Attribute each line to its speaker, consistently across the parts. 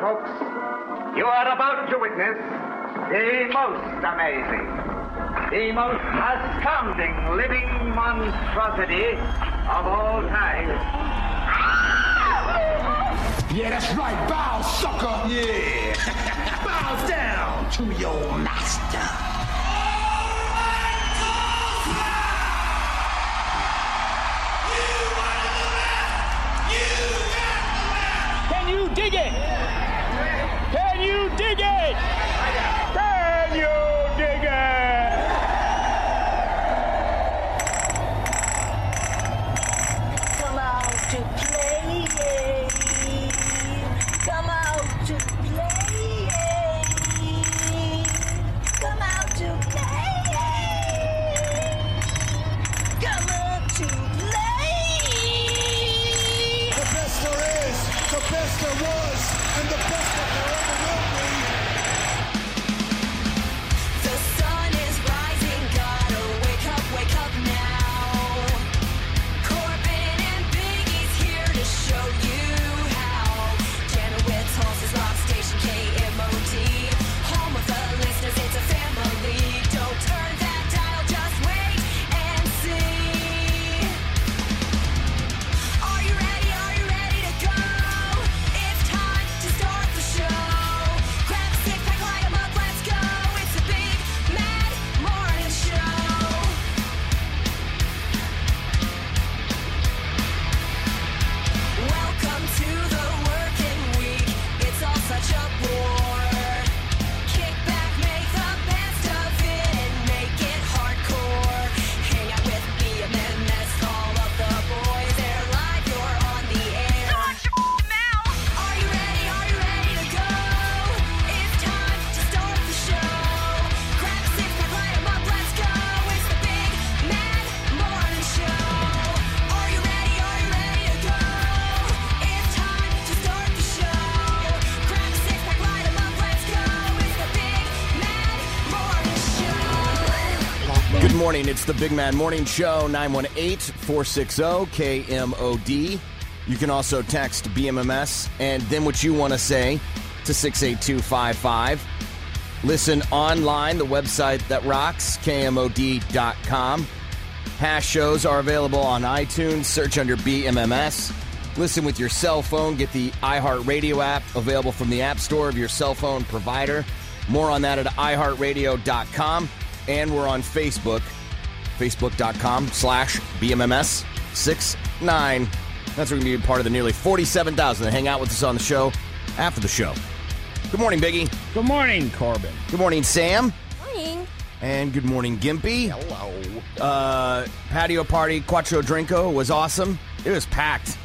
Speaker 1: folks, you are about to witness the most amazing, the most astounding living monstrosity of all time.
Speaker 2: Yeah, that's right. Bow, sucker. Yeah. Bow down to your master.
Speaker 3: Can you dig it? Can you dig it? Can you dig it?
Speaker 4: Come out to play. Come out to play. Come out to play. Come out to play.
Speaker 5: The best there is, the best there was, and the best that there ever will be.
Speaker 6: The sun is rising, gotta wake up, wake up now. Corbin and Biggie's here to show you how. Janowitz, Halls' Rock Station, KMOD. Home of the listeners, it's a family. Don't turn that dial, just wait and see. Are you ready? Are you ready to go? It's time to start the show. Grab a stick, pack, light 'em up, let's go. It's a big, mad morning show. Welcome to the working week. It's all such a bore. Kick back, make the best of it, and make it hardcore. Hang out with me and then that's all of the boys. They're live, you're on the air. Are you ready? Are you ready to go? It's time to start the show. Grab a six pack, light 'em up, let's go. It's the big mad morning show. Are you ready? Are you ready to go? It's time to start the show. Grab a six pack, light 'em up, let's go. It's the big mad morning show.
Speaker 7: Good morning. It's the Big Man Morning Show, 918 460 KMOD. You can also text BMMS and then what you want to say to 68255. Listen online, the website that rocks, KMOD.com. Past shows are available on iTunes. Search under BMMS. Listen with your cell phone. Get the iHeartRadio app available from the App Store of your cell phone provider. More on that at iHeartRadio.com. And we're on Facebook, facebook.com slash BMMS69. That's where you can be a part of the nearly 47,000 that hang out with us on the show after the show. Good morning, Biggie.
Speaker 3: Good morning, Corbin.
Speaker 7: Good morning, Sam. And good morning, Gimpy. Hello. Uh, patio party, Quattro Drinko was awesome. It was packed.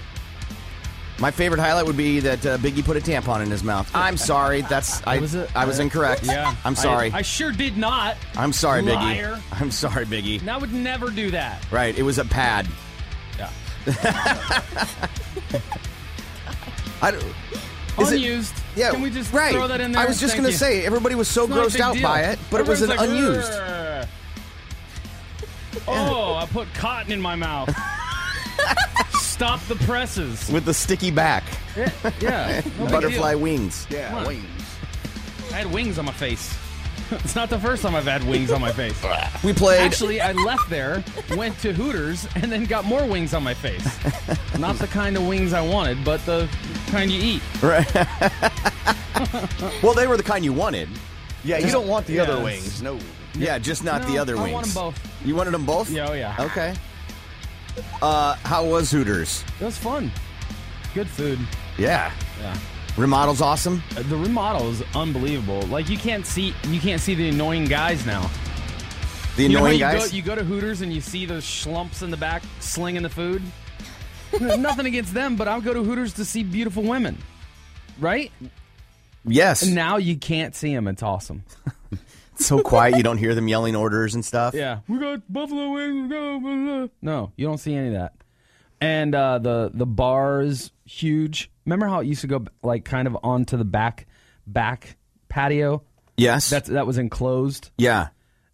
Speaker 7: My favorite highlight would be that uh, Biggie put a tampon in his mouth. I'm sorry. That's I
Speaker 8: Was it?
Speaker 7: I was incorrect.
Speaker 8: Yeah.
Speaker 7: I'm sorry.
Speaker 8: I, I sure did not.
Speaker 7: am sorry, Biggie.
Speaker 8: Liar.
Speaker 7: I'm sorry, Biggie.
Speaker 8: And I would never do that.
Speaker 7: Right. It was a pad.
Speaker 8: Yeah.
Speaker 7: I don't. Is it-
Speaker 8: unused.
Speaker 7: yeah.
Speaker 8: Can we just
Speaker 7: right.
Speaker 8: throw that in there?
Speaker 7: I was just
Speaker 8: Thank
Speaker 7: gonna
Speaker 8: you.
Speaker 7: say everybody was so
Speaker 8: It's not a
Speaker 7: grossed
Speaker 8: big
Speaker 7: out
Speaker 8: deal.
Speaker 7: by it, but it was an
Speaker 8: Everyone's like,
Speaker 7: unused.
Speaker 8: "Ugh." Oh, I put cotton in my mouth. Stop the presses.
Speaker 7: With the sticky back,
Speaker 8: Yeah. no big
Speaker 7: butterfly
Speaker 8: deal.
Speaker 7: wings. Yeah.
Speaker 8: Come on. I had wings on my face. It's not the first time I've had wings on my face.
Speaker 7: We played.
Speaker 8: Actually, I left there, went to Hooters, and then got more wings on my face. Not the kind of wings I wanted, but the kind you eat.
Speaker 7: well, they were the kind you wanted.
Speaker 9: Yeah, you don't want the other
Speaker 8: yes.
Speaker 9: wings. No.
Speaker 7: Yeah, just not
Speaker 8: No,
Speaker 7: the other
Speaker 8: I
Speaker 7: wings.
Speaker 8: want 'em both.
Speaker 7: You wanted them both?
Speaker 8: Yeah, oh, yeah.
Speaker 7: Okay. Uh, how was Hooters?
Speaker 8: It was fun. Good food.
Speaker 7: Yeah.
Speaker 8: Yeah.
Speaker 7: Remodel's awesome.
Speaker 8: Uh, The remodel is unbelievable. Like you can't see you can't see the annoying guys now.
Speaker 7: The
Speaker 8: you know how
Speaker 7: annoying
Speaker 8: you
Speaker 7: guys.
Speaker 8: Go, you go to Hooters and you see those schlumps in the back slinging the food. Nothing against them, but I'll go to Hooters to see beautiful women. Right?
Speaker 7: yes.
Speaker 8: And now you can't see them. It's awesome.
Speaker 7: It's so quiet. You don't hear them yelling orders and stuff.
Speaker 8: Yeah, we got buffalo wings. We got blah, blah. No, you don't see any of that. And uh, the the bar's huge. Remember how it used to go like kind of onto the back back patio?
Speaker 7: Yes.
Speaker 8: That's that was enclosed.
Speaker 7: yeah.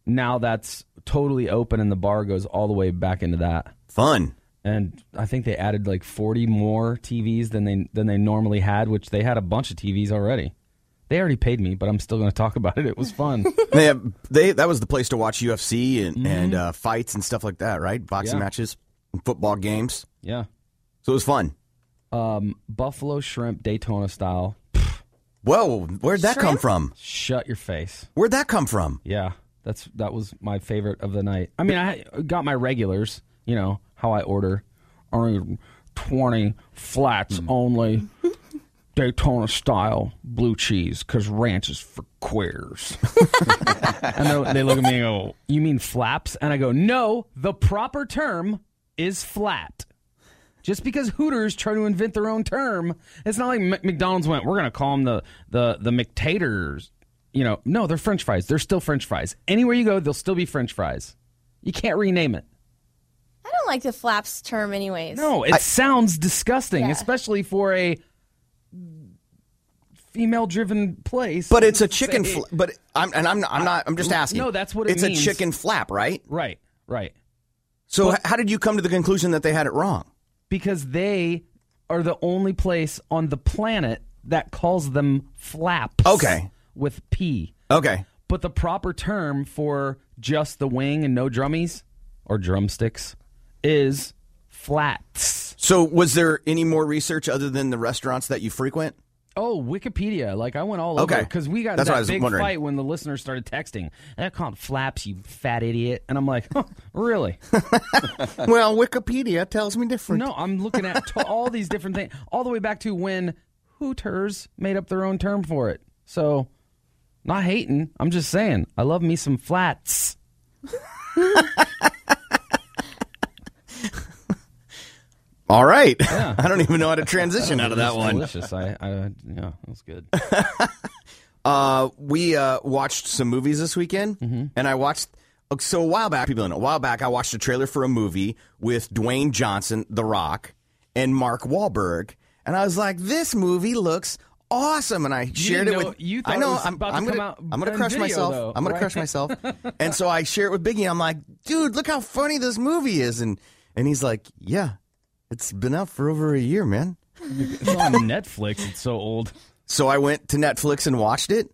Speaker 8: Now that's totally open, and the bar goes all the way back into that.
Speaker 7: Fun.
Speaker 8: and I think they added like 40 more TVs than they than they normally had, which they had a bunch of TVs already. They already paid me, but I'm still going to talk about it. It was fun.
Speaker 7: They, have, they that was the place to watch UFC and, and uh, fights and stuff like that, right? Boxing
Speaker 8: Mm-hmm. Yeah.
Speaker 7: matches, and football games.
Speaker 8: yeah.
Speaker 7: So it was fun.
Speaker 8: Um, Buffalo shrimp Daytona style.
Speaker 7: Whoa, where'd that come from?
Speaker 8: Shut your face.
Speaker 7: Where'd that come from?
Speaker 8: Yeah, that's that was my favorite of the night. I mean, I got my regulars. You know how I order only twenty flats
Speaker 7: Hmm.
Speaker 8: only, Daytona style blue cheese because ranch is for queers. and they're- they look at me and go, "You mean flaps?" And I go, "No, the proper term is flat." Just because Hooters try to invent their own term, it's not like Mc- McDonald's went. We're going to call them the the the McTaters. You know, no, they're French fries. They're still French fries. Anywhere you go, they'll still be French fries. You can't rename it.
Speaker 9: I don't like the flaps term, anyways.
Speaker 8: No, it sounds disgusting, especially for a female-driven place.
Speaker 7: But it's a chicken. Fl- but I'm and I'm I'm not. I'm just asking.
Speaker 8: No, that's what it
Speaker 7: it's
Speaker 8: means.
Speaker 7: a chicken flap, right?
Speaker 8: right, right,
Speaker 7: So h- how did you come to the conclusion that they had it wrong?
Speaker 8: because they are the only place on the planet that calls them flaps.
Speaker 7: Okay.
Speaker 8: with P.
Speaker 7: Okay,
Speaker 8: But the proper term for just the wing and no drummies or drumsticks is flats.
Speaker 7: so was there any more research other than the restaurants that you frequent?
Speaker 8: Oh, Wikipedia. Like I went all
Speaker 7: Okay.
Speaker 8: over because we got in
Speaker 7: That's what I
Speaker 8: that
Speaker 7: was
Speaker 8: big
Speaker 7: wondering.
Speaker 8: fight when the listeners started texting. They're called flaps, you fat idiot. And I'm like, "Huh, really?
Speaker 7: well, Wikipedia tells me different.
Speaker 8: No, I'm looking at to- all these different things, all the way back to when Hooters made up their own term for it. So, not hating. I'm just saying, I love me some flats.
Speaker 7: All right. I don't even know how to transition out of that
Speaker 8: It's
Speaker 7: one.
Speaker 8: Delicious. I, I, yeah, that was good.
Speaker 7: Uh, we uh, watched some movies this weekend,
Speaker 8: Mm-hmm.
Speaker 7: and I watched. oh, So a while back, people don't know. A while back, I watched a trailer for a movie with Dwayne Johnson, The Rock, and Mark Wahlberg, and I was like, "This movie looks awesome!" And I shared
Speaker 8: didn't
Speaker 7: it
Speaker 8: know-
Speaker 7: with
Speaker 8: you
Speaker 7: I
Speaker 8: thought it
Speaker 7: know
Speaker 8: was
Speaker 7: I'm,
Speaker 8: about to
Speaker 7: I'm
Speaker 8: come
Speaker 7: gonna
Speaker 8: out
Speaker 7: I'm gonna
Speaker 8: on
Speaker 7: crush
Speaker 8: video,
Speaker 7: myself.
Speaker 8: though,
Speaker 7: I'm gonna
Speaker 8: right?
Speaker 7: crush myself. and so I share it with Biggie. I'm like, "Dude, look how funny this movie is!" And and he's like, "Yeah, it's been out for over a year, man."
Speaker 8: It's on Netflix. It's so old.
Speaker 7: So I went to Netflix and watched it.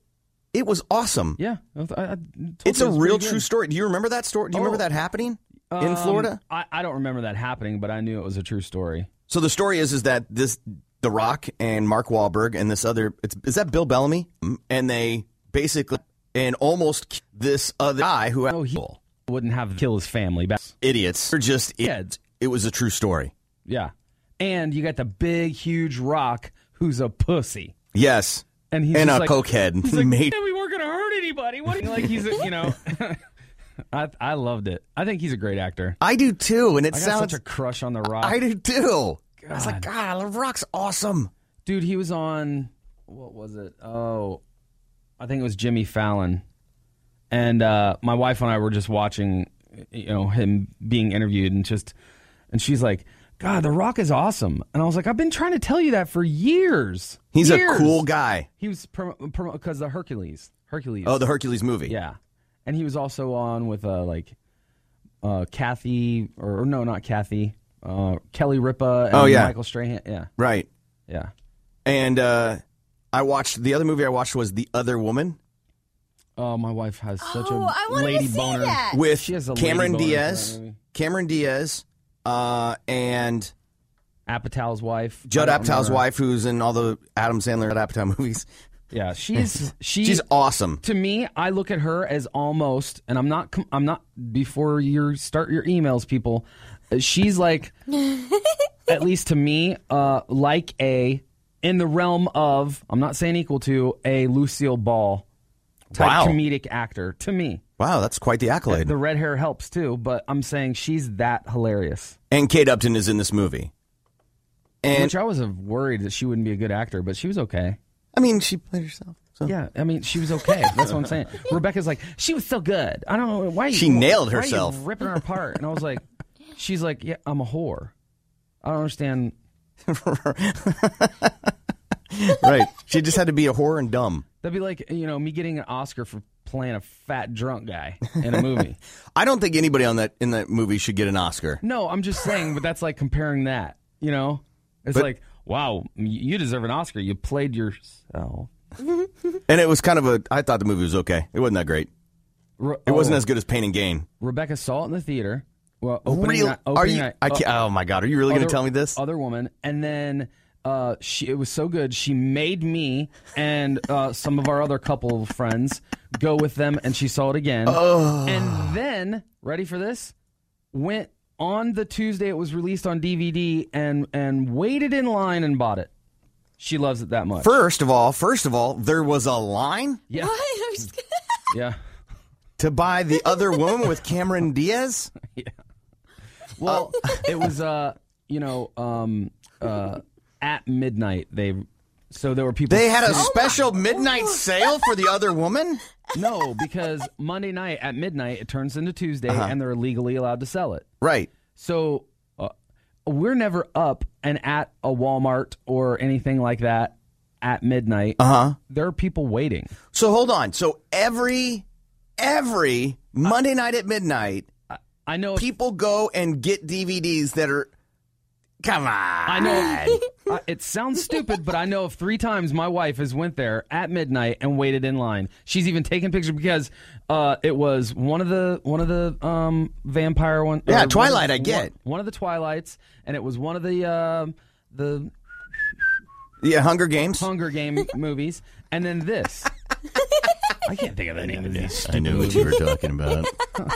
Speaker 7: It was awesome.
Speaker 8: Yeah, I- I- I told
Speaker 7: It's
Speaker 8: you
Speaker 7: a real
Speaker 8: it was pretty good. Oh,
Speaker 7: true story. Do you remember that story? Do you remember that happening in
Speaker 8: Um,
Speaker 7: Florida?
Speaker 8: I, I don't remember that happening, but I knew it was a true story.
Speaker 7: So the story is is that this The Rock and Mark Wahlberg and this other it's, is that Bill Bellamy Mm. and they basically and almost k- this other guy who
Speaker 8: Oh, he wouldn't have kill his family back.
Speaker 7: idiots are just it,
Speaker 8: Kids.
Speaker 7: it was a true story.
Speaker 8: Yeah, and you got the big, huge rock who's a pussy.
Speaker 7: Yes.
Speaker 8: And he's
Speaker 7: and
Speaker 8: just
Speaker 7: a
Speaker 8: like-
Speaker 7: cokehead.
Speaker 8: He's like,
Speaker 7: Made-
Speaker 8: "Yeah, we weren't gonna hurt anybody. What? Like he's, a, you know, I I loved it. I think he's a great actor.
Speaker 7: I do too, and it
Speaker 8: I got
Speaker 7: sounds
Speaker 8: such a crush on the Rock,
Speaker 7: I do too. I was like, God, The Rock's awesome.
Speaker 8: dude. He was on what was it? Oh, I think it was Jimmy Fallon, and uh, my wife and I were just watching, you know, him being interviewed, and just, and she's like. God, The Rock is awesome. And I was like, I've been trying to tell you that for years.
Speaker 7: He's a
Speaker 8: Years.
Speaker 7: cool guy.
Speaker 8: He was because the Hercules. Hercules.
Speaker 7: Oh, the Hercules movie.
Speaker 8: Yeah, and he was also on with uh, like uh, Kathy or, or no, not Kathy, uh, Kelly Ripa. And
Speaker 7: Oh, yeah.
Speaker 8: Michael Strahan. Yeah,
Speaker 7: Right.
Speaker 8: yeah.
Speaker 7: And uh, I watched the other movie I watched was The Other Woman
Speaker 8: Oh, my wife has such
Speaker 9: Oh, I
Speaker 8: a
Speaker 9: wanted
Speaker 8: lady
Speaker 9: to see
Speaker 8: boner.
Speaker 9: that.
Speaker 7: with
Speaker 8: She has a lady
Speaker 7: Cameron
Speaker 8: boner for that
Speaker 7: Diaz,
Speaker 8: movie.
Speaker 7: Cameron Diaz, uh, and
Speaker 8: Apatow's wife.
Speaker 7: Judd
Speaker 8: I don't
Speaker 7: Apatow's
Speaker 8: remember.
Speaker 7: wife, who's in all the Adam Sandler Judd Apatow movies.
Speaker 8: Yeah, she's she,
Speaker 7: She's awesome.
Speaker 8: to me, I look at her as almost, and I'm not, com- I'm not. Before you start your emails, people, uh, she's like, at least to me, uh, like a in the realm of. I'm not saying equal to a Lucille Ball type
Speaker 7: Wow.
Speaker 8: comedic actor. To me,
Speaker 7: Wow, that's quite the accolade.
Speaker 8: the red hair helps too, but I'm saying she's that hilarious.
Speaker 7: And Kate Upton is in this movie. And
Speaker 8: which I was uh, worried that she wouldn't be a good actor, but she was okay.
Speaker 7: I mean, she played herself. So.
Speaker 8: Yeah, I mean, she was okay. That's what I'm saying. Rebecca's like, she was so good. I don't know why you,
Speaker 7: She nailed
Speaker 8: why are you
Speaker 7: herself.
Speaker 8: ripping her apart. And I was like, she's like, yeah, I'm a whore. I don't understand.
Speaker 7: right. She just had to be a whore and dumb.
Speaker 8: That'd be like you know me getting an Oscar for playing a fat drunk guy in a movie.
Speaker 7: I don't think anybody on that in that movie should get an Oscar.
Speaker 8: no, I'm just saying, but that's like comparing that. You know, it's
Speaker 7: But-
Speaker 8: like wow, you deserve an Oscar. You played yourself.
Speaker 7: And it was kind of a. I thought the movie was okay. It wasn't that great.
Speaker 8: Re-
Speaker 7: It wasn't
Speaker 8: oh,
Speaker 7: as good as Pain and Gain.
Speaker 8: Rebecca Salt in the theater. Well, opening
Speaker 7: Really?
Speaker 8: night-
Speaker 7: Are
Speaker 8: opening
Speaker 7: you?
Speaker 8: night- uh,
Speaker 7: I can't, oh my god! Are you really going
Speaker 8: other-
Speaker 7: to tell me this?
Speaker 8: other woman and then uh she it was so good she made me and uh some of our other couple of friends go with them and she saw it again and then ready for this went on the tuesday it was released on dvd and and waited in line and bought it she loves it that much
Speaker 7: First of all, first of all, there was a line
Speaker 8: yeah
Speaker 9: I'm just kidding.
Speaker 8: yeah
Speaker 7: to buy the other woman with Cameron Diaz.
Speaker 8: well
Speaker 7: Oh.
Speaker 8: it was uh you know um uh at midnight they so there were people
Speaker 7: They had a special midnight sale for the other woman.
Speaker 8: No, because Monday night at midnight it turns into Tuesday, and they're legally allowed to sell it.
Speaker 7: Uh-huh. Right.
Speaker 8: So uh, we're never up and at a Walmart or anything like that at midnight. Uh huh. There are people waiting.
Speaker 7: Uh-huh. So hold on. So every every Monday night at midnight,
Speaker 8: I know.
Speaker 7: people go and get DVDs that are. Come on.
Speaker 8: I know. uh, it sounds stupid, but I know of three times my wife has went there at midnight and waited in line. She's even taken pictures because uh, it was one of the one of the um, vampire one.
Speaker 7: Yeah,
Speaker 8: or one of
Speaker 7: Twilight,
Speaker 8: the-
Speaker 7: I get.
Speaker 8: one, one of the Twilights, and it was one of the um the
Speaker 7: Yeah, Hunger Games.
Speaker 8: Hunger Game movies, and then this. I can't think of the name of these.
Speaker 7: I knew what you were talking about.
Speaker 8: You're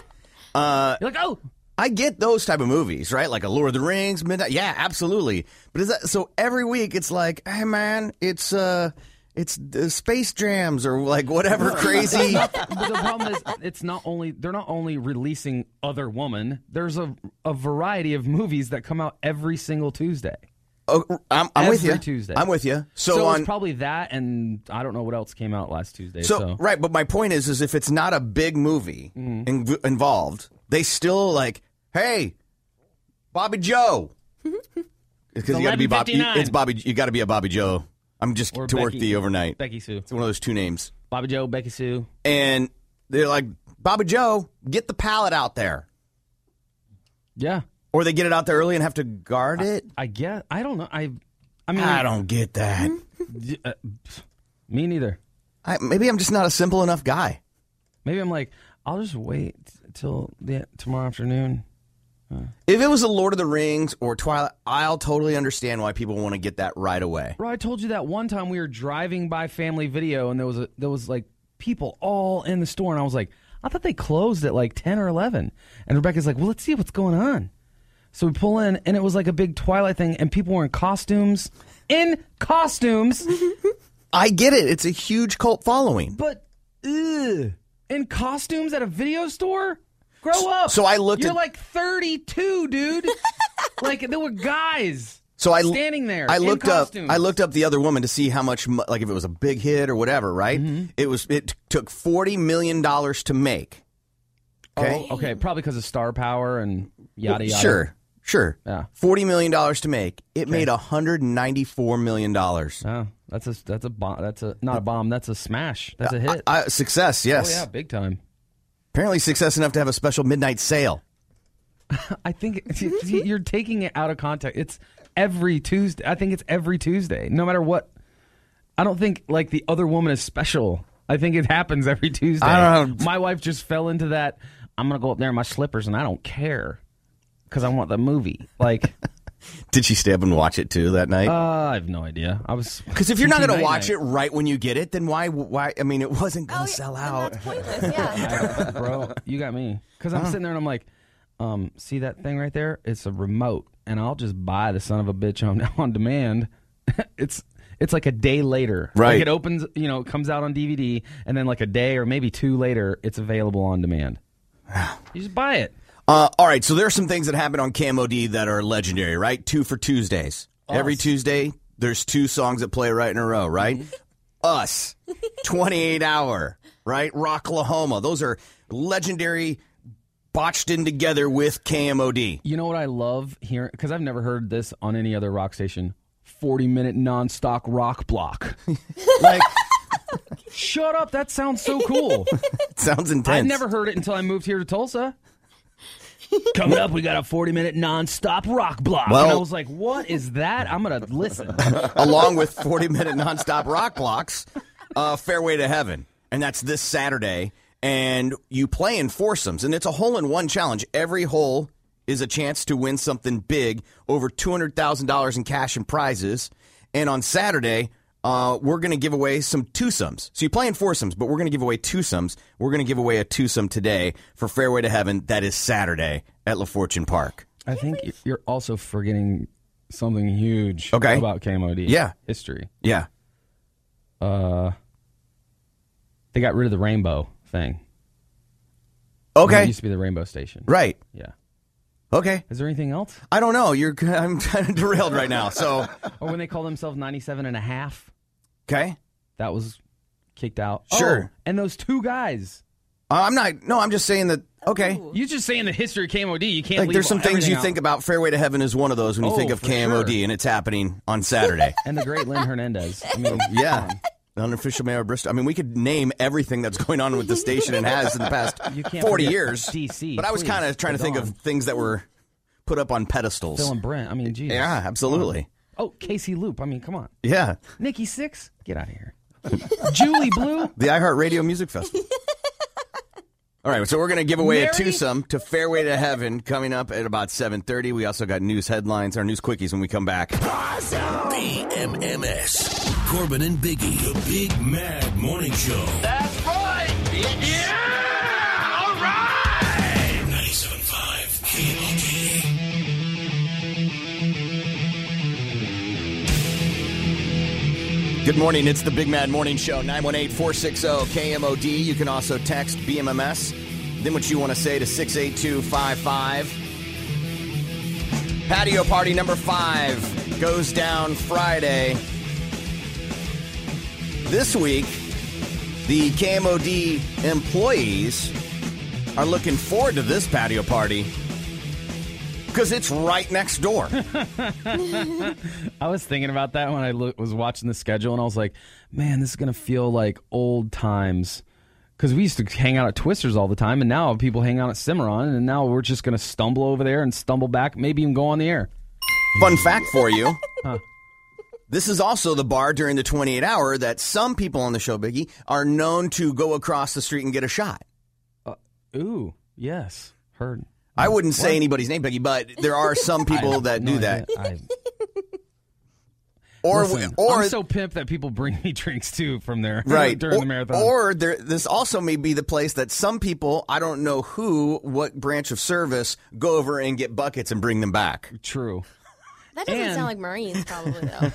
Speaker 8: like, oh,
Speaker 7: Uh, I get those type of movies, right? Like a Lord of the Rings, Midnight. Yeah, absolutely. But is that so? Every week, it's like, hey man, it's uh, it's uh, Space Jams or like whatever crazy.
Speaker 8: but the problem is, it's not only they're not only releasing other woman. There's a a variety of movies that come out every single Tuesday.
Speaker 7: Oh, I'm, I'm with
Speaker 8: Every
Speaker 7: you.
Speaker 8: Tuesday.
Speaker 7: I'm with you. So,
Speaker 8: So, it's
Speaker 7: on.
Speaker 8: probably that, and I don't know what else came out last Tuesday.
Speaker 7: so,
Speaker 8: So,
Speaker 7: right, but my point is, is if it's not a big movie
Speaker 8: Mm-hmm.
Speaker 7: in- involved, they still like, hey, Bobby Joe, because you got to be Bobby. you-
Speaker 8: 11:59.
Speaker 7: It's Bobby. You got to be a Bobby Joe. I'm just
Speaker 8: Or
Speaker 7: to work
Speaker 8: Becky.
Speaker 7: the overnight.
Speaker 8: Becky Sue,
Speaker 7: It's one of those two names.
Speaker 8: Bobby Joe, Becky Sue.
Speaker 7: and they're like, Baba Joe, get the pallet out there.
Speaker 8: Yeah,
Speaker 7: Or they get it out there early and have to guard it. Ah,
Speaker 8: I guess I don't know. I, I mean,
Speaker 7: I don't get that.
Speaker 8: uh, me neither.
Speaker 7: I, maybe I'm just not a simple enough guy.
Speaker 8: Maybe I'm like, I'll just wait till the, tomorrow afternoon.
Speaker 7: If it was a Lord of the Rings or Twilight, I'll totally understand why people want to get that right away.
Speaker 8: Bro, I told you that one time we were driving by Family Video and there was a, there was like people all in the store and I was like, I thought they closed at like 10 or 11. And Rebecca's like, "Well, let's see what's going on." So we pull in and it was like a big Twilight thing and people were in costumes, in costumes,
Speaker 7: I get it. It's a huge cult following.
Speaker 8: but ugh, in costumes at a video store? Grow up.
Speaker 7: so I looked
Speaker 8: You're
Speaker 7: at-
Speaker 8: like 32, dude. like there were guys.
Speaker 7: So I
Speaker 8: standing there
Speaker 7: I
Speaker 8: in
Speaker 7: looked up.
Speaker 8: costumes.
Speaker 7: I looked up the other woman to see how much, mo- like if it was a big hit or whatever. Right?
Speaker 8: Mm-hmm.
Speaker 7: It was. It t- took forty million dollars to make. Okay.
Speaker 8: Oh, okay, probably because of star power and yada yada.
Speaker 7: Sure, sure.
Speaker 8: Yeah.
Speaker 7: Forty million dollars to make. It made hundred ninety-four million dollars.
Speaker 8: Oh, that's a that's a bomb. That's a not a bomb. That's a smash. That's a hit.
Speaker 7: I, success,
Speaker 8: oh
Speaker 7: yes.
Speaker 8: yeah, big time.
Speaker 7: Apparently, success enough to have a special midnight sale.
Speaker 8: I think see, you're taking it out of context. It's every Tuesday. I think it's every Tuesday, no matter what. I don't think like the other woman is special. I think it happens every Tuesday.
Speaker 7: I don't-
Speaker 8: My wife just fell into that. I'm gonna go up there in my slippers and I don't care because I want the movie. Like
Speaker 7: Did she stay up and watch it too that night?
Speaker 8: uh, I have no idea. I was
Speaker 7: Because if you're not going
Speaker 8: night
Speaker 7: to watch
Speaker 8: night.
Speaker 7: it right when you get it, then why? Why? I mean, it wasn't going to
Speaker 9: Oh, yeah,
Speaker 7: sell
Speaker 9: then
Speaker 7: out.
Speaker 9: That's pointless. Yeah.
Speaker 8: bro. You got me. Because I'm sitting there and I'm like, um, see that thing right there? It's a remote, and I'll just buy the son of a bitch on on demand. it's it's like a day later,
Speaker 7: Right.
Speaker 8: Like it opens, you know, it comes out on DVD, and then like a day or maybe two later, it's available on demand. you just buy it.
Speaker 7: Uh, all right, so there are some things that happen on KMOD that are legendary, right? Two for Tuesdays. Every Tuesday, there's two songs that play right in a row, right?
Speaker 8: Mm-hmm.
Speaker 7: Us, 28 Hour, right? Rocklahoma. Those are legendary, botched in together with KMOD.
Speaker 8: You know what I love hearing? Because I've never heard this on any other rock station. forty minute non-stock rock block.
Speaker 7: like,
Speaker 8: shut up! That sounds so cool.
Speaker 7: Sounds intense.
Speaker 8: I never heard it until I moved here to Tulsa. Coming up, we got a forty-minute non-stop rock block, and I
Speaker 7: Well-
Speaker 8: was like, "What is that?" I'm gonna listen.
Speaker 7: along with 40 minute nonstop rock blocks, uh, Fairway to Heaven. And that's this Saturday. And you play in foursomes, and it's a hole in one challenge. Every hole is a chance to win something big over $200,000 in cash and prizes. And on Saturday, uh, we're going to give away some twosomes. So you play in foursomes, but we're going to give away twosomes. We're going to give away a twosome today for Fairway to Heaven. That is Saturday at La Fortune Park.
Speaker 8: I think you're also forgetting something huge
Speaker 7: Okay.
Speaker 8: about KMOD.
Speaker 7: Yeah.
Speaker 8: History.
Speaker 7: Yeah.
Speaker 8: Uh, they got rid of the rainbow thing.
Speaker 7: Okay.
Speaker 8: It used to be the rainbow station.
Speaker 7: Right.
Speaker 8: Yeah.
Speaker 7: Okay.
Speaker 8: Is there anything else?
Speaker 7: I don't know. You're I'm kind of derailed right now. So
Speaker 8: Or when they call themselves 97 and a half,
Speaker 7: okay,
Speaker 8: that was kicked out.
Speaker 7: Sure.
Speaker 8: Oh, and those two guys.
Speaker 7: Uh, I'm not. No, I'm just saying that. Okay,
Speaker 8: You just saying the history of KMOD. You can't
Speaker 7: like
Speaker 8: leave
Speaker 7: there's some things
Speaker 8: everything
Speaker 7: you
Speaker 8: out.
Speaker 7: think about. Fairway to Heaven is one of those when you
Speaker 8: Oh,
Speaker 7: think of
Speaker 8: for
Speaker 7: KMOD,
Speaker 8: sure.
Speaker 7: and it's happening on Saturday.
Speaker 8: And the great Lynn Hernandez. I mean,
Speaker 7: yeah, the unofficial mayor of Bristol. I mean, we could name everything that's going on with the station and has in the past
Speaker 8: You can't
Speaker 7: 40
Speaker 8: forget
Speaker 7: years.
Speaker 8: DC,
Speaker 7: but I was
Speaker 8: please,
Speaker 7: kind of trying to
Speaker 8: it's
Speaker 7: think
Speaker 8: on.
Speaker 7: of things that were put up on pedestals.
Speaker 8: Phil and Brent. I mean, geez.
Speaker 7: yeah, absolutely.
Speaker 8: Oh, Casey Loop. I mean, come on.
Speaker 7: Yeah,
Speaker 8: Nikki Six. Get out of here. Julie Blue.
Speaker 7: the iHeartRadio Music Festival. All right, so we're going to give away a
Speaker 8: Mary?
Speaker 7: twosome to Fairway to Heaven coming up at about 7:30. We also got news headlines, our news quickies when we come back.
Speaker 10: BMMS. Corbin and Biggie. The Big Mad Morning Show.
Speaker 5: That's right. Yeah. All right.
Speaker 10: 97.5 KLJ.
Speaker 7: Good morning. It's the Big Mad Morning Show, 918 460 KMOD. You can also text BMMS, then what you want to say to 68255. Patio party number five goes down Friday. This week, the KMOD employees are looking forward to this patio party because it's right next door.
Speaker 8: I was thinking about that when I lo- was watching the schedule, and I was like, man, this is going to feel like old times. Because we used to hang out at Twisters all the time, and now people hang out at Cimarron, and now we're just going to stumble over there and stumble back, maybe even go on the air.
Speaker 7: Fun fact for you. This is also the bar during the 28 hour that some people on the show, Biggie, are known to go across the street and get a shot.
Speaker 8: Ooh, yes, heard.
Speaker 7: I wouldn't say anybody's name, Biggie, but there are some people that do that. Or,
Speaker 8: or
Speaker 7: or
Speaker 8: I'm so pimp that people bring me drinks too from there
Speaker 7: right
Speaker 8: during
Speaker 7: or,
Speaker 8: the marathon.
Speaker 7: Or there, this also may be the place that some people, I don't know who, what branch of service, go over and get buckets and bring them back.
Speaker 8: True.
Speaker 9: That doesn't
Speaker 8: And-
Speaker 9: sound like Marines, probably though.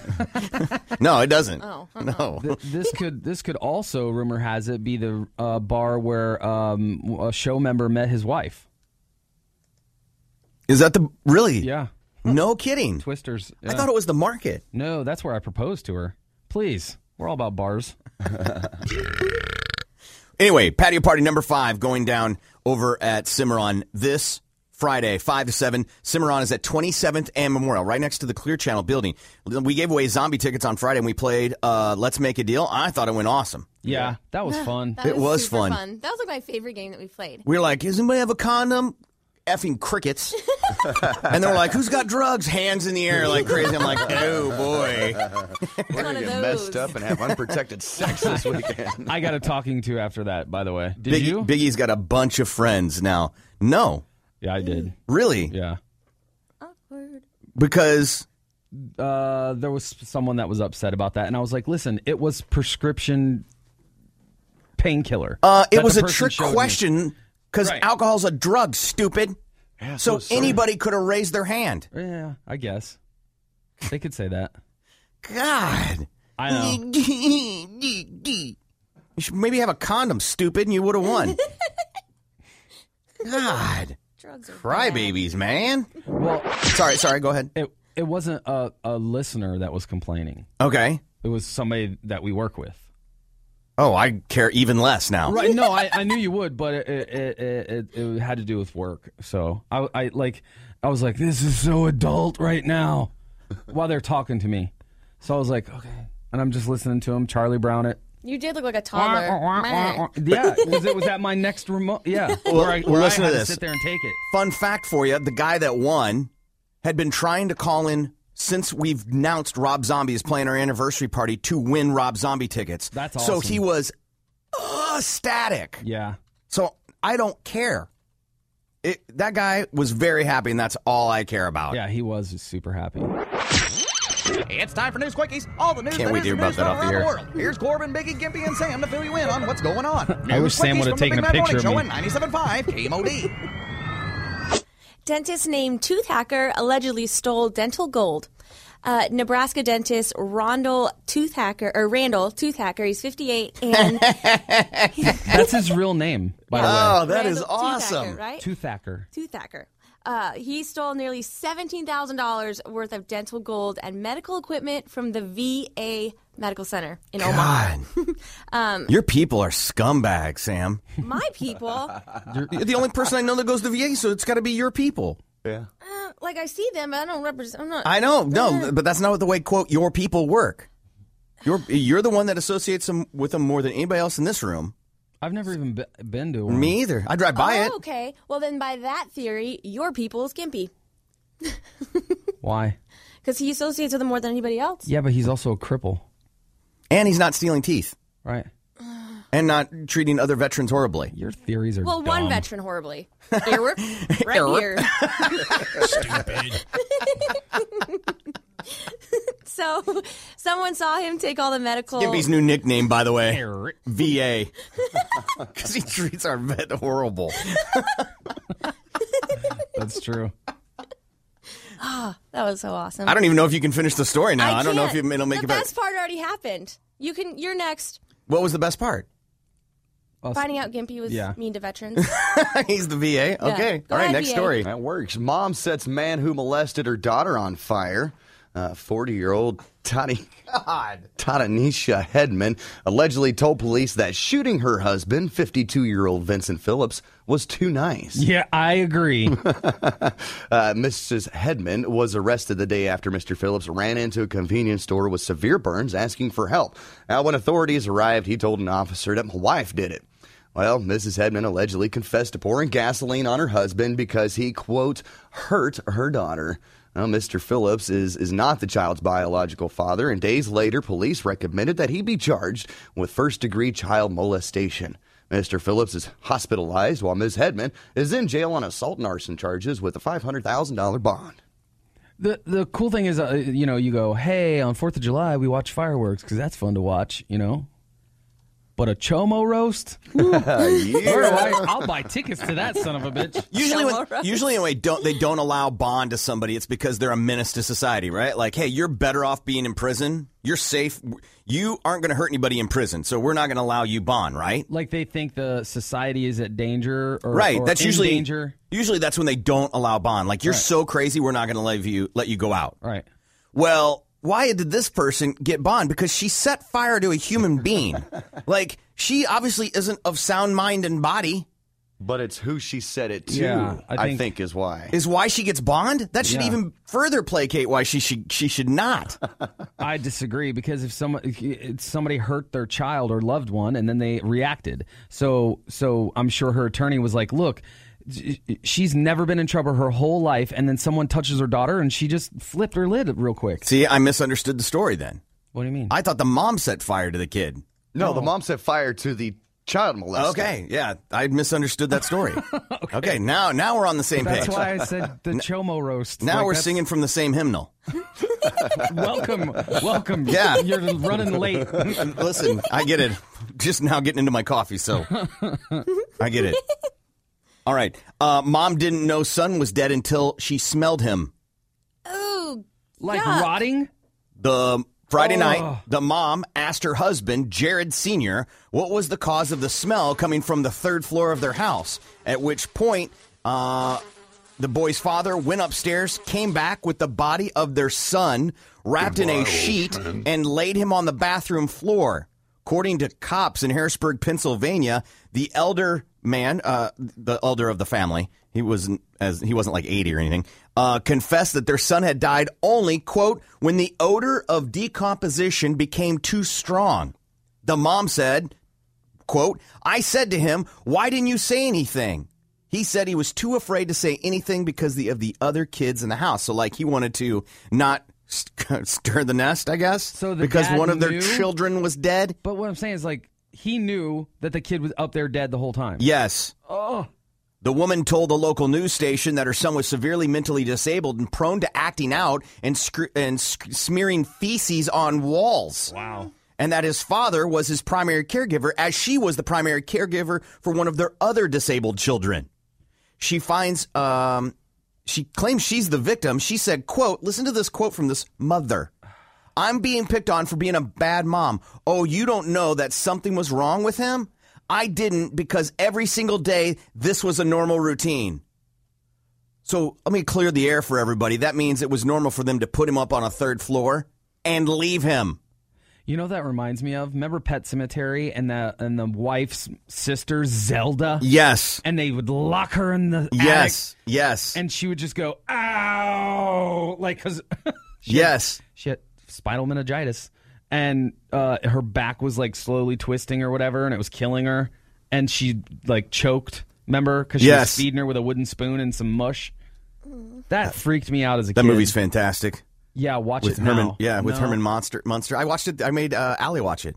Speaker 7: No, it doesn't.
Speaker 9: Oh,
Speaker 7: No.
Speaker 8: Th- this could this could also rumor has it be the uh, bar where um, a show member met his wife.
Speaker 7: Is that the really?
Speaker 8: Yeah,
Speaker 7: No kidding.
Speaker 8: Twisters.
Speaker 7: I thought it was the market.
Speaker 8: No, that's where I proposed to her. Please, we're all about bars.
Speaker 7: Anyway, patio party number five going down over at Cimarron this Friday, 5 to 7. Cimarron is at 27th and Memorial, right next to the Clear Channel building. We gave away zombie tickets on Friday and we played uh, Let's Make a Deal. I thought it went awesome.
Speaker 8: Yeah, that was fun.
Speaker 9: That
Speaker 7: It was
Speaker 9: super
Speaker 7: fun.
Speaker 9: That was like my favorite game that we played.
Speaker 7: We were like, does anybody have a condom? Effing crickets. and they were like, who's got drugs? Hands in the air like crazy. I'm like, oh boy.
Speaker 9: We're One of
Speaker 11: get
Speaker 9: those.
Speaker 11: messed up and have unprotected sex this weekend.
Speaker 8: I got a talking to after that. By the way, did
Speaker 7: Big,
Speaker 8: you?
Speaker 7: Biggie's got a bunch of friends now. No,
Speaker 8: yeah, I did.
Speaker 7: really.
Speaker 8: Yeah,
Speaker 9: Awkward.
Speaker 7: Because,
Speaker 8: uh, there was someone that was upset about that, and I was like, "Listen, it was prescription painkiller.
Speaker 7: uh,
Speaker 8: that
Speaker 7: it
Speaker 8: the
Speaker 7: was a
Speaker 8: person
Speaker 7: trick
Speaker 8: showed me."
Speaker 7: question because
Speaker 8: Right.
Speaker 7: alcohol's a drug, stupid.
Speaker 11: Yeah,
Speaker 7: So
Speaker 11: sorry.
Speaker 7: anybody could have raised their hand.
Speaker 8: Yeah, I guess they could say that.
Speaker 7: God.
Speaker 8: I know.
Speaker 7: you should maybe have a condom, stupid, and you would have won. God.
Speaker 9: Drugs are bad.
Speaker 7: Crybabies, man.
Speaker 8: Well,
Speaker 7: Sorry, sorry, go ahead.
Speaker 8: it it wasn't a, a listener that was complaining.
Speaker 7: Okay.
Speaker 8: It was somebody that we work with.
Speaker 7: Oh, I care even less now.
Speaker 8: Right? No, I, I knew you would, but it it, it, it it had to do with work. So I I like I was like, this is so adult right now, while they're talking to me. So I was like, okay. And I'm just listening to him, Charlie Brown it.
Speaker 9: You did look like a toddler. Meh.
Speaker 8: Yeah, was it was that my next remote? Yeah,
Speaker 7: Well,
Speaker 8: where I,
Speaker 7: well,
Speaker 8: where I
Speaker 7: listen
Speaker 8: had
Speaker 7: to this.
Speaker 8: sit there and take it.
Speaker 7: Fun fact for you: the guy that won had been trying to call in since we've announced Rob Zombie is playing our anniversary party to win Rob Zombie tickets. That's So
Speaker 8: awesome.
Speaker 7: he was ecstatic.
Speaker 8: Yeah.
Speaker 7: So I don't care. It, that guy was very happy, and that's all I care about.
Speaker 8: Yeah, he was super happy.
Speaker 12: It's time for News Quickies, all the news
Speaker 7: Can't
Speaker 12: that
Speaker 7: we
Speaker 12: is
Speaker 7: do
Speaker 12: the
Speaker 7: about
Speaker 12: news
Speaker 7: that
Speaker 12: from
Speaker 7: off the
Speaker 12: around
Speaker 7: air?
Speaker 12: the world. Here's Corbin, Biggie, Gimpy, and Sam to fill you in on what's going on.
Speaker 8: I wish
Speaker 12: News
Speaker 8: Sam
Speaker 12: Quickies
Speaker 8: would've
Speaker 12: from the
Speaker 8: taken
Speaker 12: Big
Speaker 8: a
Speaker 12: Bad Morning
Speaker 8: picture of
Speaker 12: Show
Speaker 8: me.
Speaker 12: and 97.5 KMOD.
Speaker 9: Dentist named Tooth Hacker allegedly stole dental gold. Uh, Nebraska dentist Rondell Tooth Hacker, or Randall Tooth Hacker, he's 58, and
Speaker 8: That's his real name, by the way.
Speaker 7: Oh, that
Speaker 9: Randall
Speaker 7: is
Speaker 9: Tooth Hacker,
Speaker 7: awesome.
Speaker 9: right?
Speaker 8: Toothacker.
Speaker 9: Tooth Hacker. Uh, he stole nearly $17,000 worth of dental gold and medical equipment from the VA Medical Center in
Speaker 7: God,
Speaker 9: Omaha. Um,
Speaker 7: your people are scumbags, Sam.
Speaker 9: my people. uh,
Speaker 7: You're the only person I know that goes to VA, so it's got to be your people.
Speaker 11: Yeah.
Speaker 9: Uh, like I see them, but I don't represent. I'm not.
Speaker 7: I know, no,
Speaker 9: Uh,
Speaker 7: but that's not the way quote your people work. You're you're the one that associates them with them more than anybody else in this room.
Speaker 8: I've never even be- been to one.
Speaker 7: Me either. I drive by
Speaker 9: oh,
Speaker 7: it.
Speaker 9: Okay. Well, then by that theory, your people is Gimpy
Speaker 8: Why?
Speaker 9: because he associates with them more than anybody else.
Speaker 8: Yeah, but he's also a cripple.
Speaker 7: And he's not stealing teeth.
Speaker 8: Right.
Speaker 7: And not treating other veterans horribly.
Speaker 8: Your theories are
Speaker 9: Well, one veteran horribly. Earwolf, right
Speaker 7: Earwolf.
Speaker 9: here. so, someone saw him take all the medical.
Speaker 7: Gimpy's new nickname, by the way, VA, because he treats our vet horrible.
Speaker 8: That's true.
Speaker 9: Ah, that was so awesome.
Speaker 7: I don't even know if you can finish the story now. I,
Speaker 9: I
Speaker 7: don't know if
Speaker 9: can't.
Speaker 7: you- it'll make
Speaker 9: the
Speaker 7: it better.
Speaker 9: best part already happened. You can. You're next.
Speaker 7: What was the best part?
Speaker 9: Finding out Gimpy was
Speaker 11: yeah.
Speaker 9: mean to veterans. Oh
Speaker 7: He's the VA.
Speaker 9: Okay. Go All right, ahead, next VA. story.
Speaker 11: That works. Mom sets man who molested her daughter on fire.
Speaker 12: Uh,
Speaker 11: Forty-year-old Tani God Tadanisha Headman allegedly told police that shooting her husband, fifty-two-year-old Vincent Phillips, was too nice.
Speaker 8: Yeah, I agree.
Speaker 11: Uh, Mrs. Headman was arrested the day after Mr. Phillips ran into a convenience store with severe burns asking for help. Now, when authorities arrived, he told an officer that my wife did it. Well, Mrs. Headman allegedly confessed to pouring gasoline on her husband because he, quote, hurt her daughter. Now, Mr. Phillips is, is not the child's biological father, and days later, police recommended that he be charged with first degree child molestation. Mr. Phillips is hospitalized while Ms. Headman is in jail on assault and arson charges with a $500,000 bond.
Speaker 8: The the cool thing is, uh, you know, you go, hey, on Fourth of July we watch fireworks because that's fun to watch, you know. But a chomo roast, Woo. All right, I'll buy tickets to that son of a bitch.
Speaker 7: Usually, when, usually, anyway, don't they don't allow bond to somebody? It's because they're a menace to society, right? Like, hey, you're better off being in prison. You're safe. You aren't going to hurt anybody in prison, so we're not going to allow you bond, right?
Speaker 8: like they think the society is at danger, or,
Speaker 7: right.
Speaker 8: or
Speaker 7: that's
Speaker 8: in
Speaker 7: usually
Speaker 8: danger.
Speaker 7: usually that's when they don't allow bond. Like, you're
Speaker 8: Right.
Speaker 7: so crazy, we're not going to let you let you go out.
Speaker 8: Right.
Speaker 7: Well, why did this person get bond? Because she set fire to a human being. like, she obviously isn't of sound mind and body.
Speaker 11: But it's who she said it to,
Speaker 7: Yeah, I
Speaker 11: I,
Speaker 7: think-
Speaker 11: think, is why.
Speaker 7: is why she gets bond. That should
Speaker 8: Yeah.
Speaker 7: even further placate why she should she should not.
Speaker 8: I disagree because if someone if you- if somebody hurt their child or loved one and then they reacted, so so I'm sure her attorney was like, look. sh- She's never been in trouble her whole life, and then someone touches her daughter, and she just flipped her lid real quick.
Speaker 7: See, I misunderstood the story then.
Speaker 8: What do you mean?
Speaker 7: I thought the mom set fire to the kid.
Speaker 11: No, the mom set fire to the child molester.
Speaker 7: Okay, yeah, I misunderstood that story. okay. now now we're on the same
Speaker 8: That's
Speaker 7: page.
Speaker 8: why I said the chomo roast.
Speaker 7: now
Speaker 8: Like,
Speaker 7: we're
Speaker 8: that's-
Speaker 7: singing from the same hymnal.
Speaker 8: Welcome, welcome.
Speaker 7: Yeah,
Speaker 8: you're running late.
Speaker 7: Listen, I get it. Just now getting into my coffee, so I get it. All right, uh, mom didn't know son was dead until she smelled him.
Speaker 9: Ooh,
Speaker 8: like
Speaker 9: yuck.
Speaker 8: rotting.
Speaker 7: The Friday
Speaker 8: Oh.
Speaker 7: night, the mom asked her husband, Jared Sr., what was the cause of the smell coming from the third floor of their house. At which point, uh, the boy's father went upstairs, came back with the body of their son wrapped in a sheet, and laid him on the bathroom floor. According to cops in Harrisburg, Pennsylvania, the elder man, uh, the elder of the family, He wasn't as he wasn't like 80 or anything. Uh, confessed that their son had died only quote when the odor of decomposition became too strong. The mom said, quote, "I said to him, why didn't you say anything?" He said he was too afraid to say anything because the, of the other kids in the house. So like he wanted to not st- stir the nest, I guess. So
Speaker 8: the
Speaker 7: because
Speaker 8: dad
Speaker 7: one of their
Speaker 8: knew?
Speaker 7: children was dead.
Speaker 8: But what I'm saying is, like, he knew that the kid was up there dead the whole time.
Speaker 7: Yes.
Speaker 8: Oh.
Speaker 7: The woman told the local news station that her son was severely mentally disabled and prone to acting out and, scr- and sc- smearing feces on walls. Wow. And that his father was his primary caregiver, as she was the primary caregiver for one of their other disabled children. She finds, um, she claims she's the victim. She said, quote, listen to this quote from this mother. I'm being picked on for being a bad mom. Oh, you don't know that something was wrong with him? I didn't because every single day this was a normal routine. So let me clear the air for everybody. That means it was normal for them to put him up on a third floor and leave him.
Speaker 8: You know what that reminds me of? Remember Pet Cemetery and the and the wife's sister Zelda?
Speaker 7: Yes.
Speaker 8: And they would lock her in the
Speaker 7: Yes. Yes.
Speaker 8: And she would just go, "Ow!" Like cuz
Speaker 7: Yes.
Speaker 8: she had spinal meningitis and uh, her back was like slowly twisting or whatever and it was killing her and she like choked, remember? Cuz she
Speaker 7: Yes.
Speaker 8: was feeding her with a wooden spoon and some mush. That freaked me out as a
Speaker 7: That
Speaker 8: kid.
Speaker 7: movie's fantastic.
Speaker 8: Yeah, watch
Speaker 7: with
Speaker 8: it
Speaker 7: Herman,
Speaker 8: now.
Speaker 7: yeah, with
Speaker 8: No.
Speaker 7: Herman Monster. Monster. I watched it. I made uh, Allie watch it.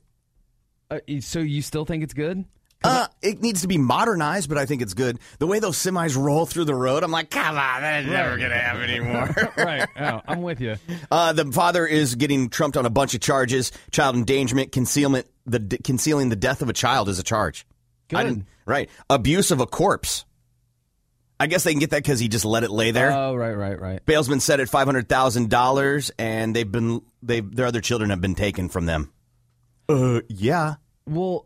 Speaker 8: Uh, so you still think it's good?
Speaker 7: Uh, it needs to be modernized, but I think it's good. The way those semis roll through the road, I'm like, come on, that is never
Speaker 8: Right.
Speaker 7: going to happen anymore.
Speaker 8: right. Oh, I'm with you.
Speaker 7: Uh, the father is getting trumped on a bunch of charges: child endangerment, concealment, the d- concealing the death of a child is a charge. I
Speaker 8: Good.
Speaker 7: didn't- right? Abuse of a corpse. I guess they can get that because he just let it lay there.
Speaker 8: Oh, right, right, right.
Speaker 7: Bail's been set at five hundred thousand dollars, and they've been they their other children have been taken from them. Uh, yeah.
Speaker 8: Well,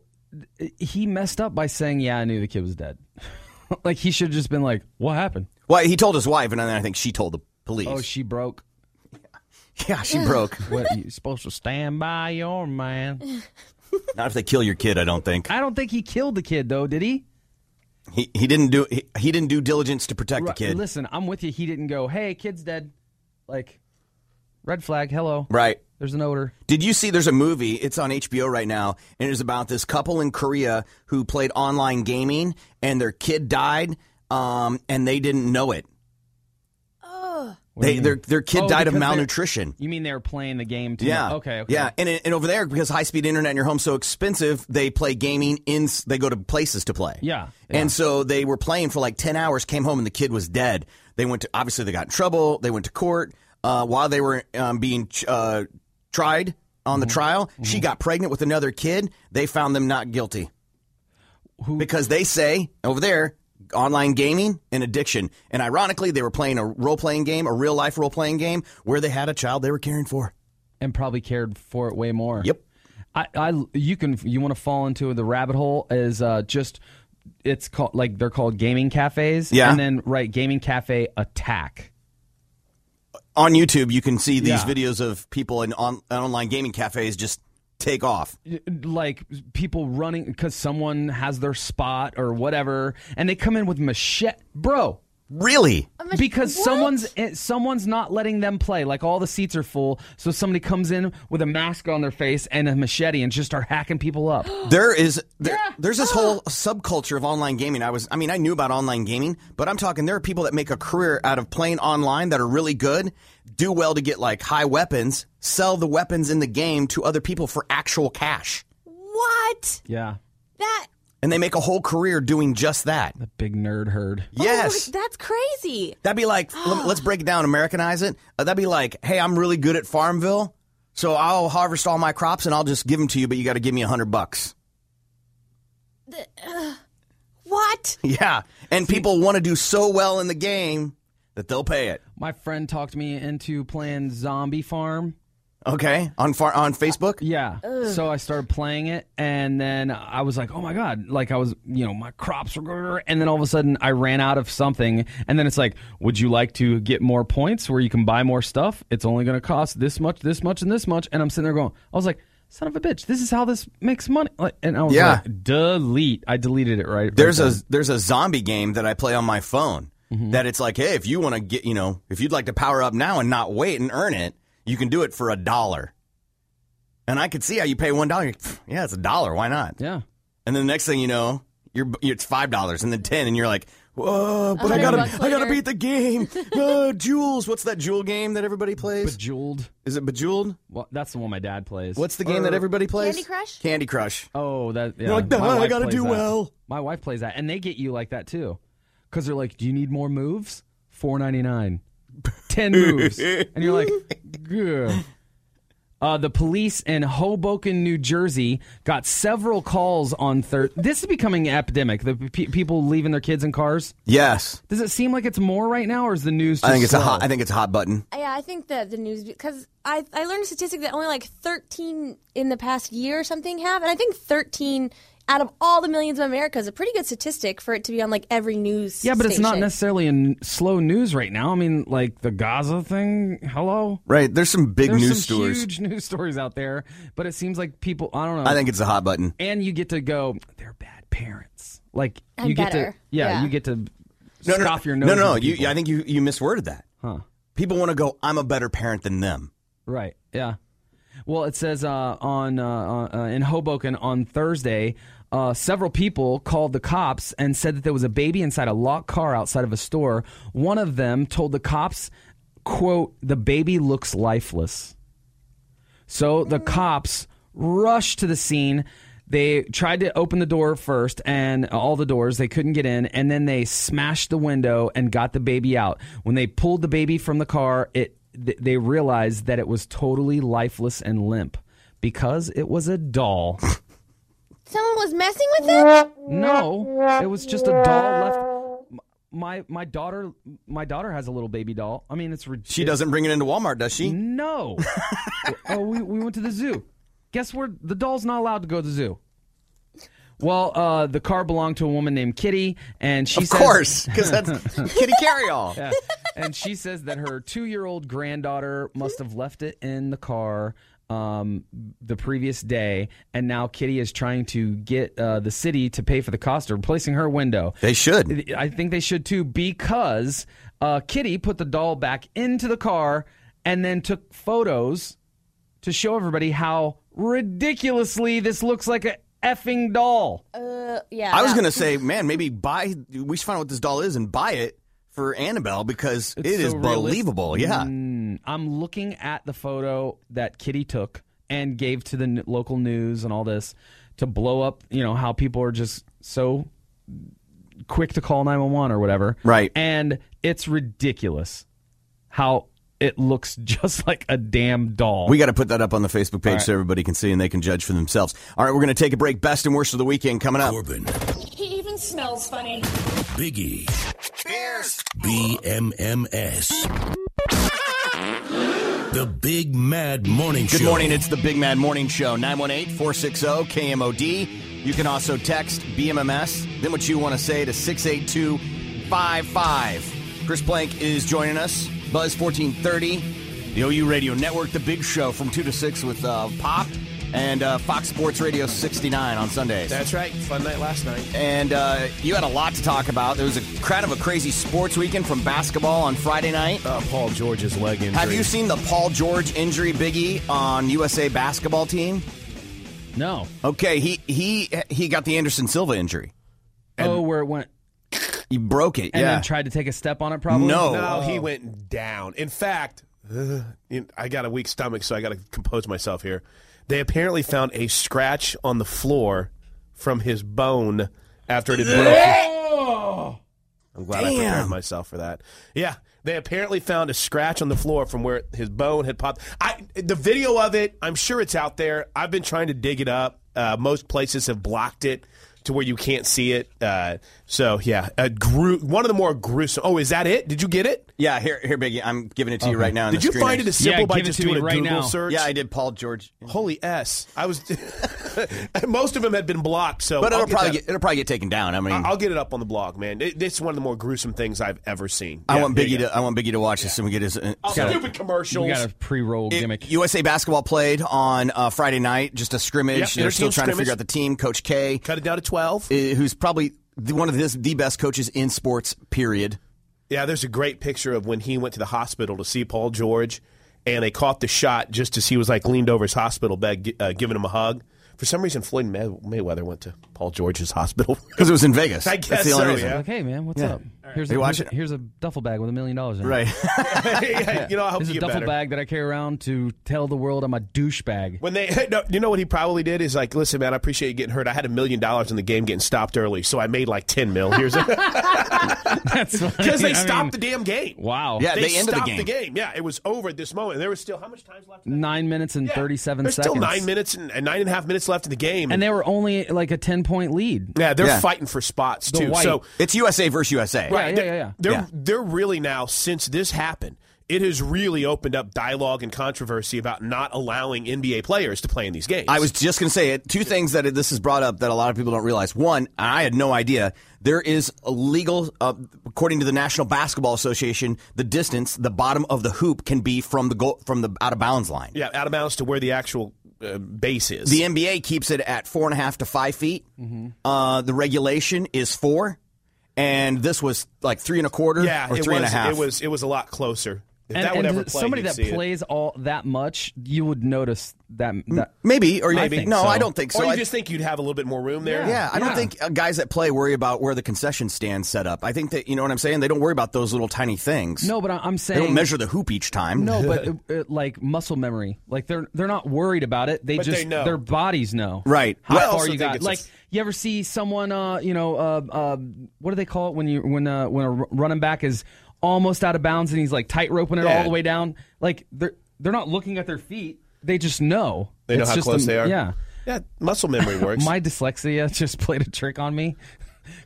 Speaker 8: th- he messed up by saying, "Yeah, I knew the kid was dead." like he should have just been like, "What happened?"
Speaker 7: Well, he told his wife, and then I think she told the police.
Speaker 8: Oh, she broke.
Speaker 7: Yeah, she broke.
Speaker 8: What you supposed to stand by your man?
Speaker 7: Not if they kill your kid, I don't think.
Speaker 8: I don't think he killed the kid though, did he?
Speaker 7: He he didn't do he, he didn't do diligence to protect the
Speaker 8: Right,
Speaker 7: kid.
Speaker 8: Listen, I'm with you. He didn't go, "Hey, kid's dead." Like red flag. Hello.
Speaker 7: Right.
Speaker 8: There's an odor.
Speaker 7: Did you see there's a movie? It's on HBO right now, and it's about this couple in Korea who played online gaming, and their kid died, um, and they didn't know it.
Speaker 9: Oh.
Speaker 7: They, their their kid
Speaker 8: Oh,
Speaker 7: died of
Speaker 8: because they're-
Speaker 7: malnutrition.
Speaker 8: You mean they were playing the game too?
Speaker 7: Yeah.
Speaker 8: Okay. okay.
Speaker 7: Yeah, and and over there because high speed internet in your home so expensive, they play gaming in. They go to places to play.
Speaker 8: Yeah.
Speaker 7: And so they were playing for like 10 hours, came home, and the kid was dead. They went to, obviously, they got in trouble. They went to court. Uh, while they were um, being uh, tried on
Speaker 8: Mm-hmm.
Speaker 7: the trial, she got pregnant with another kid. They found them not guilty. Because they say over there, online gaming and addiction. And ironically, they were playing a role playing game, a real life role playing game, where they had a child they were caring for.
Speaker 8: and probably cared for it way more.
Speaker 7: Yep.
Speaker 8: I, I you can you want to fall into the rabbit hole is uh, just it's called like they're called gaming cafes.
Speaker 7: Yeah.
Speaker 8: And then right, gaming cafe attack.
Speaker 7: On YouTube, you can see these
Speaker 8: Yeah.
Speaker 7: videos of people in on, online gaming cafes just take off.
Speaker 8: Like people running because someone has their spot or whatever, and they come in with machete, bro.
Speaker 7: Really?
Speaker 8: Because someone's eh, someone's not letting them play. Like all the seats are full, so somebody comes in with a mask on their face and a machete and just start hacking people up.
Speaker 7: There is there, there's this whole
Speaker 8: Ah.
Speaker 7: subculture of online gaming. I was I mean I knew about online gaming, but I'm talking there are people that make a career out of playing online that are really good, do well to get like high weapons, sell the weapons in the game to other people for actual cash.
Speaker 9: What?
Speaker 8: Yeah.
Speaker 9: That.
Speaker 7: And they make a whole career doing just that. The
Speaker 8: big nerd herd.
Speaker 7: Yes.
Speaker 9: Oh, that's crazy.
Speaker 7: That'd be like, let- let's break it down, Americanize it. Uh, that'd be like, hey, I'm really good at Farmville, so I'll harvest all my crops and I'll just give them to you, but you got to give me a hundred bucks.
Speaker 9: The- ugh. what?
Speaker 7: Yeah, and people want to do so well in the game that they'll pay it.
Speaker 8: My friend talked me into playing Zombie Farm.
Speaker 7: Okay, on far on Facebook.
Speaker 8: yeah. So I started playing it, and then I was like, "Oh my god!" Like I was, you know, my crops were, grrr, and then all of a sudden I ran out of something, and then it's like, "Would you like to get more points where you can buy more stuff? It's only going to cost this much, this much, and this much." And I'm sitting there going, "I was like, son of a bitch, this is how this makes money." Like, and I was
Speaker 7: Yeah.
Speaker 8: like, "Delete." I deleted it right.
Speaker 7: There's
Speaker 8: right
Speaker 7: a there's a zombie game that I play on my phone
Speaker 8: Mm-hmm.
Speaker 7: that it's like, hey, if you want to get, you know, if you'd like to power up now and not wait and earn it, you can do it for a dollar. And I could see how you pay one dollar. Yeah, it's a dollar. Why not?
Speaker 8: Yeah.
Speaker 7: And then the next thing you know, you're it's five dollars, and then ten, and you're like, whoa! Uh, But I
Speaker 13: 100
Speaker 7: gotta,
Speaker 13: bucks
Speaker 7: I gotta
Speaker 13: later.
Speaker 7: beat the game. uh, Jules, what's that Jewel game that everybody plays?
Speaker 8: Bejeweled.
Speaker 7: Is it Bejeweled?
Speaker 8: Well, that's the one my dad plays.
Speaker 7: What's the game that everybody plays?
Speaker 8: Candy Crush?
Speaker 7: Candy Crush.
Speaker 8: Uh, Oh, that.
Speaker 7: You're
Speaker 8: yeah,
Speaker 7: like,
Speaker 8: my
Speaker 7: "Duh, I
Speaker 8: wife
Speaker 7: gotta
Speaker 8: plays
Speaker 7: do
Speaker 8: that.
Speaker 7: well."
Speaker 8: My wife plays that, and they get you like that too, because they're like, "Do you need more moves? Four ninety nine, ten moves," and you're like, "Good." Uh, the police in Hoboken, New Jersey, got several calls on Thursday. This is becoming an epidemic. The pe- people leaving their kids in cars.
Speaker 7: Yes.
Speaker 8: Does it seem like it's more right now, or is the news? Just
Speaker 7: I think it's a
Speaker 8: slow?
Speaker 7: hot. I think it's a hot button.
Speaker 9: Yeah, I think that the news because I I learned a statistic that only like 13 in the past year or something have, and I think 13 out of all the millions of America is a pretty good statistic for it to be on like every news.
Speaker 8: Yeah, but it's not
Speaker 9: station.
Speaker 8: necessarily in slow news right now. I mean, like the Gaza thing. Hello.
Speaker 7: Right. There's some big
Speaker 8: There's
Speaker 7: news
Speaker 8: some
Speaker 7: stories.
Speaker 8: Huge news stories out there, but it seems like people. I don't know.
Speaker 7: I think it's a hot button.
Speaker 8: And you get to go. They're bad parents. Like
Speaker 9: I'm
Speaker 8: you get
Speaker 9: better.
Speaker 8: to. Yeah,
Speaker 9: Yeah.
Speaker 8: you get to.
Speaker 7: No, no,
Speaker 8: scoff
Speaker 7: no.
Speaker 8: your nose.
Speaker 7: no, no.
Speaker 8: at
Speaker 7: You,
Speaker 8: people.
Speaker 7: I think you you misworded that.
Speaker 8: Huh.
Speaker 7: People want to go. I'm a better parent than them.
Speaker 8: Right. Yeah. Well, it says uh, on uh, uh, in Hoboken on Thursday, uh, several people called the cops and said that there was a baby inside a locked car outside of a store. One of them told the cops, "quote The baby looks lifeless." So the cops rushed to the scene. They tried to open the door first and all the doors. They couldn't get in. And then they smashed the window and got the baby out. When they pulled the baby from the car, it th- they realized that it was totally lifeless and limp because it was a doll.
Speaker 9: Someone was messing with it.
Speaker 8: No, it was just a doll left. M- My my daughter my daughter has a little baby doll. I mean, it's ridiculous.
Speaker 7: She doesn't bring it into Walmart, does she?
Speaker 8: No. oh, we, we went to the zoo. Guess where the doll's not allowed to go to the zoo. Well, uh, the car belonged to a woman named Kitty, and she
Speaker 7: Of
Speaker 8: says,
Speaker 7: course, 'cause that's Kitty Carryall.
Speaker 8: Yeah. And she says that her two-year-old granddaughter must have left it in the car um, the previous day, and now Kitty is trying to get uh, the city to pay for the cost of replacing her window.
Speaker 7: They should.
Speaker 8: I think they should too because uh, Kitty put the doll back into the car and then took photos to show everybody how ridiculously this looks like a effing doll.
Speaker 9: Uh, yeah.
Speaker 7: I was
Speaker 9: that-
Speaker 7: gonna say, man, maybe buy. We should find out what this doll is and buy it for Annabelle because it's
Speaker 8: so realis-
Speaker 7: believable. Yeah.
Speaker 8: Mm, I'm looking at the photo that Kitty took and gave to the n- local news and all this to blow up, you know, how people are just so quick to call 911 or whatever.
Speaker 7: Right.
Speaker 8: And it's ridiculous how it looks just like a damn doll.
Speaker 7: We got to put that up on the Facebook page
Speaker 8: Mm. All right.
Speaker 7: so everybody can see and they can judge for themselves. All right, we're going to take a break. Best and worst of the weekend coming up.
Speaker 14: He even smells funny.
Speaker 10: Biggie. Bears. BMMS. The Big Mad Morning Show.
Speaker 7: Good morning. It's the Big Mad Morning Show, 918 460 KMOD. You can also text BMMS, then what you want to say to 68255. Chris Plank is joining us. Buzz 1430, the OU Radio Network, the big show from 2 to 6 with uh, Pop and uh, Fox Sports Radio 69 on Sundays.
Speaker 13: That's right. Fun night last night.
Speaker 7: And uh, you had a lot to talk about. There was a kind of a crazy sports weekend from basketball on Friday night.
Speaker 13: Uh, Paul George's leg injury.
Speaker 7: Have you seen the Paul George injury biggie on USA basketball team?
Speaker 8: No.
Speaker 7: Okay, he he he got the Anderson Silva injury.
Speaker 8: oh, where it went.
Speaker 7: He broke it.
Speaker 8: And
Speaker 7: yeah.
Speaker 8: then tried to take a step on it, probably?
Speaker 13: No, he went down. In fact, uh, you- I got a weak stomach, so I got to compose myself here. They apparently found a scratch on the floor from his bone after it had broken. I'm glad I prepared
Speaker 7: Damn.
Speaker 13: myself for that. Yeah, they apparently found a scratch on the floor from where his bone had popped. I the video of it. I'm sure it's out there. I've been trying to dig it up. Uh, most places have blocked it to where you can't see it. Uh, so yeah, a gru- one of the more gruesome. Oh, is that it? Did you get it?
Speaker 7: yeah, here, here, Biggie. I'm giving it to you
Speaker 13: Okay.
Speaker 7: right now. on
Speaker 13: Did
Speaker 7: the
Speaker 13: you
Speaker 7: screen.
Speaker 13: find it as simple Yeah, by give it just to me doing a right Google now. search?
Speaker 7: Yeah, I did. Paul George.
Speaker 13: Holy s! I was. most of them had been blocked. So,
Speaker 7: but
Speaker 13: I'll
Speaker 7: it'll probably
Speaker 13: that-
Speaker 7: get, it'll probably get taken down. I mean,
Speaker 13: I- I'll get it up on the blog, man. It, it's one of the more gruesome things I've ever seen.
Speaker 7: I
Speaker 13: Yeah,
Speaker 7: want
Speaker 13: there you
Speaker 7: Biggie
Speaker 13: go.
Speaker 7: to I want Biggie to watch this and we get his uh,
Speaker 13: Oh, stupid commercials.
Speaker 8: You got a pre-roll gimmick.
Speaker 7: USA basketball played on uh, Friday night, just a scrimmage.
Speaker 13: Yep,
Speaker 7: They're still
Speaker 13: interteam
Speaker 7: trying to
Speaker 13: scrimmage.
Speaker 7: figure out the team. Coach K
Speaker 13: cut it down to twelve,
Speaker 7: who's probably the, one of the, the best coaches in sports. Period.
Speaker 13: Yeah, there's a great picture of when he went to the hospital to see Paul George, and they caught the shot just as he was like leaned over his hospital bed, gi- uh, giving him a hug. For some reason, Floyd May- Mayweather went to Paul George's hospital
Speaker 7: because it was in Vegas.
Speaker 13: I
Speaker 7: That's
Speaker 13: guess
Speaker 7: the only
Speaker 13: so,
Speaker 7: reason.
Speaker 13: yeah.
Speaker 8: Like, hey man, what's
Speaker 7: Yeah.
Speaker 8: up?
Speaker 7: All right.
Speaker 8: Here's
Speaker 7: Hey,
Speaker 8: a,
Speaker 7: watch
Speaker 8: here's, here's a duffel bag with a million dollars in it.
Speaker 7: Right.
Speaker 13: Yeah, you know, I hope
Speaker 8: This is
Speaker 13: you
Speaker 8: a
Speaker 13: get
Speaker 8: duffel
Speaker 13: better.
Speaker 8: bag that I carry around to tell the world I'm a douchebag.
Speaker 13: When they, no, you know what he probably did is like, listen, man, I appreciate you getting hurt. I had a million dollars in the game getting stopped early, so I made like ten mil. Here's
Speaker 8: that's
Speaker 13: because
Speaker 8: I
Speaker 13: they
Speaker 8: mean-
Speaker 13: stopped the damn game.
Speaker 8: Wow.
Speaker 13: they, stopped Yeah, it was over at this moment. There was still how much time?
Speaker 8: Nine minutes and thirty-seven
Speaker 13: There's
Speaker 8: seconds.
Speaker 13: still nine minutes and, and nine and a half minutes left in the game.
Speaker 8: and they were only like a ten-point lead.
Speaker 13: Yeah, they're fighting for spots
Speaker 8: The
Speaker 13: too.
Speaker 8: white.
Speaker 13: So
Speaker 7: it's USA versus USA.
Speaker 13: Right.
Speaker 8: Yeah, yeah, yeah,
Speaker 13: They're
Speaker 8: yeah. Yeah.
Speaker 13: they're really now since this happened, it has really opened up dialogue and controversy about not allowing NBA players to play in these games.
Speaker 7: I was just going to say it. Two things that it, this has brought up that a lot of people don't realize. One, I had no idea there is a legal, uh, according to the National Basketball Association, the distance the bottom of the hoop can be from the goal, from the out of bounds line.
Speaker 13: yeah, out of bounds to where the actual uh, base is.
Speaker 7: The NBA keeps it at four and a half to five feet. Uh, the regulation is four, and this was like three and a quarter
Speaker 13: yeah,
Speaker 7: or
Speaker 13: Uh, it
Speaker 7: three and a
Speaker 13: was,
Speaker 7: half.
Speaker 13: It was it was a lot closer. If
Speaker 8: And,
Speaker 13: that would
Speaker 8: and
Speaker 13: ever play,
Speaker 8: somebody
Speaker 13: you'd
Speaker 8: that
Speaker 13: see it.
Speaker 8: plays all that much, you would notice that. that
Speaker 7: Maybe or
Speaker 8: I
Speaker 7: maybe
Speaker 8: think
Speaker 7: no,
Speaker 8: so.
Speaker 7: I don't think so.
Speaker 13: Or you
Speaker 7: I-
Speaker 13: just think you'd have a little bit more room there.
Speaker 7: Yeah, I don't think uh, guys that play worry about where the concession stands set up. I think that you know what I'm saying. They don't worry about those little tiny things.
Speaker 8: No, but I- I'm
Speaker 7: they
Speaker 8: saying-
Speaker 7: don't measure the hoop each time.
Speaker 8: No, but uh, uh, like muscle memory, like they're they're not worried about it. They
Speaker 7: But
Speaker 8: just
Speaker 7: they know.
Speaker 8: their bodies know
Speaker 7: Right.
Speaker 8: how
Speaker 7: Well, I
Speaker 8: far
Speaker 7: also
Speaker 8: you
Speaker 7: think
Speaker 8: got.
Speaker 7: it's a-
Speaker 8: Like you ever see someone, uh, you know, uh, uh, what do they call it when you when uh, when a r- running back is almost out of bounds and he's like tight roping it
Speaker 13: Yeah.
Speaker 8: all the way down? Like they're they're not looking at their feet. They just know.
Speaker 13: They know
Speaker 8: It's
Speaker 13: how
Speaker 8: just
Speaker 13: close
Speaker 8: a-
Speaker 13: they are.
Speaker 8: Yeah.
Speaker 13: Yeah, muscle memory works.
Speaker 8: My dyslexia just played a trick on me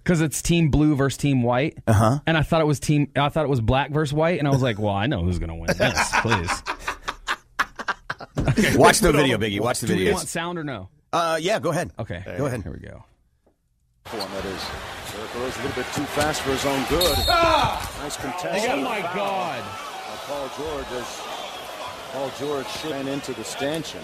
Speaker 8: because it's team blue versus team white. Uh
Speaker 7: Uh-huh.
Speaker 8: huh. And I thought it was team. I thought it was black versus white, and I was like, "Well, I know who's going to win this." Please.
Speaker 7: Watch the video, Biggie. Watch the
Speaker 8: Do
Speaker 7: video.
Speaker 8: we want sound or no?
Speaker 7: Uh, yeah, go ahead.
Speaker 8: Okay,
Speaker 7: go ahead.
Speaker 8: Here we go.
Speaker 15: One that is. Derrick Rose a little bit too fast for his own good. Nice contest.
Speaker 8: Ah! Oh, my God.
Speaker 15: Paul George is. Paul George should ran into the stanchion.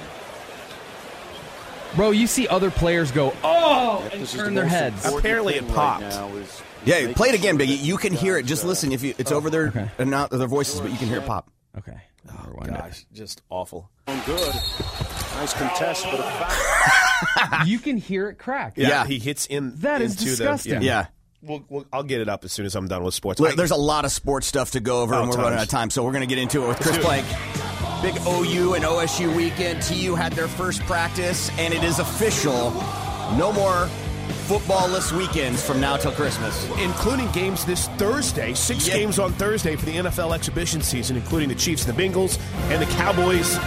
Speaker 8: Bro, you see other players go, "Oh,"
Speaker 15: Yep,
Speaker 8: and
Speaker 15: this is
Speaker 8: turn
Speaker 15: the
Speaker 8: their
Speaker 15: most
Speaker 8: heads.
Speaker 15: important Apparently it thing right popped. now is-
Speaker 7: Yeah, play it again, Biggie. You can hear it. Just listen. If you, it's over their and not their voices, but you can hear it pop.
Speaker 8: Oh, Okay.
Speaker 7: Oh,
Speaker 13: gosh, just awful.
Speaker 15: Own good. Nice contest, but a foul.
Speaker 8: you can hear it crack.
Speaker 13: Yeah, he hits in.
Speaker 8: That is
Speaker 13: into
Speaker 8: disgusting.
Speaker 13: The,
Speaker 7: Yeah.
Speaker 13: We'll, we'll, I'll get it up as soon as I'm done with sports.
Speaker 7: Look, there's a lot of sports stuff to go over,
Speaker 13: Oh,
Speaker 7: and we're running
Speaker 13: tons.
Speaker 7: out of time, so we're going to get into it with
Speaker 13: Let's
Speaker 7: Chris
Speaker 13: do
Speaker 7: Plank. Big OU and OSU weekend. TU had their first practice, and it is official. No more footballless weekends from now till Christmas.
Speaker 13: including games this Thursday. Six games on Thursday for the NFL exhibition season, including the Chiefs and the Bengals and the Cowboys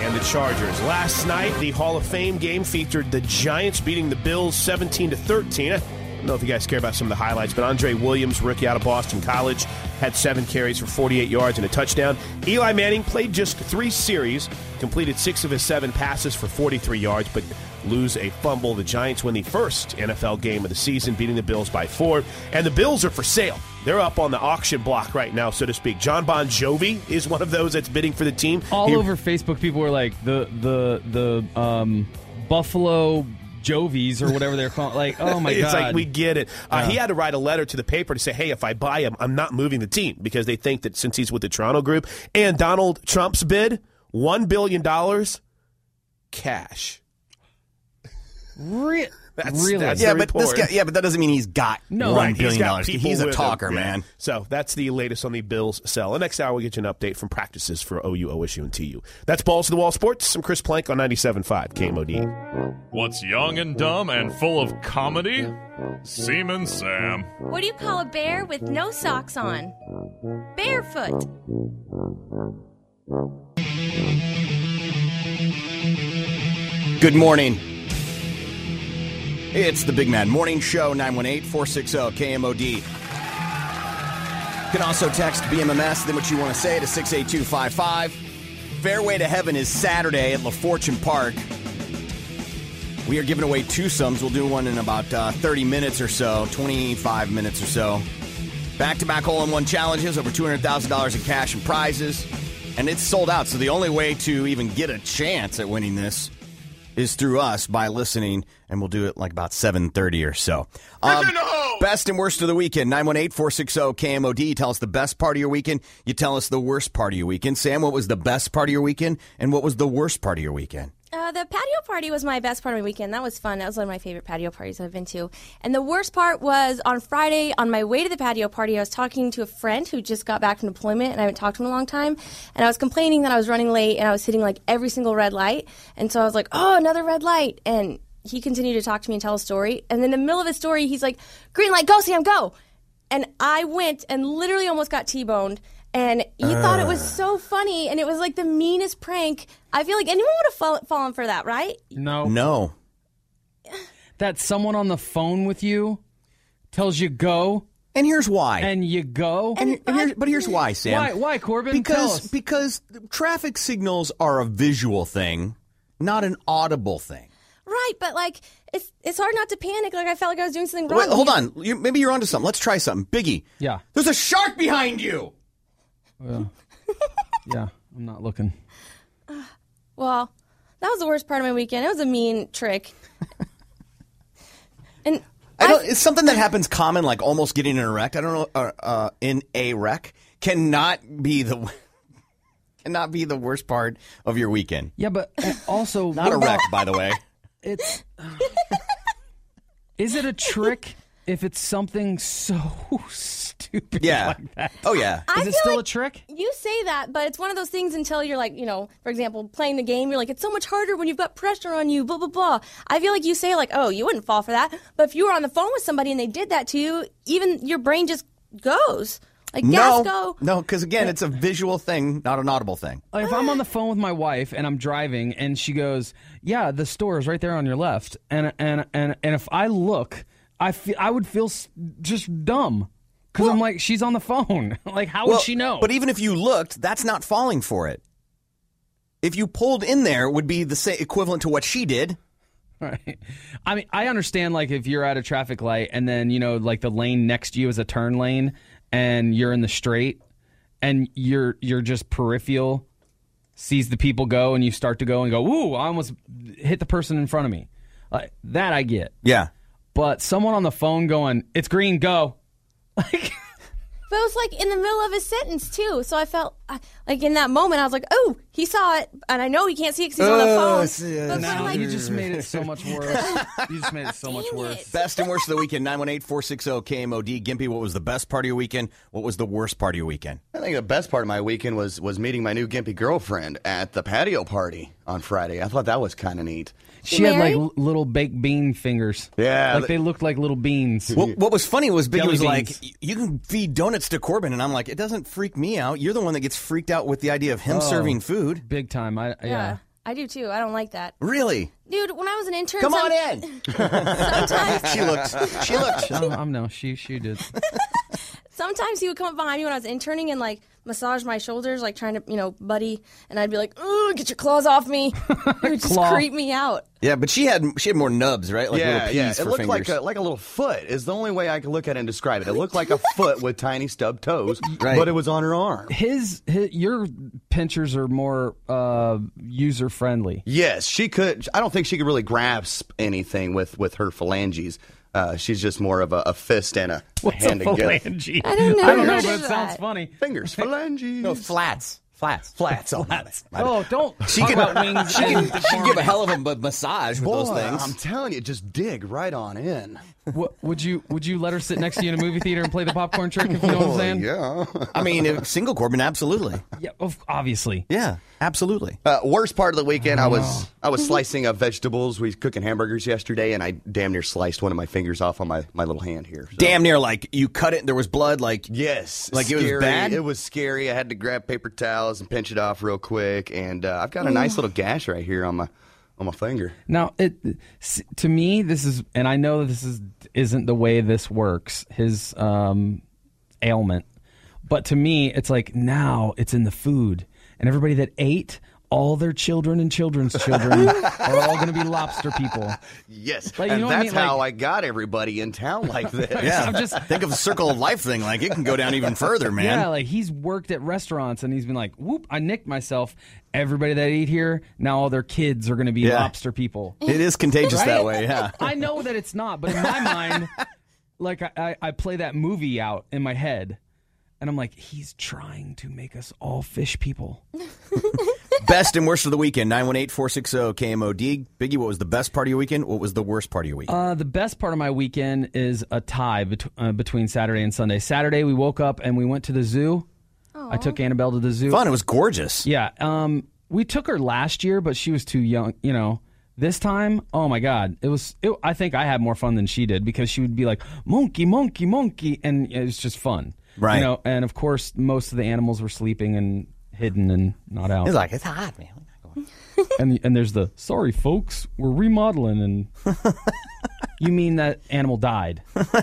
Speaker 13: and the Chargers. Last night, the Hall of Fame game featured the Giants beating the Bills 17 to 13. I don't know if you guys care about some of the highlights, but Andre Williams, rookie out of Boston College, had seven carries for 48 yards and a touchdown. Eli Manning played just three series, completed six of his seven passes for 43 yards, but lose a fumble. The Giants win the first NFL game of the season, beating the Bills by four. And the Bills are for sale. They're up on the auction block right now, so to speak. John Bon Jovi is one of those that's bidding for the team.
Speaker 8: All
Speaker 13: He-
Speaker 8: over Facebook, people were like, "The the the um, Buffalo Jovies or whatever they're called." Like, oh my god!
Speaker 13: It's like we get it. Uh,
Speaker 8: Yeah.
Speaker 13: He had to write a letter to the paper to say, "Hey, if I buy him, I'm not moving the team because they think that since he's with the Toronto group and Donald Trump's bid, one billion dollars cash."
Speaker 8: Re-
Speaker 13: That's,
Speaker 7: Really?
Speaker 13: that's
Speaker 7: yeah,
Speaker 13: the
Speaker 7: but this
Speaker 13: report.
Speaker 7: guy, yeah, but that doesn't mean he's got
Speaker 13: No,
Speaker 7: one
Speaker 13: right.
Speaker 7: billion dollars.
Speaker 13: He's, got people
Speaker 7: He's a
Speaker 13: with him.
Speaker 7: talker,
Speaker 13: Yeah.
Speaker 7: man.
Speaker 13: So that's the latest on the Bills sell. And next hour, we'll get you an update from practices for OU, OSU, and TU. That's Balls to the Wall Sports. I'm Chris Plank on 97.5 KMOD.
Speaker 16: What's young and dumb and full of comedy? Seaman Sam.
Speaker 17: What do you call a bear with no socks on? Barefoot.
Speaker 7: Good morning. It's the Big Man Morning Show, 918 460 KMOD. You can also text BMMS, then what you want to say, to 68255. Fairway to Heaven is Saturday at La Fortune Park. We are giving away two sums. We'll do one in about uh, 30 minutes or so, 25 minutes or so. Back to back hole in one challenges, over $200,000 in cash and prizes. And it's sold out. So the only way to even get a chance at winning this is through us by listening. And we'll do it like about 7.30 or so. Um,
Speaker 18: in the hole.
Speaker 7: Best and worst of the weekend, 918 460 KMOD. Tell us the best part of your weekend. You tell us the worst part of your weekend. Sam, what was the best part of your weekend? And what was the worst part of your weekend?
Speaker 9: Uh, the patio party was my best part of my weekend. That was fun. That was one of my favorite patio parties I've been to. And the worst part was on Friday, on my way to the patio party, I was talking to a friend who just got back from deployment and I haven't talked to him in a long time. And I was complaining that I was running late and I was hitting like every single red light. And so I was like, oh, another red light. And he continued to talk to me and tell a story. And in the middle of his story, he's like, green light, go, Sam, go. And I went and literally almost got T boned. And he thought it
Speaker 7: Uh.
Speaker 9: was so funny, and it was like the meanest prank. I feel like anyone would have fall- fallen for that, right?
Speaker 8: No.
Speaker 7: No.
Speaker 8: That someone on the phone with you tells you go.
Speaker 7: And here's why.
Speaker 8: And you go.
Speaker 7: And, here's, but here's why, Sam.
Speaker 8: Why, why Corbin? Tell
Speaker 7: Because
Speaker 8: us.
Speaker 7: because traffic signals are a visual thing, not an audible thing.
Speaker 9: Right, but like it's it's hard not to panic. Like I felt like I was doing something wrong.
Speaker 7: Wait, hold on. You, maybe you're onto something. Let's try something. Biggie.
Speaker 8: Yeah.
Speaker 7: There's a shark behind you.
Speaker 8: yeah, I'm not looking.
Speaker 9: Well, that was the worst part of my weekend. It was a mean trick.
Speaker 7: I don't. It's something that happens common, like almost getting in a wreck. I don't know. Uh, uh, in a wreck cannot be the cannot be the worst part of your weekend.
Speaker 8: Yeah, but uh, also
Speaker 7: Not a wreck, by the way.
Speaker 8: It's is it a trick if it's something so stupid?
Speaker 7: Yeah.
Speaker 8: like that?
Speaker 7: Oh yeah.
Speaker 8: Is
Speaker 9: I
Speaker 8: it
Speaker 9: feel
Speaker 8: still
Speaker 9: like
Speaker 8: a trick?
Speaker 9: You say that, but it's one of those things until you're like, you know, for example, playing the game, you're like, it's so much harder when you've got pressure on you, blah, blah, blah. I feel like you say, like, oh, you wouldn't fall for that. But if you were on the phone with somebody and they did that to you, even your brain just goes. Like,
Speaker 7: no,
Speaker 9: gas go.
Speaker 7: no, because again, it's a visual thing, not an audible thing.
Speaker 8: Like, if I'm on the phone with my wife and I'm driving and she goes, "Yeah, the store is right there on your left," and and and and if I look, I feel I would feel s- just dumb because I'm like, she's on the phone. like, how
Speaker 7: Well,
Speaker 8: would she know?
Speaker 7: But even if you looked, that's not falling for it. If you pulled in there, it would be the sa- equivalent to what she did.
Speaker 8: Right. I mean, I understand like if you're at a traffic light and then you know like the lane next to you is a turn lane and you're in the straight and you're you're just peripheral sees the people go and you start to go and go, "Ooh, I almost hit the person in front of me." Like that I get.
Speaker 7: Yeah.
Speaker 8: But someone on the phone going, "It's green, go."
Speaker 9: But it was like in the middle of his sentence, too. So I felt I- like in that moment, I was like, oh, he saw it. And I know he can't see it because he's on
Speaker 11: Oh,
Speaker 9: the
Speaker 7: Uh,
Speaker 9: phone. But when, like,
Speaker 8: you just made it so much worse. you just made it so much worse.
Speaker 7: Best and worst of the weekend, 918 460 KMOD. Gimpy, what was the best part of your weekend? What was the worst part of your weekend?
Speaker 11: I think the best part of my weekend was was meeting my new gimpy girlfriend at the patio party on Friday. I thought that was kind of neat.
Speaker 8: She had like l- little baked bean fingers.
Speaker 11: Yeah.
Speaker 8: Like they looked like little beans.
Speaker 7: What, what was funny was Biggie
Speaker 8: Jelly
Speaker 7: was like,
Speaker 8: beans.
Speaker 7: "Y- "You can feed donuts to Corbin," and I'm like, "It doesn't freak me out. You're the one that gets freaked out with the idea of him
Speaker 8: Oh,
Speaker 7: serving food."
Speaker 8: Big time. I
Speaker 9: yeah. I do too. I don't like that.
Speaker 7: Really?
Speaker 9: Dude, when I was an intern.
Speaker 7: Come on
Speaker 9: some-
Speaker 7: in. she looked. She looked.
Speaker 8: I'm, I'm no. She she did.
Speaker 9: sometimes he would come up behind me when I was interning and like massage my shoulders, like trying to, you know, buddy. And I'd be like, ooh, get your claws off me. It would just
Speaker 7: Claw.
Speaker 9: creep me out.
Speaker 7: Yeah, but she had she had more nubs, right? Like little
Speaker 11: yeah,
Speaker 7: peas
Speaker 11: yeah. It
Speaker 7: for
Speaker 11: looked like
Speaker 7: fingers.
Speaker 11: a like a little foot is the only way I could look at it and describe it. It looked like a foot with tiny stub toes,
Speaker 7: Right.
Speaker 11: but it was on her arm.
Speaker 8: His, his your pinchers are more uh, user friendly.
Speaker 11: Yes, she could. I don't think she could really grasp anything with with her phalanges. Uh, she's just more of a, a fist and a
Speaker 8: What's
Speaker 11: hand
Speaker 8: a
Speaker 11: together.
Speaker 8: phalange? I don't know. I don't know, but it sounds funny.
Speaker 11: Fingers, phalanges. No
Speaker 7: flats, flats, uh, flats, flats.
Speaker 8: Oh, don't
Speaker 7: She
Speaker 8: talk
Speaker 7: can,
Speaker 8: about wings.
Speaker 7: she can,
Speaker 8: and
Speaker 7: she can give a hell of a massage with
Speaker 11: Boy,
Speaker 7: those things.
Speaker 11: I'm telling you, just dig right on in.
Speaker 8: What, would you would you let her sit next to you in a movie theater and play the popcorn trick? If you
Speaker 7: Oh,
Speaker 8: know what I'm saying?
Speaker 11: Yeah.
Speaker 7: I mean, if single Corbin, absolutely.
Speaker 8: Yeah, of- obviously.
Speaker 7: Yeah, absolutely. Oh.
Speaker 11: Uh, worst part of the weekend, I was I was slicing up vegetables. We was cooking hamburgers yesterday, and I damn near sliced one of my fingers off on my, my little hand here. So-
Speaker 7: Damn near like you cut it. There was blood. Like
Speaker 11: yes,
Speaker 7: like it
Speaker 11: Scary.
Speaker 7: was bad.
Speaker 11: It was scary. I had to grab paper towels and pinch it off real quick, and uh, I've got a
Speaker 8: Ugh.
Speaker 11: nice little gash right here on my on my finger.
Speaker 8: Now, it s- to me, this is, and I know this is isn't the way this works. His um, ailment, but to me, it's like now it's in the food, and everybody that ate all their children and children's children are all going to be lobster people.
Speaker 11: Yes,
Speaker 8: Like, you know
Speaker 11: and
Speaker 8: what I
Speaker 11: that's
Speaker 8: mean?
Speaker 11: how I got everybody in town like this.
Speaker 7: Yeah, think of a circle of life thing. Like it can go down even further, man.
Speaker 8: Yeah, like he's worked at restaurants and he's been like, "Whoop! I nicked myself." Everybody that eat here now, all their kids are going to be lobster people.
Speaker 7: It is contagious
Speaker 8: Right?
Speaker 7: that way. Yeah.
Speaker 8: I know that it's not, but in my mind, like I, I, I play that movie out in my head, and I'm like, he's trying to make us all fish people.
Speaker 7: Best and worst of the weekend, 918-460-KMOD. Biggie, what was the best part of your weekend? What was the worst part of your weekend?
Speaker 8: Uh, the best part of my weekend is a tie bet- uh, between Saturday and Sunday. Saturday, we woke up and we went to the zoo. I took Annabelle to the zoo.
Speaker 7: Fun. It was gorgeous.
Speaker 8: Yeah. Um, we took her last year, but she was too young. You know, this time, oh my god, it was. It, I think I had more fun than she did because she would be like monkey, monkey, monkey, and it was just fun.
Speaker 7: Right.
Speaker 8: You know, and of course, most of the animals were sleeping and hidden and not out.
Speaker 7: It's like, it's hot, man.
Speaker 8: and and there's the sorry folks, we're remodeling and you mean that animal died.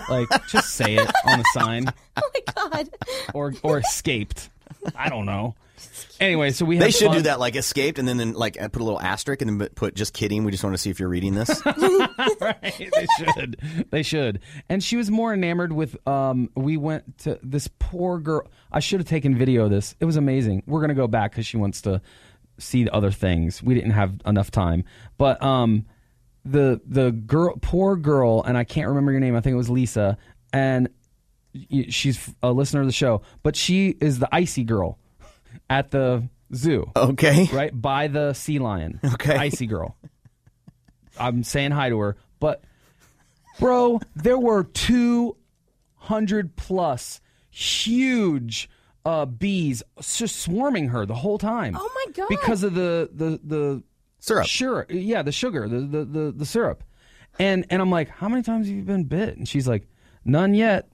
Speaker 8: Like just say it on the sign.
Speaker 9: Oh my god.
Speaker 8: Or or escaped. I don't know. Anyway, so we
Speaker 7: they
Speaker 8: had
Speaker 7: should do
Speaker 8: fun.
Speaker 7: that, like escaped, and then, then like put a little asterisk, and then put just kidding. We just want to see if you're reading this.
Speaker 8: they should. They should. And she was more enamored with. Um, we went to this poor girl. I should have taken video of this. It was amazing. We're gonna go back because she wants to see the other things. We didn't have enough time, but um, the the girl, poor girl, and I can't remember your name. I think it was Lisa, and y- she's a listener of the show. But she is the icy girl at the zoo.
Speaker 7: Okay,
Speaker 8: right by the sea lion. Okay, icy girl. I'm saying hi to her, but bro, there were 200 plus huge uh, bees just swarming her the whole time.
Speaker 9: Oh my God.
Speaker 8: Because of the the the
Speaker 7: syrup.
Speaker 8: Sure, yeah, the sugar, the the the, the syrup, and and I'm like, how many times have you been bit? And she's like, none yet.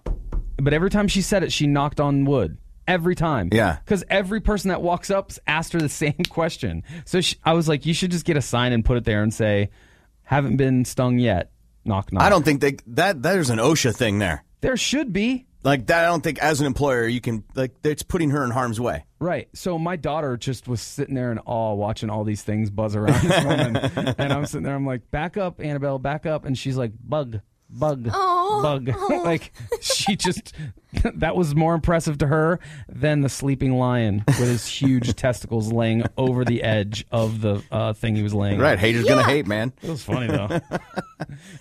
Speaker 8: But every time she said it, she knocked on wood. Every time,
Speaker 7: Yeah.
Speaker 8: because every person that walks up asked her the same question. So she, I was like, you should just get a sign and put it there and say, haven't been stung yet. Knock knock.
Speaker 7: I don't think they, that there's an OSHA thing there.
Speaker 8: There should be.
Speaker 7: Like that, I don't think as an employer you can like it's putting her in harm's way.
Speaker 8: Right. So my daughter just was sitting there in awe watching all these things buzz around this woman. and I'm sitting there, I'm like, back up, Annabelle, back up. And she's like, bug, bug,
Speaker 9: Aw.
Speaker 8: bug.
Speaker 9: Aw.
Speaker 8: like, she just, that was more impressive to her than the sleeping lion with his huge testicles laying over the edge of the uh, thing he was laying.
Speaker 7: Right,
Speaker 8: on.
Speaker 7: haters gonna hate, man.
Speaker 8: It was funny though.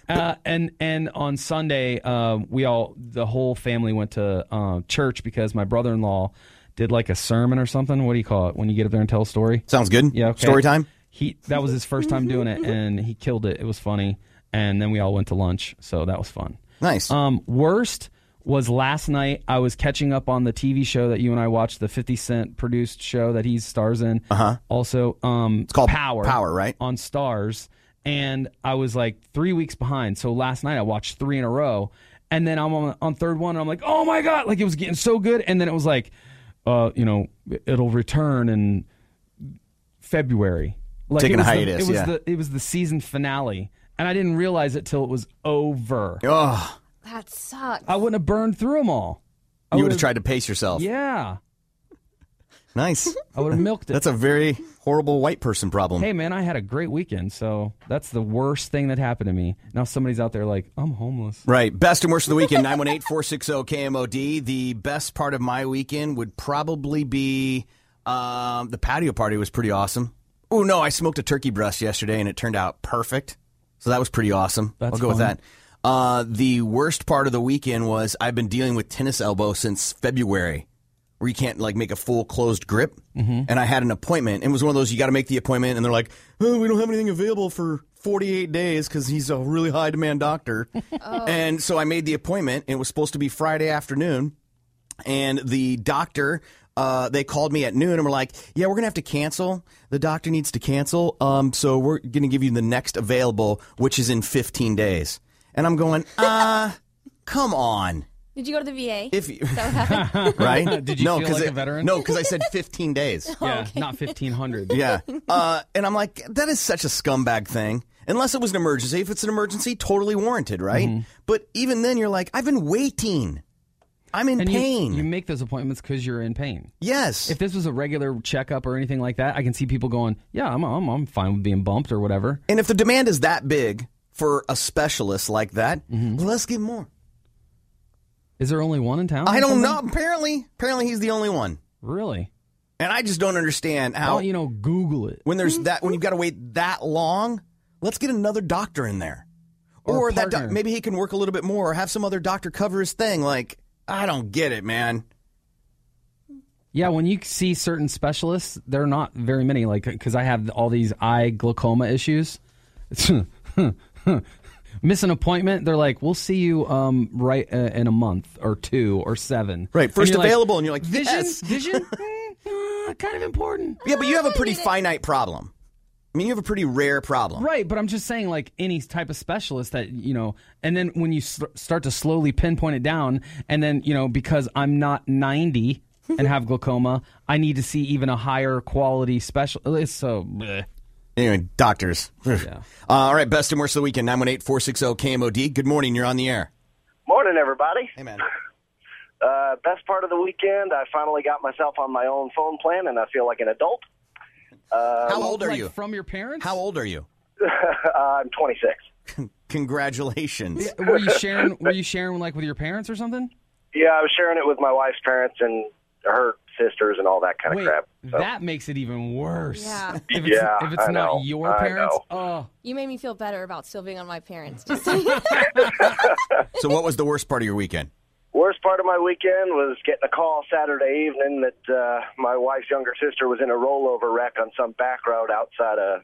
Speaker 8: uh, and and on Sunday, uh, we all the whole family went to uh, church because my brother in law did like a sermon or something. What do you call it when you get up there and tell a story?
Speaker 7: Sounds good.
Speaker 8: Yeah. okay.
Speaker 7: Story time?
Speaker 8: He that was his first time doing it, and he killed it. It was funny. And then we all went to lunch, so that was fun.
Speaker 7: Nice.
Speaker 8: Um, worst was last night. I was catching up on the TV show that you and I watched, the Fifty Cent produced show that he stars in. Uh
Speaker 7: Uh-huh.
Speaker 8: huh. Also, um, it's called Power. Power,
Speaker 7: right?
Speaker 8: On Stars, and I was like three weeks behind. So last night I watched three in a row, and then I'm on, on third one, and I'm like, oh my god, like it was getting so good, and then it was like, uh, you know, it'll return in February. Like
Speaker 7: Taking
Speaker 8: it was
Speaker 7: a
Speaker 8: the-
Speaker 7: hiatus,
Speaker 8: it was
Speaker 7: yeah.
Speaker 8: the it was the season finale, and I didn't realize it till it was over.
Speaker 7: Ugh.
Speaker 9: That sucks.
Speaker 8: I wouldn't have burned through them all. I
Speaker 7: you would have
Speaker 8: would've-
Speaker 7: tried to pace yourself.
Speaker 8: Yeah.
Speaker 7: Nice.
Speaker 8: I would have milked it.
Speaker 7: That's a very horrible white person problem.
Speaker 8: Hey man, I had a great weekend, so that's the worst thing that happened to me. Now somebody's out there like, I'm homeless.
Speaker 7: Right. Best and worst of the weekend, 918 460 KMOD. The best part of my weekend would probably be um, the patio party was pretty awesome. Oh, no, I smoked a turkey breast yesterday and it turned out perfect. So that was pretty awesome.
Speaker 8: That's
Speaker 7: I'll go with
Speaker 8: fun.
Speaker 7: that. Uh, the worst part of the weekend was I've been dealing with tennis elbow since February, where you can't like make a full closed grip.
Speaker 18: Mhm.
Speaker 7: And I had an appointment. It was one of those you got to make the appointment, and they're like, "Oh, we don't have anything available for 48 days because he's a really high demand doctor." And so I made the appointment, and it was supposed to be Friday afternoon. And the doctor, uh, they called me at noon and were like, "Yeah, we're gonna have to cancel. The doctor needs to cancel. Um, so we're gonna give you the next available, which is in 15 days." And I'm going, "Uh, come on."
Speaker 9: Did you go to the VA?
Speaker 7: If you,
Speaker 9: Is that what happened?
Speaker 7: right?
Speaker 8: Did you
Speaker 7: no,
Speaker 8: feel
Speaker 7: 'cause
Speaker 8: like
Speaker 7: it-
Speaker 8: a veteran?
Speaker 7: No, because I said 15 days.
Speaker 8: Yeah, not 1500.
Speaker 7: Yeah. Uh, and I'm like, that is such a scumbag thing. Unless it was an emergency. If it's an emergency, totally warranted, right?
Speaker 8: Mm-hmm.
Speaker 7: But even then, you're like, I've been waiting. I'm in
Speaker 8: And you-
Speaker 7: pain.
Speaker 8: You, make those appointments because you're in pain.
Speaker 7: Yes.
Speaker 8: If this was a regular checkup or anything like that, I can see people going, "Yeah, I'm I'm, I'm fine with being bumped or whatever."
Speaker 7: and if the demand is that big for a specialist like that, well, let's get more.
Speaker 8: Mm-hmm. Is there only one in town?
Speaker 7: I
Speaker 8: or
Speaker 7: don't know.
Speaker 8: something?
Speaker 7: Apparently, apparently he's the only one.
Speaker 8: Really?
Speaker 7: And I just don't understand
Speaker 8: Why
Speaker 7: how
Speaker 8: don't you know Google it
Speaker 7: when there's that when you've got to wait that long. Let's get another doctor in there, Or, that doc- maybe he can work a little bit more or have some other doctor cover his thing. Like, I don't get it, man.
Speaker 8: Yeah, when you see certain specialists, there are not very many. Like, because I have all these eye glaucoma issues. Miss an appointment, they're like, "We'll see you um, right uh, in a month or two or seven.
Speaker 7: Right,
Speaker 8: And
Speaker 7: first
Speaker 8: you're like,
Speaker 7: available, and you're like,
Speaker 8: vision,
Speaker 7: yes.
Speaker 8: vision, uh, kind of important.
Speaker 7: Yeah, but you have a pretty finite problem. I mean, you have a pretty rare problem.
Speaker 8: Right, but I'm just saying, like any type of specialist that you know, and then when you s start to slowly pinpoint it down, and then you know, because I'm not 90 and have glaucoma, I need to see even a higher quality special. It's so. bleh.
Speaker 7: Anyway, doctors. Uh, all right, best and worst of the weekend, 918 460 KMOD. Good morning, you're on the air.
Speaker 19: Morning, everybody.
Speaker 7: Hey, man.
Speaker 19: Uh, best part of the weekend, I finally got myself on my own phone plan, and I feel like an adult. Uh,
Speaker 7: How old are you?
Speaker 8: From your parents?
Speaker 7: How old are you?
Speaker 19: I'm 26.
Speaker 7: Congratulations.
Speaker 8: Yeah, Were you sharing? Were you sharing like with your parents or something?
Speaker 19: Yeah, I was sharing it with my wife's parents and her sisters and all that kind
Speaker 8: Wait,
Speaker 19: of crap. So,
Speaker 8: That makes it even worse.
Speaker 9: Yeah.
Speaker 8: If it's,
Speaker 19: Yeah,
Speaker 8: if it's
Speaker 19: I
Speaker 8: not
Speaker 19: know,
Speaker 8: your
Speaker 19: I
Speaker 8: parents,
Speaker 19: know.
Speaker 8: oh,
Speaker 9: You made me feel better about still being on my parents. Just saying.
Speaker 7: So, what was the worst part of your weekend?
Speaker 19: worst part of my weekend was getting a call Saturday evening that uh, my wife's younger sister was in a rollover wreck on some back road outside of,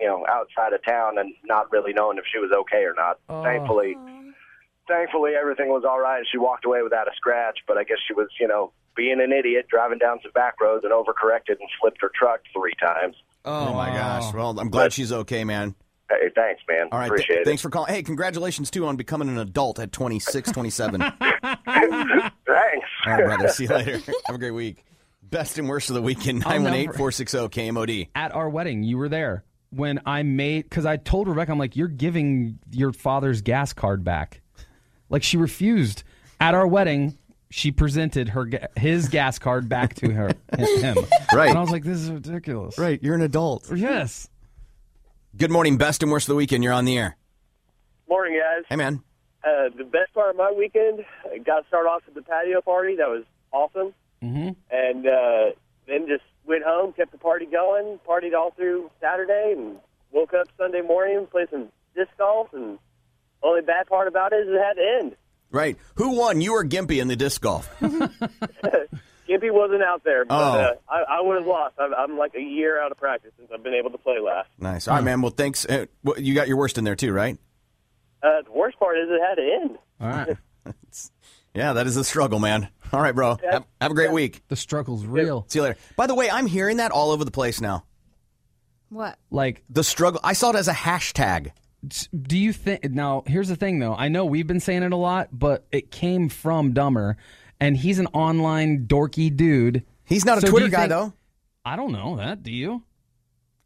Speaker 19: you know, outside of town, and not really knowing if she was okay or not.
Speaker 13: Oh.
Speaker 19: Thankfully, thankfully everything was all right. She walked away without a scratch, but I guess she was, you know, being an idiot driving down some back roads and overcorrected and flipped her truck three times.
Speaker 7: Oh, my gosh. Well, I'm glad she's okay, man.
Speaker 19: Hey, thanks, man.
Speaker 7: All right, th-
Speaker 19: Appreciate
Speaker 7: thanks for calling. Hey, congratulations, too, on becoming an adult at 26, 27. All
Speaker 19: it. thanks.
Speaker 7: right, brother. See you later. Have a great week. Best and worst of the weekend,
Speaker 8: I'll never-
Speaker 7: 918 460 KMOD.
Speaker 8: at our wedding, you were there when I made because I told Rebecca, I'm like, you're giving your father's gas card back. Like she refused at our wedding. She presented her ga- his gas card back to her him.
Speaker 7: Right.
Speaker 8: and I was like, this is ridiculous.
Speaker 7: Right, you're an adult.
Speaker 8: Yes.
Speaker 7: Good morning, best and worst of the weekend. You're on the air.
Speaker 6: Morning, guys.
Speaker 7: Hey, man.
Speaker 6: Uh, the best part of my weekend, I got to start off with the patio party. That was awesome.
Speaker 8: Mm-hmm.
Speaker 6: And uh, then just went home, kept the party going, partied all through Saturday, and woke up Sunday morning, played some disc golf. And only bad part about it is it had to end.
Speaker 7: Right. Who won? You or Gimpy in the disc golf?
Speaker 6: Gimpy wasn't out there, but
Speaker 7: Oh.
Speaker 6: uh, I, I would have lost. I'm, I'm like a year out of practice since I've been able to play last.
Speaker 7: Nice. All right, man. Well, thanks. Uh, well, you got your worst in there, too, right?
Speaker 6: Uh, the worst part is it had to end.
Speaker 8: All right.
Speaker 7: Yeah, that is a struggle, man. All right, bro. Have, have a great week.
Speaker 8: The struggle's real.
Speaker 7: See you later. By the way, I'm hearing that all over the place now.
Speaker 9: what?
Speaker 8: Like
Speaker 7: the struggle. I saw it as a hashtag.
Speaker 8: Do you think now? Here's the thing, though. I know we've been saying it a lot, but it came from Dumber, and he's an online dorky dude.
Speaker 7: He's not a Twitter guy, though.
Speaker 8: I don't know that. Do you?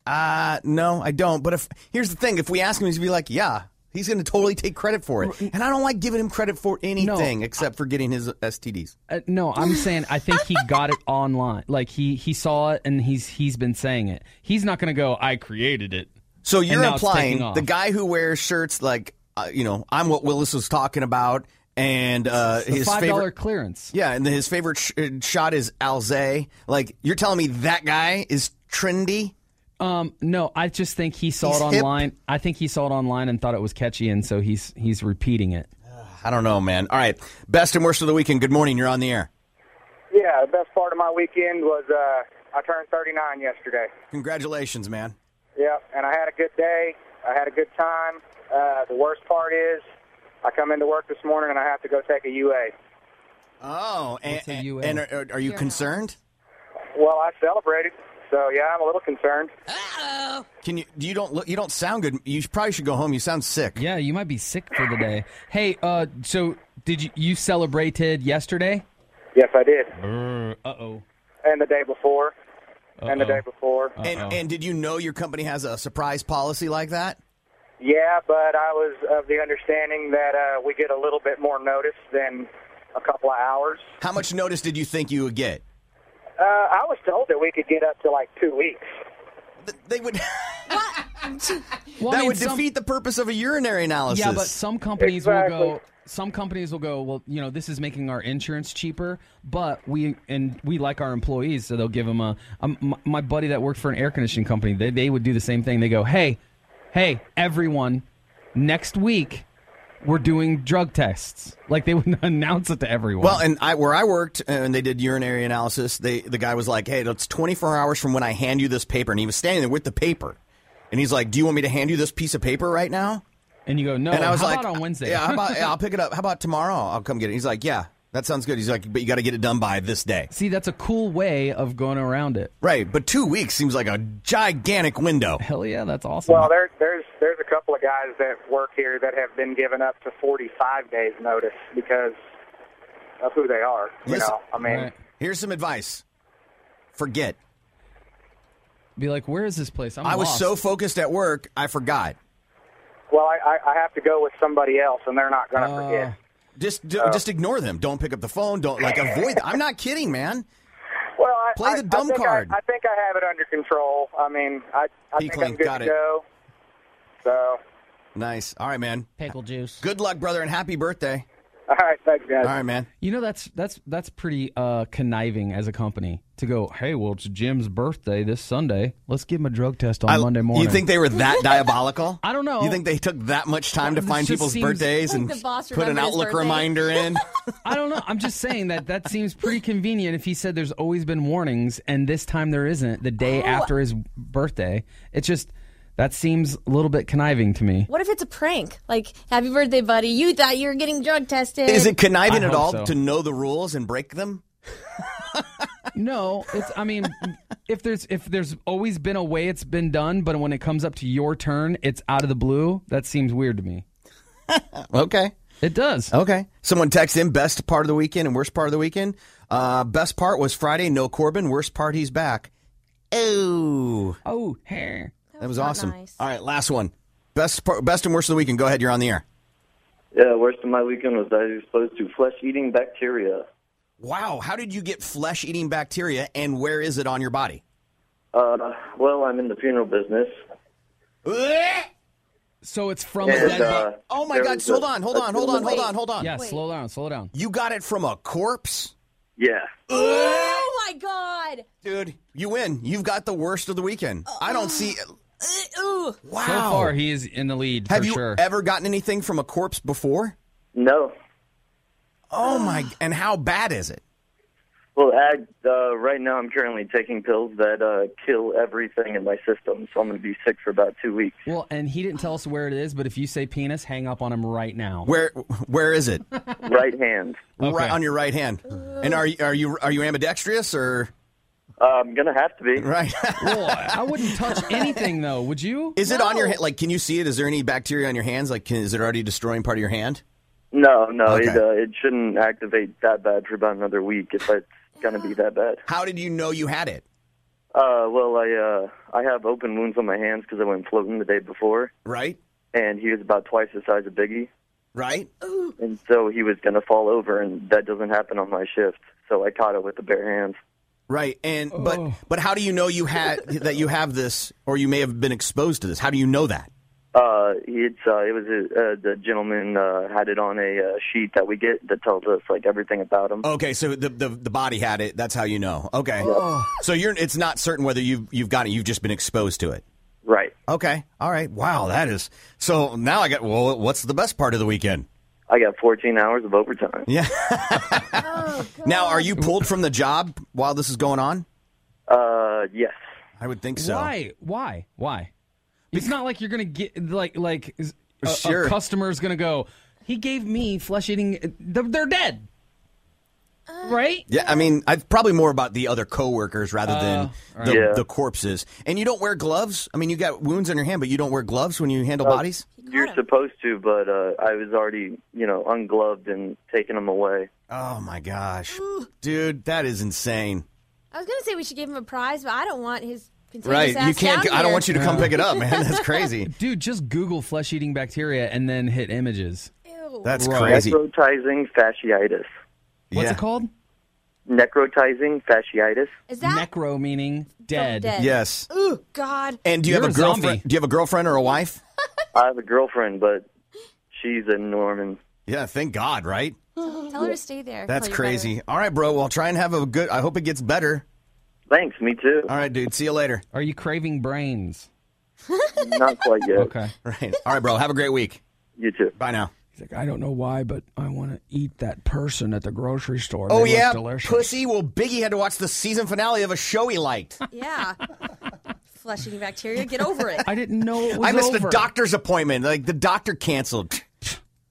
Speaker 7: Uh no, I don't. But if here's the thing, if we ask him, he's gonna be like, yeah, he's gonna totally take credit for it, and I don't like giving him credit for anything except for getting his STDs.
Speaker 8: Uh, no, I'm saying I think he got it online. Like he he saw it and he's he's been saying it. He's not going to go. I created it.
Speaker 7: So
Speaker 8: And
Speaker 7: you're
Speaker 8: now it's
Speaker 7: implying
Speaker 8: taking off.
Speaker 7: the guy who wears shirts like, uh, you know, I'm what Willis was talking about, and uh,
Speaker 8: The
Speaker 7: his
Speaker 8: $5
Speaker 7: favorite
Speaker 8: clearance.
Speaker 7: Yeah, and his favorite sh- uh, shot is Alze. Like you're telling me that guy is trendy.
Speaker 8: Um, no, I just think he saw
Speaker 7: He's
Speaker 8: it
Speaker 7: hip.
Speaker 8: online. I think he saw it online and thought it was catchy, and so he's he's repeating it.
Speaker 7: I don't know, man. All right, best and worst of the weekend. Good morning. You're on the air.
Speaker 20: Yeah, the best part of my weekend was uh, I turned 39 yesterday.
Speaker 7: Congratulations, man.
Speaker 20: Yep, and I had a good day. I had a good time. Uh, the worst part is I come into work this morning and I have to go take a UA.
Speaker 7: Oh, and, and are- are, are you concerned?
Speaker 20: Well, I celebrated, so yeah, I'm a little concerned.
Speaker 7: Can you? You don't look. You don't sound good. You should- probably should go home. You sound sick.
Speaker 8: Yeah, you might be sick for the day. Hey, uh, so did you you celebrated yesterday?
Speaker 20: Yes, I did.
Speaker 8: Uh oh.
Speaker 20: And the day before, and the day before.
Speaker 7: And and did you know your company has a surprise policy like that?
Speaker 20: Yeah, but I was of the understanding that uh, we get a little bit more notice than a couple of hours.
Speaker 7: How much notice did you think you would get?
Speaker 20: Uh, I was told that we could get up to like two weeks.
Speaker 7: They would.
Speaker 8: Well, I
Speaker 7: that
Speaker 8: mean,
Speaker 7: would
Speaker 8: some-
Speaker 7: defeat the purpose of a urinary analysis.
Speaker 8: Yeah, but some companies will go. Some companies will go. Well, you know, this is making our insurance cheaper, but we and we like our employees, so they'll give them a. Um, my, my buddy that worked for an air conditioning company, they they would do the same thing. They go, hey, hey, everyone, next week we're doing drug tests. Like they would announce it to everyone.
Speaker 7: Well, and I, where I worked, uh, and they did urinary analysis. They the guy was like, "Hey, it's 24 hours from when I hand you this paper," and he was standing there with the paper, and he's like, "Do you want me to hand you this piece of paper right now?"
Speaker 8: And you go, "No."
Speaker 7: and I was
Speaker 8: how
Speaker 7: like,
Speaker 8: about on Wednesday?
Speaker 7: Yeah, how about, yeah, I'll pick it up. How about tomorrow? I'll come get it. He's like, "Yeah, that sounds good." He's like, "But you got to get it done by this day."
Speaker 8: See, that's a cool way of going around it.
Speaker 7: Right, but two weeks seems like a gigantic window.
Speaker 8: Hell yeah, that's awesome.
Speaker 20: Well, there, there's there's a couple of guys that work here that have been given up to 45 days notice because of who they are. You
Speaker 7: Listen-
Speaker 20: know, I mean,
Speaker 7: Here's some advice. Forget.
Speaker 8: Be like, where is this place? I'm
Speaker 7: I was
Speaker 8: lost."
Speaker 7: so focused at work, I forgot.
Speaker 20: well, I, I, I have to go with somebody else, and they're not going
Speaker 7: Oh.
Speaker 20: to forget.
Speaker 7: Just d- just ignore them. Don't pick up the phone. Don't like avoid. I'm not kidding, man.
Speaker 20: Well, I,
Speaker 7: play the
Speaker 20: I- I
Speaker 7: dumb
Speaker 20: think I-
Speaker 7: card.
Speaker 20: I, think I have it under control. I mean, I, I think I'm
Speaker 7: Pinkling,
Speaker 20: good
Speaker 7: got
Speaker 20: to
Speaker 7: it.
Speaker 20: go. So,
Speaker 7: Nice. All right, man.
Speaker 8: Pickle juice.
Speaker 7: Good luck, brother, and happy birthday.
Speaker 20: all right, thanks, guys.
Speaker 7: All right, man.
Speaker 8: You know that's that's that's pretty uh, conniving as a company to go. Hey, well, it's Jim's birthday this Sunday. Let's give him a drug test on Monday morning.
Speaker 7: You think they were that diabolical?
Speaker 8: I don't know.
Speaker 7: You think they took that much time to
Speaker 8: This
Speaker 7: find
Speaker 8: just
Speaker 7: people's
Speaker 8: seems-
Speaker 7: birthdays
Speaker 8: Like
Speaker 7: and
Speaker 8: the boss
Speaker 7: put an
Speaker 8: remembered his
Speaker 7: Outlook
Speaker 8: birthday.
Speaker 7: reminder in?
Speaker 8: I don't know. I'm just saying that that seems pretty convenient. If he said there's always been warnings and this time there isn't, the day after his birthday, it's just that seems a little bit conniving to me.
Speaker 9: What if it's a prank? Like, happy birthday, buddy. You thought you were getting drug tested.
Speaker 7: Is it conniving
Speaker 8: I
Speaker 7: at
Speaker 8: hope
Speaker 7: all
Speaker 8: so.
Speaker 7: to know the rules and break them?
Speaker 8: No, it's. I mean, if there's if there's always been a way it's been done, but when it comes up to your turn, it's out of the blue. That seems weird to me.
Speaker 7: Okay.
Speaker 8: It does.
Speaker 7: Okay. Someone texts in best part of the weekend and worst part of the weekend. Uh, best part was Friday, no Corbin. Worst part, he's back. Oh.
Speaker 8: Oh, hair.
Speaker 7: That was awesome. All right, last one. Best part, best and worst of the weekend. Go ahead. You're on the air.
Speaker 19: Yeah, worst of my weekend was I was exposed to flesh-eating bacteria.
Speaker 7: Wow. How did you get flesh eating bacteria and where is it on your body?
Speaker 19: Uh, well, I'm in the funeral business.
Speaker 8: So it's from
Speaker 19: Yeah,
Speaker 8: a dead
Speaker 19: uh,
Speaker 8: body.
Speaker 7: Oh my
Speaker 19: There
Speaker 7: God!
Speaker 19: was
Speaker 7: So Hold
Speaker 19: a-
Speaker 7: on, hold
Speaker 19: a
Speaker 7: on, hold on, hold
Speaker 19: silhouette.
Speaker 7: on, hold on.
Speaker 8: Yeah, slow down, slow down.
Speaker 7: You got it from a corpse,
Speaker 19: Yeah.
Speaker 9: Oh my god.
Speaker 7: dude. You win. You've got the worst of the weekend. I
Speaker 19: Uh,
Speaker 7: don't see.
Speaker 9: Ooh.
Speaker 7: Wow.
Speaker 8: So far, he is in the lead
Speaker 7: Have
Speaker 8: for
Speaker 7: you
Speaker 8: sure.
Speaker 7: ever gotten anything from a corpse before?
Speaker 19: No.
Speaker 7: Oh my! And how bad is it?
Speaker 19: Well, I, uh, right now I'm currently taking pills that uh, kill everything in my system, so I'm going to be sick for about two weeks.
Speaker 8: Well, and he didn't tell us where it is, but if you say penis, hang up on him right now.
Speaker 7: Where Where is it?
Speaker 19: right hand.
Speaker 7: Right on your right hand. And are you are you are you ambidextrous or?
Speaker 19: Uh, I'm going to have to be.
Speaker 7: Right.
Speaker 8: Well, I wouldn't touch anything though. Would you?
Speaker 7: Is it on your hand? Like, can you see it? Is there any bacteria on your hands? Like, can, is it already destroying part of your hand?
Speaker 19: No, no, it,
Speaker 7: Okay.
Speaker 19: uh, it shouldn't activate that bad for about another week if it's going to be that bad.
Speaker 7: How did you know you had it?
Speaker 19: Uh, well, I uh, I have open wounds on my hands because I went floating the day before.
Speaker 7: Right.
Speaker 19: And he was about twice the size of Biggie.
Speaker 7: Right.
Speaker 19: And so he was going to fall over, and that doesn't happen on my shift. So I caught it with the bare hands.
Speaker 7: Right. And but but how do you know you had that you have this, or you may have been exposed to this? How do you know that?
Speaker 19: Uh, it's uh, it was a, uh, the gentleman uh, had it on a uh, sheet that we get that tells us like everything about
Speaker 8: Oh.
Speaker 19: him.
Speaker 7: Okay, so the the, the body had it. That's how you know. Okay.
Speaker 19: Yeah.
Speaker 7: So you're it's not certain whether you've you've got it. You've just been exposed to it.
Speaker 19: Right.
Speaker 7: Okay. All right. Wow. That is so. Now I got. Well, what's the best part of the weekend?
Speaker 19: I got 14 hours of overtime.
Speaker 7: Yeah. now, are you pulled from the job while this is going on?
Speaker 19: Uh, yes.
Speaker 7: I would think so.
Speaker 8: Why? Why? Why? It's not like you're gonna get like like is- a,
Speaker 7: Sure.
Speaker 8: a customer's gonna go. He gave me flesh eating. They're, they're dead, right?
Speaker 7: Yeah, I mean, I probably more about the other coworkers rather than
Speaker 8: all
Speaker 7: the,
Speaker 19: right. Yeah.
Speaker 7: the corpses. And you don't wear gloves. I mean, you got wounds on your hand, but you don't wear gloves when you
Speaker 19: Uh,
Speaker 7: handle bodies.
Speaker 19: You're supposed to, but uh, I was already you know ungloved and taking them away.
Speaker 7: Oh my gosh, dude, that is insane.
Speaker 9: I was gonna say we should give him a prize, but I don't want his
Speaker 7: Right,
Speaker 9: contagious
Speaker 7: you
Speaker 9: ass
Speaker 7: can't.
Speaker 9: down
Speaker 7: I don't
Speaker 9: here.
Speaker 7: want you to come pick it up, man. That's crazy.
Speaker 8: Dude, just Google flesh eating bacteria and then hit images.
Speaker 7: That's
Speaker 8: Right.
Speaker 7: crazy.
Speaker 19: Necrotizing fasciitis.
Speaker 8: What's it called?
Speaker 19: Necrotizing fasciitis.
Speaker 9: Is that
Speaker 8: Necro meaning dead.
Speaker 9: dead?
Speaker 7: Yes.
Speaker 9: Ooh, God.
Speaker 7: And do you
Speaker 8: You're
Speaker 7: have
Speaker 8: a
Speaker 7: a
Speaker 8: zombie.
Speaker 7: girlfriend? Do you have a girlfriend or a wife?
Speaker 19: I have a girlfriend, but she's a Norman.
Speaker 7: Yeah, thank God, right?
Speaker 9: Tell her to stay there.
Speaker 7: That's
Speaker 9: Call your
Speaker 7: crazy. All right, bro. Well, try and have a good. I hope it gets better.
Speaker 19: Thanks, me too.
Speaker 7: All right, dude. See you later.
Speaker 8: Are you craving brains?
Speaker 19: Not quite yet.
Speaker 8: Okay.
Speaker 7: Right. All right, bro. Have a great week.
Speaker 21: You too.
Speaker 7: Bye now.
Speaker 22: He's like, I don't know why, but I want to eat that person at the grocery store.
Speaker 7: Oh
Speaker 22: They look
Speaker 7: yeah,
Speaker 22: delicious.
Speaker 7: pussy. Well, Biggie had to watch the season finale of a show he liked.
Speaker 9: Yeah. Flushing bacteria. Get over it.
Speaker 7: I
Speaker 22: didn't know it
Speaker 7: I missed a doctor's appointment. Like the doctor canceled.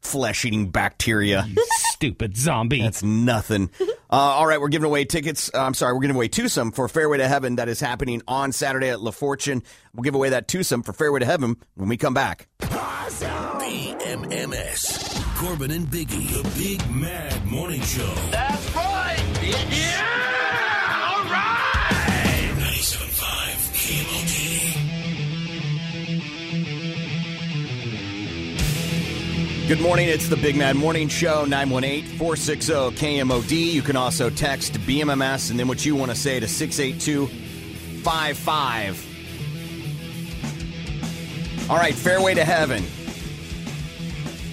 Speaker 7: Flesh eating bacteria.
Speaker 8: stupid zombie.
Speaker 7: That's nothing. Uh, all right, we're giving away tickets. uh, I'm sorry, we're giving away twosome for Fairway to Heaven. That is happening on Saturday at La Fortune. We'll give away that twosome for Fairway to Heaven when we come back.
Speaker 10: BMMS. Corbin and Biggie, the Big Mad Morning Show. That's right. Yeah. All right. 97.5 KMOD.
Speaker 7: Good morning. It's the Big Mad Morning Show, 918 460 KMOD. You can also text BMMS and then what you want to say to 68255. All right, Fairway to Heaven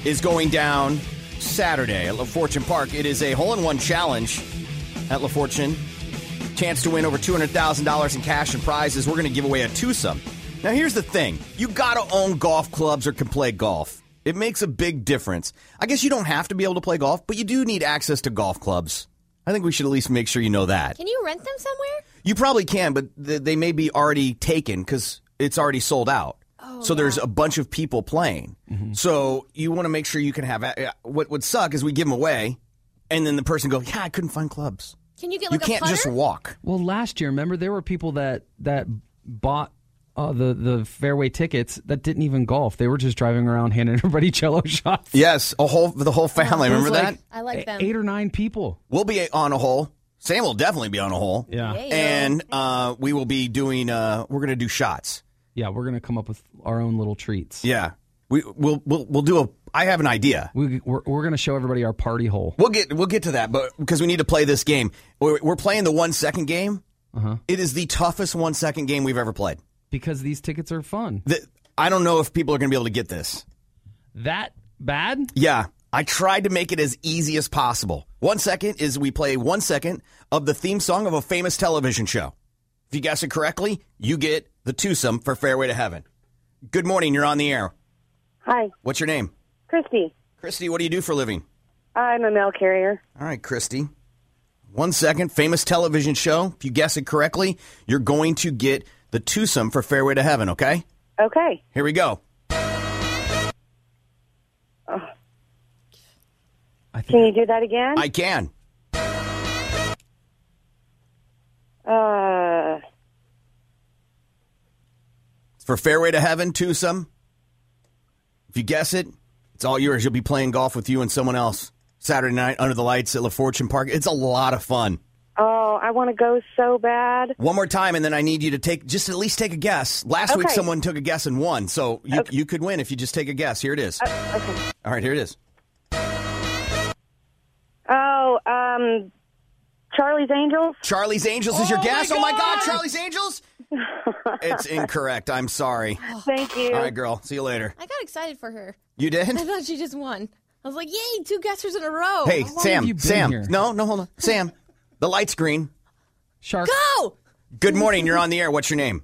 Speaker 7: is going down Saturday at La Fortune Park. It is a hole in one challenge at La Fortune. Chance to win over $200,000 in cash and prizes. We're going to give away a twosome. Now, here's the thing you got to own golf clubs or can play golf. It makes a big difference. I guess you don't have to be able to play golf, but you do need access to golf clubs. I think we should at least make sure you know that.
Speaker 9: Can you rent them somewhere?
Speaker 7: You probably can, but th- they may be already taken because it's already sold out.
Speaker 9: Oh,
Speaker 7: so there's a bunch of people playing.
Speaker 8: Mm-hmm.
Speaker 7: So you want to make sure you can have. a- What would suck is we give them away, and then the person goes, "Yeah, I couldn't find clubs."
Speaker 9: Can you get
Speaker 7: you
Speaker 9: like
Speaker 7: can't
Speaker 9: a putter?
Speaker 7: just walk.
Speaker 8: Well, last year, remember there were people that that bought uh, the the fairway tickets that didn't even golf. They were just driving around handing everybody cello shots.
Speaker 7: Yes, a whole the whole family.
Speaker 8: It was
Speaker 7: Remember
Speaker 8: like e,
Speaker 7: that?
Speaker 9: I like them.
Speaker 8: Eight or nine people.
Speaker 7: We'll be on a hole. Sam will definitely be on a hole.
Speaker 8: Yeah.
Speaker 9: Yeah.
Speaker 7: And uh, we will be doing. Uh, we're going to do shots.
Speaker 8: Yeah, we're gonna come up with our own little treats.
Speaker 7: Yeah. We we'll we'll, we'll do a. I have an idea.
Speaker 8: We, we're we're gonna show everybody our party hole.
Speaker 7: We'll get we'll get to that, but because we need to play this game, we're, we're playing the one second game.
Speaker 8: Uh-huh.
Speaker 7: It is the toughest one second game we've ever played.
Speaker 8: Because these tickets are fun.
Speaker 7: The, I don't know if people are going to be able to get this.
Speaker 8: That bad?
Speaker 7: Yeah, I tried to make it as easy as possible. One second is we play one second of the theme song of a famous television show. If you guess it correctly, you get the twosome for Fairway to Heaven. Good morning. You're on the air.
Speaker 15: Hi,
Speaker 7: What's your name?
Speaker 15: Christy.
Speaker 7: Christy, what do you do for a living?
Speaker 15: I'm a mail carrier.
Speaker 7: All right, Christy. One second. Famous television show. If you guess it correctly, you're going to get the twosome for Fairway to Heaven, okay?
Speaker 15: Okay.
Speaker 7: Here we go.
Speaker 15: Can you do that again?
Speaker 7: I can.
Speaker 15: uh,
Speaker 7: For Fairway to Heaven, twosome. If you guess it, it's all yours. You'll be playing golf with you and someone else Saturday night under the lights at La Fortune Park. It's a lot of fun.
Speaker 15: oh, I want to go so bad.
Speaker 7: One more time, and then I need you to take just at least take a guess. Last week,
Speaker 15: Okay.
Speaker 7: someone took a guess and won, so you, you could win if you just take a guess. Here it is.
Speaker 15: Uh, Okay.
Speaker 7: All right, here it is.
Speaker 15: Oh, um, Charlie's Angels.
Speaker 7: Charlie's Angels is your guess? Oh my God, Charlie's Angels! It's incorrect. I'm sorry.
Speaker 15: Thank you.
Speaker 7: All right, girl. See you later.
Speaker 9: I got excited for her.
Speaker 7: You did?
Speaker 9: I thought she just won. I was like, yay, two guessers in a row.
Speaker 7: Hey, Sam. Sam. No, no, hold on. Sam. The light's green.
Speaker 8: Shark.
Speaker 9: Go!
Speaker 7: Good morning. You're on the air. What's your name?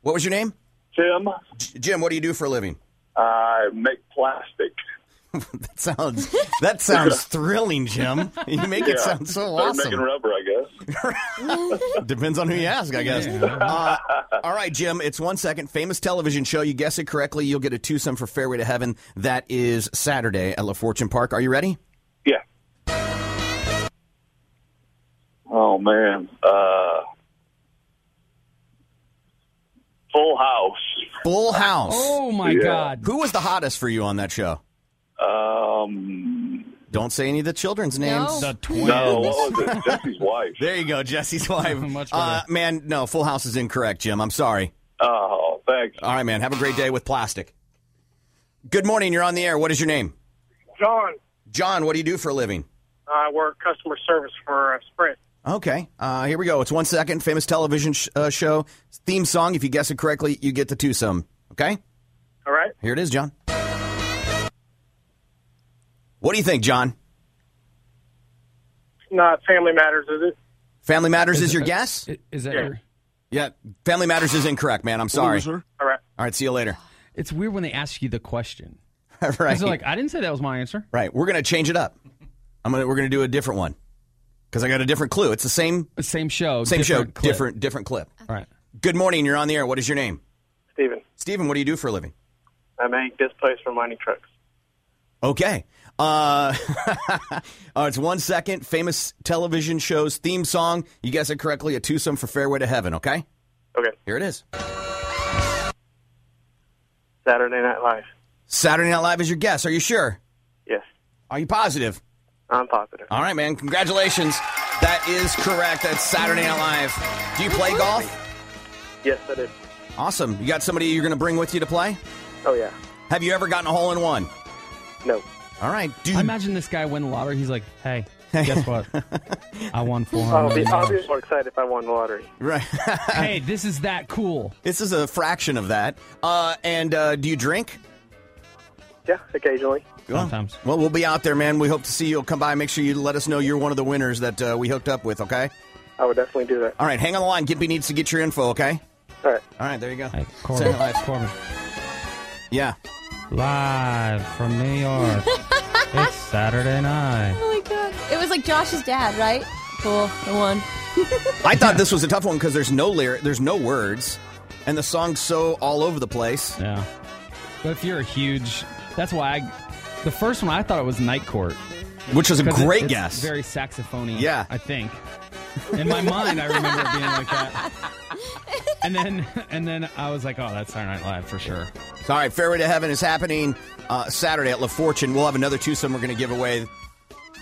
Speaker 7: What was your name?
Speaker 19: Jim.
Speaker 7: Jim, what do you do for a living?
Speaker 19: I make plastic.
Speaker 7: That sounds that sounds thrilling, Jim. You make it
Speaker 19: Yeah.
Speaker 7: sound so
Speaker 19: They're
Speaker 7: awesome.
Speaker 19: making rubber, I guess.
Speaker 7: Depends on who you ask, I guess. Uh, all right, Jim, it's one second. Famous television show. You guess it correctly, you'll get a twosome for Fairway to Heaven. That is Saturday at La Fortune Park. Are you ready?
Speaker 19: Yeah. Oh man. Uh, Full House.
Speaker 7: Full House.
Speaker 19: Oh, my Yeah. God.
Speaker 7: Who was the hottest for you on that show?
Speaker 19: Um.
Speaker 7: Don't say any of the children's names.
Speaker 19: No. The twins. No, what was it? Jesse's wife.
Speaker 7: There you go, Jesse's wife. uh, man, no, Full House is incorrect, Jim. I'm sorry.
Speaker 19: Oh, thanks.
Speaker 7: All right, man. Have a great day with plastic. Good morning. You're on the air. What is your name?
Speaker 20: John,
Speaker 7: John, what do you do for a living?
Speaker 20: I work uh, customer service for uh, Sprint.
Speaker 7: Okay. Uh, here we go. It's one second. Famous television sh- uh, show theme song. If you guess it correctly, you get the twosome. Okay.
Speaker 20: All right.
Speaker 7: Here it is, John. What do you think, John?
Speaker 20: It's not Family Matters, is it?
Speaker 7: Family Matters is, your guess?
Speaker 8: Is that
Speaker 20: Yeah.
Speaker 8: your?
Speaker 7: yeah. Family Matters is incorrect, man. I'm sorry.
Speaker 8: Loser.
Speaker 20: All right.
Speaker 7: All right. See you later.
Speaker 8: It's weird when they ask you the question.
Speaker 7: right.
Speaker 8: So like, I didn't say that was my answer.
Speaker 7: Right. We're gonna change it up. I'm gonna we're gonna do a different one because I got a different clue. It's the same
Speaker 8: same show,
Speaker 7: same show,
Speaker 8: different clip.
Speaker 7: different different clip.
Speaker 8: All right.
Speaker 7: Good morning. You're on the air. What is your name?
Speaker 23: Steven.
Speaker 7: Steven, what do you do for a living?
Speaker 23: I make displaced for mining trucks.
Speaker 7: Okay. Uh, uh, it's one second. Famous television shows theme song. You guess it correctly. A twosome for Fairway to Heaven. Okay.
Speaker 23: Okay.
Speaker 7: Here it is.
Speaker 23: Saturday Night Live.
Speaker 7: Saturday Night Live is your guess. Are you sure?
Speaker 23: Yes.
Speaker 7: Are you positive?
Speaker 23: I'm positive.
Speaker 7: All right, man. Congratulations. That is correct. That's Saturday Night Live. Do you play golf?
Speaker 23: Yes, I did.
Speaker 7: Awesome. You got somebody you're going to bring with you to play?
Speaker 23: Oh yeah.
Speaker 7: Have you ever gotten a hole in one?
Speaker 23: No.
Speaker 7: All right, dude.
Speaker 8: I imagine this guy win the lottery. He's like, hey, guess what? I won four
Speaker 23: I'll be,
Speaker 8: hundred.
Speaker 23: I'll be more excited if I won the lottery.
Speaker 7: Right. hey,
Speaker 8: this is that cool.
Speaker 7: This is a fraction of that. Uh, and uh, do you drink?
Speaker 23: Yeah, occasionally.
Speaker 8: Sometimes.
Speaker 7: Well, we'll be out there, man. We hope to see you. Come by. Make sure you let us know you're one of the winners that uh, we hooked up with. Okay.
Speaker 23: I would definitely do that.
Speaker 7: All right. Hang on the line. Gimpy needs to get your info. Okay.
Speaker 23: All right.
Speaker 7: All right. There you go.
Speaker 8: Corbin.
Speaker 7: Saturday Night Live.
Speaker 8: Corbin.
Speaker 7: Yeah.
Speaker 8: Live from New York. it's Saturday night.
Speaker 9: Oh my god! It was like Josh's dad, right? Cool. I won.
Speaker 7: I thought this was a tough one because there's no lyric, there's no words, and the song's so all over the place.
Speaker 8: Yeah. But if you're a huge, that's why I, the first one I thought it was Night Court,
Speaker 7: Which was a
Speaker 8: 'Cause it-
Speaker 7: great
Speaker 8: it's
Speaker 7: guess.
Speaker 8: Very saxophony.
Speaker 7: Yeah.
Speaker 8: I think. In my mind, I remember it being like that. And then, and then I was like, oh, that's Saturday Night Live for sure.
Speaker 7: So, all right, Fairway to Heaven is happening uh, Saturday at La Fortune. We'll have another twosome we're going to give away.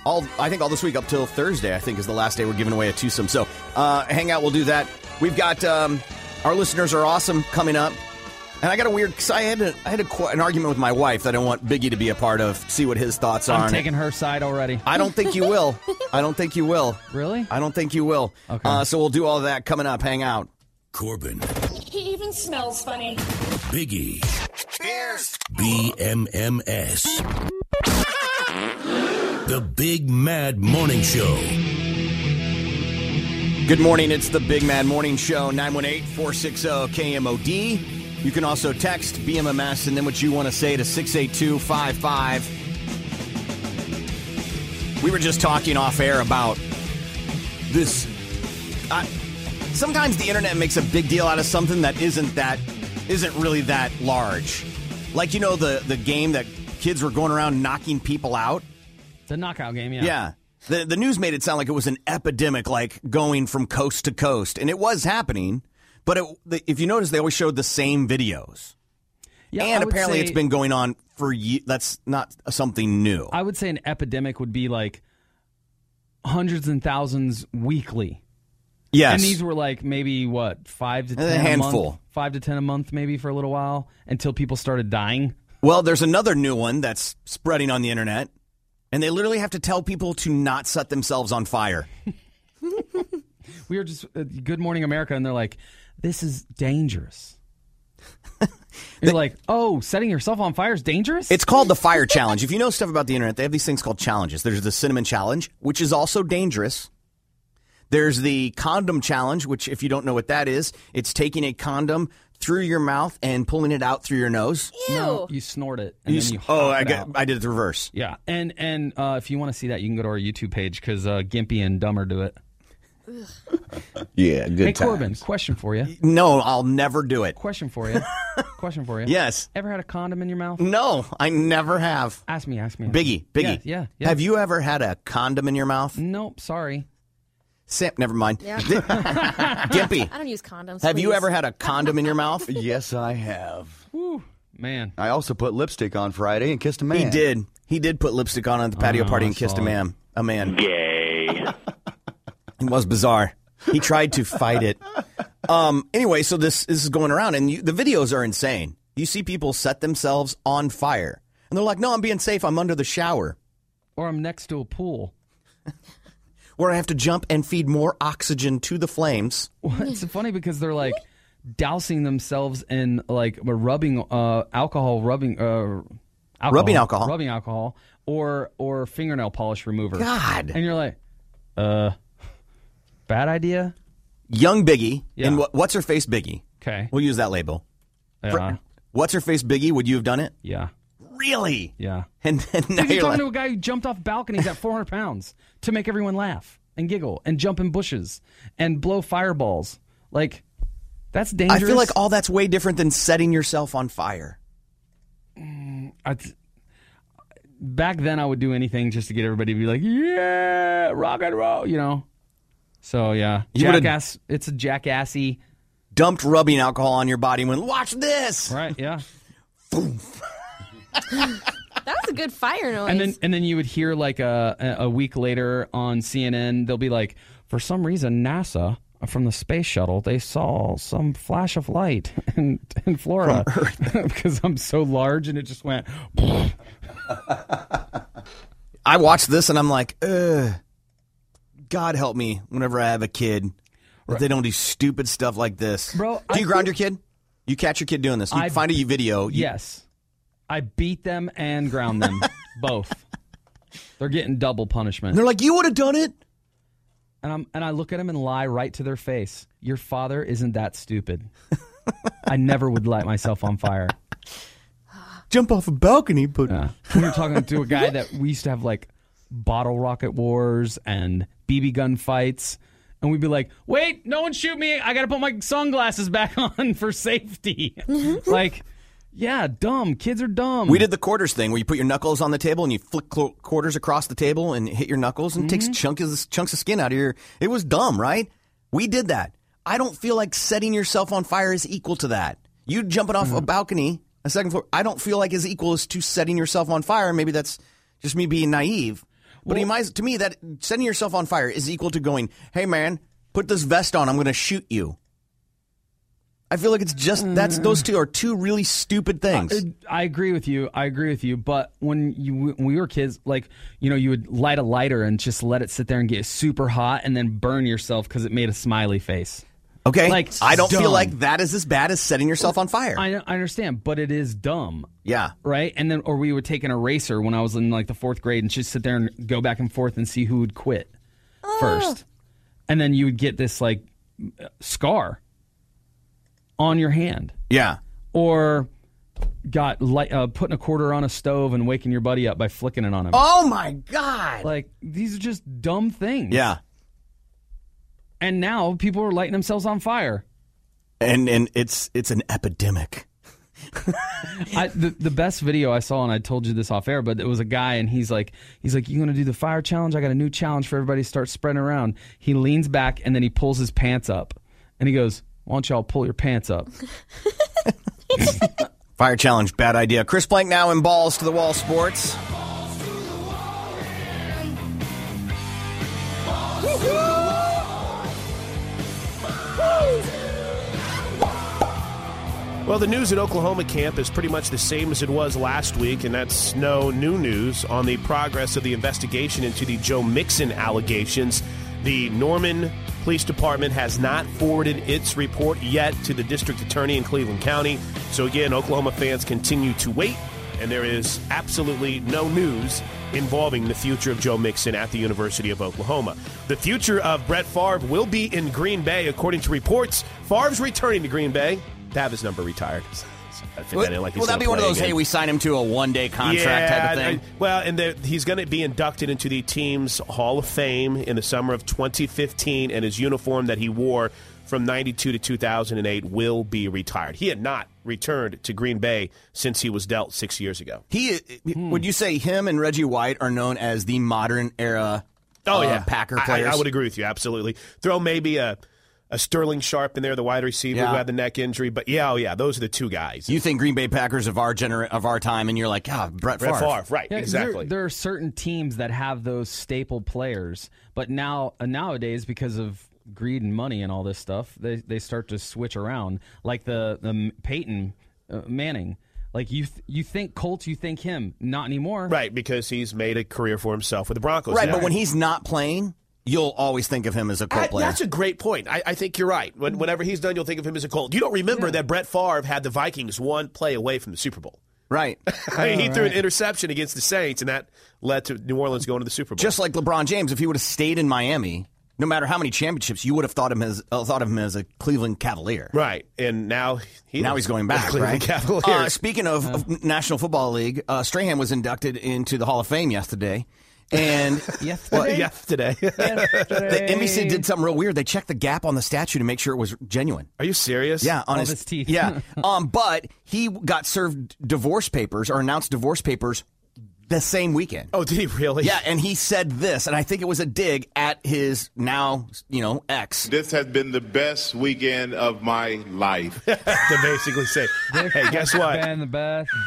Speaker 7: All I think all this week up till Thursday, I think is the last day we're giving away a twosome. So uh, hang out, we'll do that. We've got um, our listeners are awesome coming up, and I got a weird because I had a, I had a, qu- an argument with my wife that I want Biggie to be a part of. See what his thoughts are.
Speaker 8: I'm
Speaker 7: on it.
Speaker 8: taking her side already.
Speaker 7: I don't think you will. I don't think you will.
Speaker 8: Really?
Speaker 7: I don't think you will. Okay. Uh, so we'll do all that coming up. Hang out.
Speaker 10: Corbin,
Speaker 14: He even smells funny.
Speaker 10: Biggie, BMMS. The Big Mad Morning Show.
Speaker 7: Good morning. It's the Big Mad Morning Show, 918 460 KMOD. You can also text BMMS and then what you want to say to 68255. We were just talking off air about this. I, sometimes the internet makes a big deal out of something that isn't that isn't really that large. Like you know the the game that kids were going around knocking people out.
Speaker 8: It's a knockout game, yeah.
Speaker 7: Yeah. The, the news made it sound like it was an epidemic, like going from coast to coast. And it was happening. But it, the, if you notice, they always showed the same videos.
Speaker 8: Yeah,
Speaker 7: and
Speaker 8: I would
Speaker 7: apparently
Speaker 8: say-
Speaker 7: it's been going on for ye That's not something new.
Speaker 8: I would say an epidemic would be like hundreds and thousands weekly.
Speaker 7: Yes.
Speaker 8: And these were like maybe what five to
Speaker 7: A
Speaker 8: ten a
Speaker 7: handful.
Speaker 8: month, five to ten a month maybe for a little while until people started dying.
Speaker 7: Well, there's another new one that's spreading on the internet. And they literally have to tell people to not set themselves on fire.
Speaker 8: We were just uh, Good Morning America, and they're like, "This is dangerous." You're like, "Oh, setting yourself on fire is dangerous."
Speaker 7: It's called the fire challenge. If you know stuff about the internet, they have these things called challenges. There's the cinnamon challenge, which is also dangerous. There's the condom challenge, which, if you don't know what that is, it's taking a condom through your mouth and pulling it out through your nose.
Speaker 8: no, you snort it. And
Speaker 7: You
Speaker 8: then
Speaker 7: s-
Speaker 8: you
Speaker 7: oh,
Speaker 8: hop
Speaker 7: I,
Speaker 8: it
Speaker 7: got,
Speaker 8: out.
Speaker 7: I did it the reverse.
Speaker 8: Yeah, and and uh, if you want to see that, you can go to our YouTube page because uh, Gimpy and Dumber do it.
Speaker 11: Yeah, good
Speaker 8: hey Corbin, question for you.
Speaker 7: No, I'll never do it.
Speaker 8: Question for you. question for you.
Speaker 7: Yes.
Speaker 8: Ever had a condom in your mouth?
Speaker 7: No, I never have.
Speaker 8: Ask me. Ask me.
Speaker 7: Biggie, Biggie.
Speaker 8: Yeah, yeah, yeah.
Speaker 7: Have you ever had a condom in your mouth?
Speaker 8: Nope. Sorry.
Speaker 7: Sam, never mind.
Speaker 9: Yeah.
Speaker 7: Gimpy,
Speaker 9: I don't use condoms.
Speaker 7: have you
Speaker 9: please.
Speaker 7: ever had a condom in your mouth?
Speaker 11: Yes, I have.
Speaker 8: Man.
Speaker 11: I also put lipstick on Friday and kissed a man.
Speaker 7: He did. He did put lipstick on at the patio
Speaker 11: Oh,
Speaker 7: party
Speaker 11: I
Speaker 7: and kissed a
Speaker 11: saw it.
Speaker 7: man. A man. Gay. it was bizarre. He tried to fight it. Um. Anyway, so this, this is going around, and you, the videos are insane. You see people set themselves on fire, and they're like, "No, I'm being safe. I'm under the shower,
Speaker 8: Or I'm next to a pool.
Speaker 7: where I have to jump and feed more oxygen to the flames."
Speaker 8: Well, it's funny because they're like dousing themselves in like a rubbing uh, alcohol, rubbing uh, alcohol,
Speaker 7: Rubbing alcohol.
Speaker 8: rubbing alcohol, or or fingernail polish remover.
Speaker 7: God.
Speaker 8: and you're like, uh, bad idea.
Speaker 7: Young Biggie
Speaker 8: Yeah.
Speaker 7: and what, what's her face Biggie.
Speaker 8: Okay,
Speaker 7: We'll use that label.
Speaker 8: Yeah.
Speaker 7: what's her face Biggie? Would you have done it?
Speaker 8: yeah.
Speaker 7: really?
Speaker 8: Yeah.
Speaker 7: And then now
Speaker 8: Dude, you're
Speaker 7: you're
Speaker 8: talking
Speaker 7: like,
Speaker 8: to a guy who jumped off balconies at 400 pounds to make everyone laugh and giggle and jump in bushes and blow fireballs. Like, that's dangerous.
Speaker 7: I feel like all that's way different than setting yourself on fire.
Speaker 8: Mm, I th- back then I would do anything just to get everybody to be like, yeah, rock and roll, you know. So yeah,
Speaker 7: You would've-
Speaker 8: jackass. It's a jackassy.
Speaker 7: Dumped rubbing alcohol on your body and went, watch this.
Speaker 8: Right. Yeah.
Speaker 9: That was a good fire noise.
Speaker 8: And then and then you would hear like a a week later on CNN, they'll be like, for some reason NASA from the space shuttle, they saw some flash of light in, in Florida because I'm so large and it just went.
Speaker 7: I watched this and I'm like, Ugh, God help me whenever I have a kid. If they don't do stupid stuff like this. Bro, do you ground your kid? You catch your kid doing this. You
Speaker 8: I-
Speaker 7: find a you video. you-
Speaker 8: Yes, I beat them and ground them both. They're getting double punishment.
Speaker 7: They're like, you would have done it.
Speaker 8: And I'm and I look at them and lie right to their face. Your father isn't that stupid. I never would light myself on fire.
Speaker 7: Jump off a balcony, but
Speaker 8: we were talking to a guy that we used to have like bottle rocket wars and BB gun fights, and we'd be like, "Wait, no one shoot me! I gotta put my sunglasses back on for safety."
Speaker 7: Mm-hmm.
Speaker 8: like, yeah, dumb kids are dumb.
Speaker 7: We did the quarters thing where you put your knuckles on the table and you flick cl- quarters across the table and hit your knuckles and it
Speaker 8: Mm-hmm.
Speaker 7: takes chunks chunks of skin out of your. It was dumb, right? We did that. I don't feel like setting yourself on fire is equal to that. You jumping off a
Speaker 8: Mm-hmm.
Speaker 7: balcony, a second floor. I don't feel like is equal as to setting yourself on fire. Maybe that's just me being naive. But you might, to me, that setting yourself on fire is equal to going, "Hey man, put this vest on. I'm going to shoot you." I feel like it's just that's those two are two really stupid things.
Speaker 8: I agree with you. I agree with you. But when you when we were kids, like you know, you would light a lighter and just let it sit there and get super hot, and then burn yourself because it made a smiley face.
Speaker 7: Okay,
Speaker 8: like
Speaker 7: I don't feel
Speaker 8: dumb.
Speaker 7: like that is as bad as setting yourself on fire.
Speaker 8: I, I understand, but it is dumb.
Speaker 7: Yeah.
Speaker 8: Right? And then, or we would take an eraser when I was in like the fourth grade and just sit there and go back and forth and see who would quit
Speaker 7: Oh.
Speaker 8: first. And then you would get this like scar on your hand.
Speaker 7: Yeah.
Speaker 8: Or got light, uh, putting a quarter on a stove and waking your buddy up by flicking it on him.
Speaker 7: Oh my god!
Speaker 8: Like these are just dumb things.
Speaker 7: Yeah,
Speaker 8: And now people are lighting themselves on fire.
Speaker 7: and and it's it's an epidemic.
Speaker 8: I, the, the best video I saw, and I told you this off air, but it was a guy, and he's like, he's like, you gonna do the fire challenge? I got a new challenge for everybody. to Start spreading around. He leans back, and then he pulls his pants up, and he goes, "Why don't y'all pull your pants up?"
Speaker 7: Fire challenge, bad idea. Chris Plank now in balls to the wall sports.
Speaker 13: Well, the news at Oklahoma camp is pretty much the same as it was last week, and that's no new news on the progress of the investigation into the Joe Mixon allegations. The Norman Police Department has not forwarded its report yet to the district attorney in Cleveland County. So, again, Oklahoma fans continue to wait, and there is absolutely no news involving the future of Joe Mixon at the University of Oklahoma. The future of Brett Favre will be in Green Bay, according to reports. Favre's returning to Green Bay to have his number retired. I fit that in like he's
Speaker 7: Will that
Speaker 13: gonna
Speaker 7: be one of
Speaker 13: play
Speaker 7: those?
Speaker 13: again.
Speaker 7: Hey, we sign him to a one day contract
Speaker 13: Yeah,
Speaker 7: type of thing.
Speaker 13: and- well, and the, he's going to be inducted into the team's Hall of Fame in the summer of 2015, and his uniform that he wore from 92 to 2008 will be retired. He had not returned to Green Bay since he was dealt six years ago.
Speaker 7: he
Speaker 8: Hmm.
Speaker 7: would you say him and Reggie White are known as the modern era?
Speaker 13: Oh
Speaker 7: uh,
Speaker 13: yeah,
Speaker 7: Packer
Speaker 13: I- I-
Speaker 7: players.
Speaker 13: I, would agree with you absolutely. Throw maybe a a Sterling Sharp in there, the wide receiver
Speaker 7: Yeah.
Speaker 13: who had the neck injury, but yeah, oh yeah, those are the two guys.
Speaker 7: You think Green Bay Packers of our gener- of our time, and you're like, ah, Brett Favre.
Speaker 13: Brett Favre, right?
Speaker 8: Yeah, there-
Speaker 13: exactly.
Speaker 8: There, are certain teams that have those staple players, but now uh, nowadays because of greed and money and all this stuff, they they start to switch around. Like the the M- Peyton uh, Manning, like you th- you think Colts, you think him, not anymore.
Speaker 13: Right, because he's made a career for himself with the Broncos.
Speaker 7: Right,
Speaker 13: now.
Speaker 7: but when he's not playing, you'll always think of him as a Colt
Speaker 13: That-
Speaker 7: player.
Speaker 13: That's a great point. I, I think you're right. When, whenever he's done, you'll think of him as a Colt. You don't remember that Brett Favre had the Vikings one play away from the Super Bowl.
Speaker 7: right.
Speaker 13: I mean, he threw an interception against the Saints, and that led to New Orleans going to the Super Bowl.
Speaker 7: Just like LeBron James, if he would have stayed in Miami, no matter how many championships, you would have thought him as uh, thought of him as a Cleveland Cavalier.
Speaker 13: Right, and now he
Speaker 7: now he's going back.
Speaker 13: Cleveland
Speaker 7: right?
Speaker 13: Cavaliers.
Speaker 7: Uh, speaking of, of National Football League, uh, Strahan was inducted into the Hall of Fame yesterday, and
Speaker 13: Yesterday? yesterday,
Speaker 7: the NBC did something real weird. They checked the gap on the statue to make sure it was genuine.
Speaker 13: Are you serious?
Speaker 7: Yeah, on
Speaker 13: All
Speaker 7: his,
Speaker 13: of his teeth.
Speaker 7: Yeah, um, but he got served divorce papers or announced divorce papers the same weekend.
Speaker 13: Oh, did he really?
Speaker 7: Yeah, and he said this, and I think it was a dig at his now, you know, ex.
Speaker 2: This has been the best weekend of my life.
Speaker 13: to basically say, hey, guess what?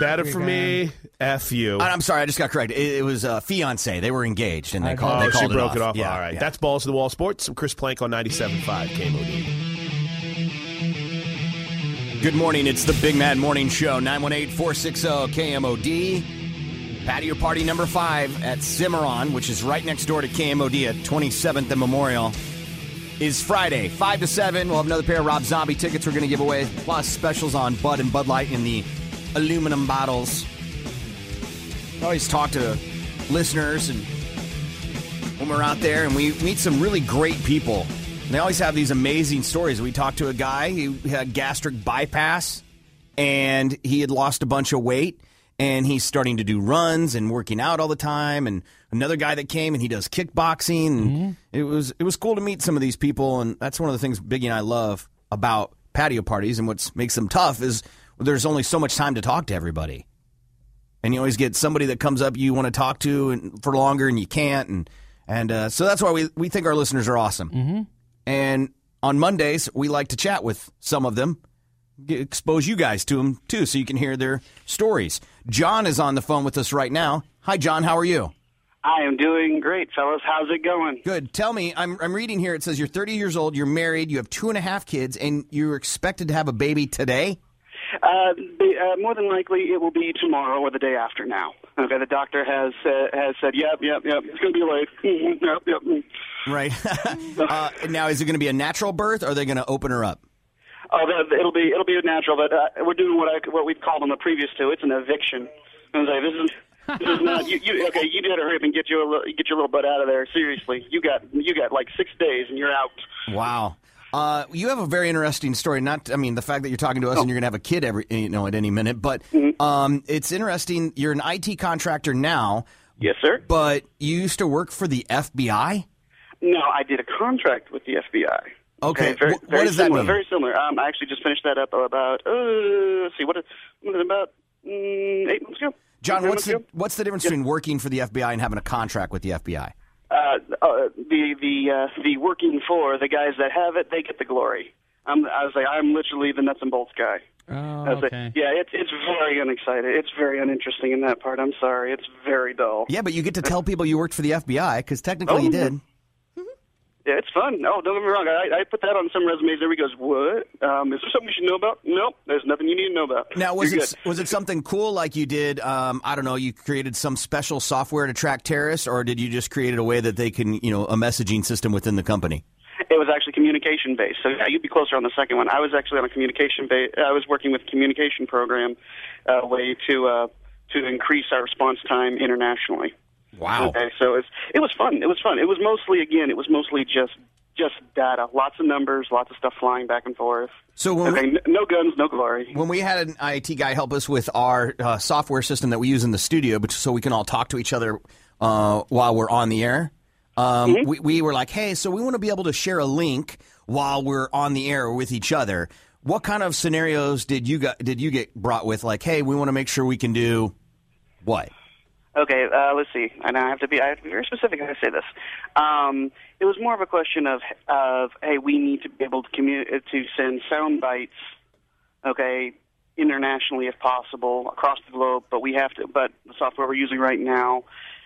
Speaker 13: Better for me. F you.
Speaker 7: And I'm sorry, I just got corrected. It, it was uh, fiance. They were engaged, and they called.
Speaker 13: oh,
Speaker 7: they
Speaker 13: she
Speaker 7: called
Speaker 13: broke
Speaker 7: it off. Yeah,
Speaker 13: All right.
Speaker 7: yeah.
Speaker 13: That's Balls to the Wall Sports. Some Chris Plank on 97.5 KMOD.
Speaker 7: Good morning. It's the Big Mad Morning Show, 918 460 KMOD. Patio party number five at Cimarron, which is right next door to KMOD at 27th and Memorial, is Friday, 5 to 7. We'll have another pair of Rob Zombie tickets we're going to give away, plus specials on Bud and Bud Light in the aluminum bottles. I always talk to listeners and when we're out there and we meet some really great people. And they always have these amazing stories. We talked to a guy who had gastric bypass and he had lost a bunch of weight and he's starting to do runs and working out all the time and another guy that came and he does kickboxing and it was it was cool to meet some of these people and that's one of the things Biggie and I love about patio parties and what makes them tough is there's only so much time to talk to everybody and you always get somebody that comes up you want to talk to and for longer and you can't and and uh, so that's why we we think our listeners are awesome and on Mondays we like to chat with some of them Get- expose you guys to them too so you can hear their stories John is on the phone with us right now hi John how are you
Speaker 3: I am doing great, fellas. How's it going?
Speaker 7: good tell me I'm I'm reading here it says you're 30 years old you're married you have two and a half kids and you're expected to have a baby today
Speaker 3: Uh, the, uh, more than likely, it will be tomorrow or the day after now. Okay, the doctor has uh, has said, yep, yep, yep, it's going to be late. Mhm, Yep, yep. mm.
Speaker 7: right uh, now is it going to be a natural birth or are they going to open her up
Speaker 3: Oh, that, it'll be it'll be natural, but uh, we're doing what I what we've called on the previous two. It's an eviction. I was like, this is. This is not you, you. Okay, you better hurry up and get your li- get your little butt out of there. Seriously, you got you got like six days and you're out.
Speaker 7: Wow. Uh, you have a very interesting story. Not, I mean, the fact that you're talking to
Speaker 3: Oh.
Speaker 7: us and you're going to have a kid every, you know, at any minute. But
Speaker 3: Mm-hmm.
Speaker 7: um, it's interesting. You're an IT contractor now.
Speaker 3: Yes, sir.
Speaker 7: But you used to work for the FBI.
Speaker 3: No, I did a contract with the FBI.
Speaker 7: Okay,
Speaker 3: very,
Speaker 7: wh- what
Speaker 3: very
Speaker 7: does that
Speaker 3: similar,
Speaker 7: mean?
Speaker 3: Very similar. Um, I actually just finished that up about uh, let's see what is what is it, about mm, eight months ago. Eight,
Speaker 7: John,
Speaker 3: nine
Speaker 7: what's
Speaker 3: months
Speaker 7: the what's the difference between working for the FBI and having a contract with the FBI?
Speaker 3: ago. Uh, uh, the the uh, the working for the guys that have it, they get the glory. I'm, I was like, I'm literally the nuts and bolts guy. I was like, yeah, it's it's very unexciting. It's very uninteresting in that part. I'm sorry, it's very dull.
Speaker 7: Yeah, but you get to tell people you worked for the FBI because technically
Speaker 3: Oh,
Speaker 7: you
Speaker 3: yeah.
Speaker 7: did.
Speaker 3: Yeah, it's fun. No, don't get me wrong. I, I put that on some resumes. Everybody goes, "What? Um, is there something you should know about?" Nope, there's nothing you need to know about.
Speaker 7: Now, was
Speaker 3: You're
Speaker 7: it was it something cool like you did? Um, I don't know. You created some special software to track terrorists, or did you just create a way that they can, you know, a messaging system within the company?
Speaker 3: It was actually communication based. So yeah, you'd be closer on the second one. I was actually on a communication base. I was working with a communication program, uh, way to uh, to increase our response time internationally.
Speaker 7: Wow.
Speaker 3: Okay, so it's it was fun. It was fun. It was mostly again. It was mostly just just data, lots of numbers, lots of stuff flying back and forth.
Speaker 7: So when
Speaker 3: okay,
Speaker 7: we-
Speaker 3: n- no guns, no glory.
Speaker 7: When we had an IT guy help us with our uh, software system that we use in the studio, but so we can all talk to each other uh, while we're on the air, um,
Speaker 3: Mm-hmm.
Speaker 7: we, we were like, "Hey, so we want to be able to share a link while we're on the air with each other." What kind of scenarios did you got, did you get brought with? Like, "Hey, we want to make sure we can do what?"
Speaker 3: Okay, uh, let's see. And I have to be I have to be very specific when I say this. Um, it was more of a question of of hey, we need to be able to commu- uh, to send sound bites, okay, internationally if possible across the globe. But we have to. But the software we're using right now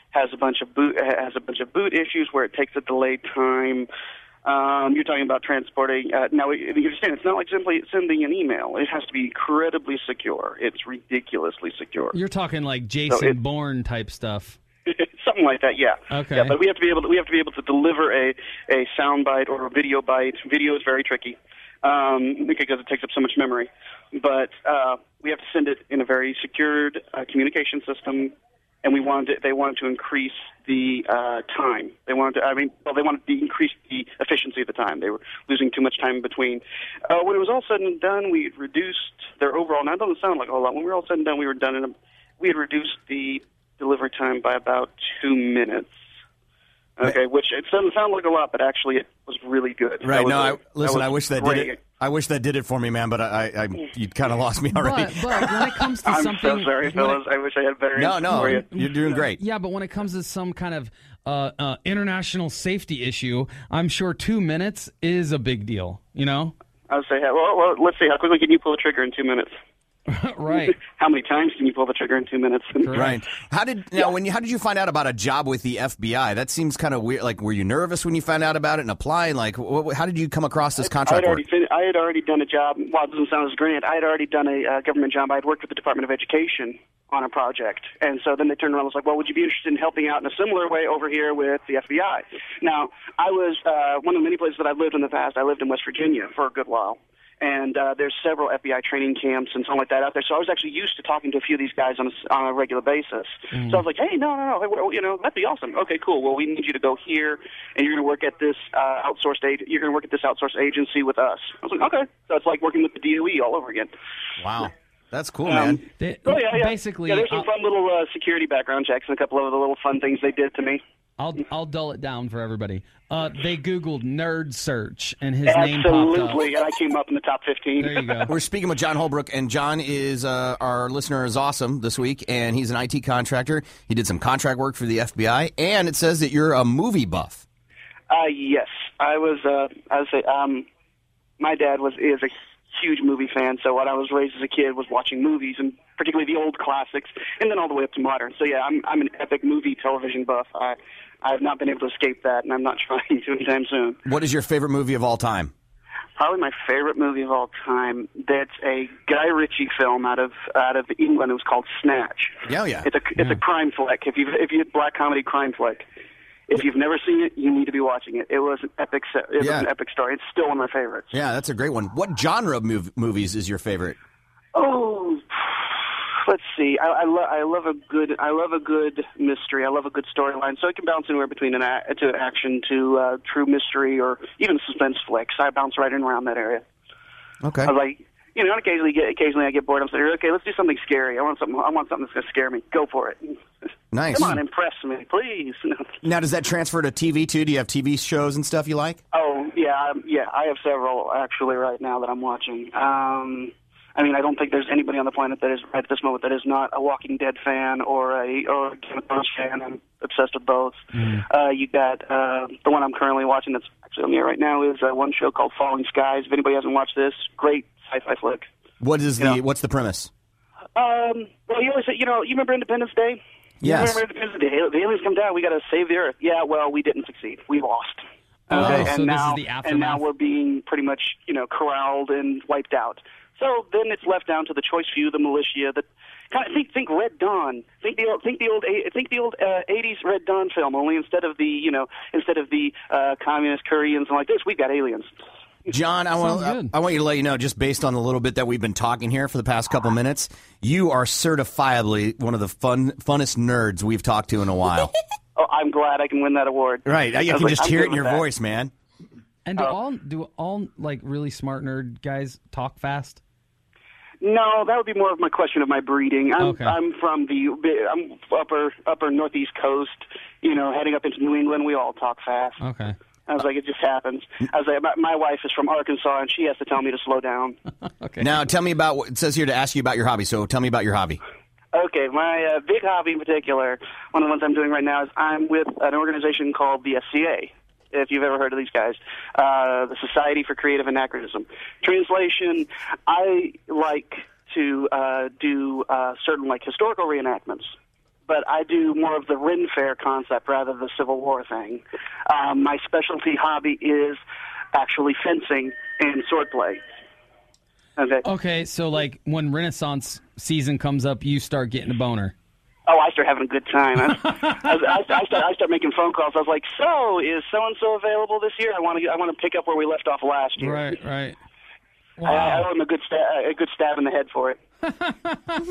Speaker 3: has a bunch of boot has a bunch of boot issues where it takes a delayed time. Um, you're talking about transporting. Uh, now, you understand it's not like simply sending an email. It has to be incredibly secure. It's ridiculously secure.
Speaker 8: You're talking like Jason
Speaker 3: it-
Speaker 8: Bourne type stuff.
Speaker 3: something like that. Yeah.
Speaker 8: Okay.
Speaker 3: Yeah, but we have to be able to, we have to be able to deliver a a sound bite or a video bite. Video is very tricky um, because it takes up so much memory, but uh, we have to send it in a very secured uh, communication system and we wanted to, they wanted to increase the uh, time. They wanted to, I mean, well, they wanted to increase the efficiency of the time. They were losing too much time in between. Uh, when it was all said and done, we had reduced their overall. Now, that doesn't sound like a whole lot. When we were all said and done, we were done in a, we had reduced the delivery time by about two minutes. Okay, which it doesn't sound like a lot, but actually it was really good.
Speaker 7: Right.
Speaker 3: That was
Speaker 7: No,
Speaker 3: a-
Speaker 7: I, listen,
Speaker 3: was
Speaker 7: I wish that
Speaker 3: great.
Speaker 7: did it. I wish that did it for me, man. But I, I, I you kind of lost me already.
Speaker 8: But, but when it comes to
Speaker 3: I'm
Speaker 8: something,
Speaker 3: so sorry, fellas. I wish I had better.
Speaker 7: No,
Speaker 3: answers
Speaker 7: no,
Speaker 3: for you.
Speaker 7: you're doing great.
Speaker 8: Yeah, but when it comes to some kind of uh, uh, international safety issue, I'm sure two minutes is a big deal. You know,
Speaker 3: I would say, well, well, let's see. How quickly can you pull the trigger in two minutes?
Speaker 8: right?
Speaker 3: How many times can you pull the trigger in two minutes?
Speaker 7: Right. How did now when you, how did you find out about a job with the FBI? That seems kind of weird. Like, were you nervous when you found out about it and applying? Like, wh- wh- how did you come across this
Speaker 3: I had
Speaker 7: contract?
Speaker 3: already
Speaker 7: work?
Speaker 3: fin- I had already done a job. Well, it doesn't sound as grand. I had already done a uh, government job. I had worked with the Department of Education on a project, and so then they turned around and was like, "Well, would you be interested in helping out in a similar way over here with the FBI?" Now, I was uh, one of the many places that I've lived in the past. I lived in West Virginia for a good while. And uh, there's several FBI training camps and something like that out there. So I was actually used to talking to a few of these guys on a, s- on a regular basis. So I was like, hey, no, no, no, hey, well, you know, that'd be awesome. Okay, cool. Well, we need you to go here, and you're going to work at this uh, outsourced ag- You're going to work at this outsourced agency with us. I was like, okay. So it's like working with the DOE all over again.
Speaker 7: Wow, that's cool,
Speaker 3: Um,
Speaker 7: man.
Speaker 3: Oh, yeah, yeah.
Speaker 8: Basically,
Speaker 3: yeah, there's some
Speaker 8: uh,
Speaker 3: fun little uh, security background checks and a couple of other little fun things they did to me.
Speaker 8: I'll I'll dull it down for everybody. Uh, they Googled nerd search and his name popped up.
Speaker 3: Absolutely, and I came up in the top 15.
Speaker 7: We're speaking with John Holbrook, and John is uh, our listener is awesome this week, and he's an IT contractor. He did some contract work for the FBI, and it says that you're a movie buff.
Speaker 3: Uh, yes, I was. Uh, I would say um, my dad was is a huge movie fan. So what I was raised as a kid was watching movies, and particularly the old classics, and then all the way up to modern. So yeah, I'm I'm an epic movie television buff. I I have not been able to escape that, and I'm not trying to anytime soon.
Speaker 7: What is your favorite movie of all time?
Speaker 3: Probably my favorite movie of all time. That's a Guy Ritchie film out of out of England. It was called Snatch.
Speaker 7: Yeah, yeah.
Speaker 3: It's a it's a crime flick. If you if you black comedy crime flick. If you've never seen it, you need to be watching it. It was an epic. se- It
Speaker 7: Yeah.
Speaker 3: was an epic story. It's still one of my favorites.
Speaker 7: Yeah, that's a great one. What genre of mov- movies is your favorite?
Speaker 3: Oh, let's see. I, I, lo- I love a good. I love a good mystery. I love a good storyline. So it can bounce anywhere between an a- to action to uh, true mystery or even suspense flicks. I bounce right in around that area.
Speaker 7: Okay.
Speaker 3: I like. You know, and occasionally, get, occasionally I get bored. I'm saying, okay, let's do something scary. I want something. I want something that's going to scare me. Go for it.
Speaker 7: Nice.
Speaker 3: Come on, impress me, please.
Speaker 7: Now, does that transfer to TV too? Do you have TV shows and stuff you like?
Speaker 3: Oh yeah, um, yeah. I have several actually right now that I'm watching. Um, I mean, I don't think there's anybody on the planet that is at this moment that is not a Walking Dead fan or a or a Game of Thrones fan. I'm obsessed with both.
Speaker 8: Mm-hmm.
Speaker 3: Uh, you got uh, the one I'm currently watching that's actually on the air right now is uh, one show called Falling Skies. If anybody hasn't watched this, great sci-fi flick.
Speaker 7: What is the what's the premise?
Speaker 3: Um, well, you always say, you know, you remember Independence Day?
Speaker 7: Yes.
Speaker 3: You remember Independence Day? The al- The aliens come down. We got to save the Earth. Yeah. Well, we didn't succeed. We lost.
Speaker 8: Oh,
Speaker 3: Okay,
Speaker 8: so this
Speaker 3: and
Speaker 8: is
Speaker 3: now,
Speaker 8: the
Speaker 3: and now
Speaker 8: aftermath.
Speaker 3: we're being pretty much, you know, corralled and wiped out. So then it's left down to the choice few, the militia, the kind of think think Red Dawn, think the old think the old eight- think the old uh, '80s Red Dawn film. Only instead of the you know instead of the uh, communist Koreans and like this, we got aliens.
Speaker 7: John, I want I want you to let you know just based on the little bit that we've been talking here for the past couple minutes, you are certifiably one of the fun funnest nerds we've talked to in a while.
Speaker 3: Oh, I'm glad I can win that award.
Speaker 7: right, I,
Speaker 3: I
Speaker 7: you
Speaker 3: was
Speaker 7: can
Speaker 3: like,
Speaker 7: just
Speaker 3: I'm
Speaker 7: hear
Speaker 3: good
Speaker 7: it in
Speaker 3: with
Speaker 7: your
Speaker 3: that.
Speaker 7: voice, man.
Speaker 8: And
Speaker 3: Uh,
Speaker 8: do all do all like really smart nerd guys talk fast?
Speaker 3: No, that would be more of my question of my breeding. I'm, I'm from the I'm upper upper northeast coast, you know, heading up into New England. We all talk fast.
Speaker 8: Okay.
Speaker 3: I was like, it just happens. I was like, my, my wife is from Arkansas, and she has to tell me to slow down.
Speaker 7: Okay. Now tell me about what it says here to ask you about your hobby. So tell me about your hobby.
Speaker 3: Okay, my uh, big hobby in particular, one of the ones I'm doing right now, is I'm with an organization called the SCA. If you've ever heard of these guys, uh, the Society for Creative Anachronism. Translation: I like to uh, do uh, certain like historical reenactments, but I do more of the Ren Fair concept rather than the Civil War thing. Um, my specialty hobby is actually fencing and swordplay. Okay.
Speaker 8: Okay, so like when Renaissance season comes up, you start getting a boner.
Speaker 3: Oh, I start having a good time. I, I, I, I start I start making phone calls. I was like, "So, is so and so available this year? I want to I want to pick up where we left off last year.
Speaker 8: Right, right.
Speaker 3: I, I owe him a good sta- a good stab in the head for it.
Speaker 7: Oh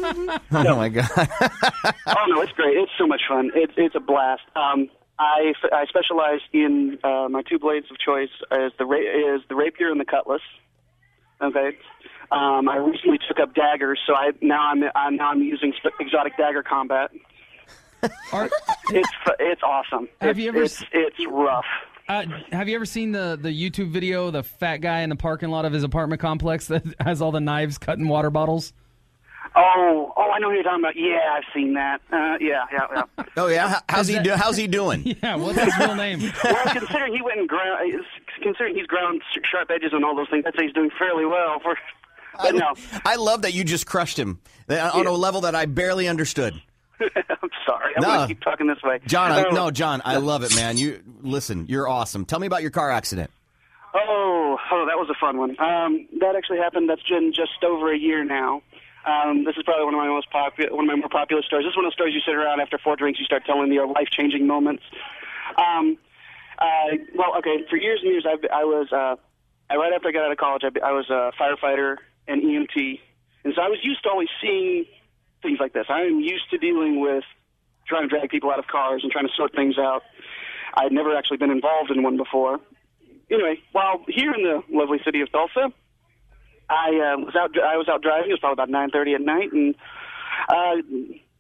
Speaker 7: my god.
Speaker 3: oh no, it's great. It's so much fun. It's it's a blast. Um, I, I specialize in uh, my two blades of choice is the ra- is the rapier and the cutlass. Okay. Um, I recently took up daggers, so I now I'm, I'm now I'm using sp- exotic dagger combat. it's fu- it's awesome.
Speaker 8: Have
Speaker 3: it's,
Speaker 8: you ever
Speaker 3: It's,
Speaker 8: s-
Speaker 3: it's rough.
Speaker 8: Uh, have you ever seen the, the YouTube video, of the fat guy in the parking lot of his apartment complex that has all the knives cut in water bottles?
Speaker 3: Oh oh, I know what you're talking about. Yeah, I've seen that. Uh, yeah yeah yeah.
Speaker 7: Oh yeah, How- how's he do, how's he doing?
Speaker 8: Yeah, what's his real name?
Speaker 3: well, considering he went and ground, considering he's ground sh- sharp edges and all those things, I'd say he's doing fairly well. For but no,
Speaker 7: I love that you just crushed him uh, on a level that I barely understood.
Speaker 3: I'm sorry. I'm
Speaker 7: No.
Speaker 3: gonna keep talking this way,
Speaker 7: John, I,
Speaker 3: Oh.
Speaker 7: no, John, I love it, man. You listen, you're awesome. Tell me about your car accident.
Speaker 3: Oh, oh, that was a fun one. Um, that actually happened. That's been just over a year now. Um, this is probably one of my most popular, one of my more popular stories. This is one of those stories you sit around after four drinks, you start telling your life changing moments. Um, uh, well, okay, for years and years, I've, I was uh, I, right after I got out of college, I, I was a firefighter and EMT, and so I was used to always seeing things like this. I am used to dealing with trying to drag people out of cars and trying to sort things out. I'd never actually been involved in one before anyway, while here in the lovely city of Tulsa, I uh, was out. I was out driving. It was probably about nine thirty at night, and uh,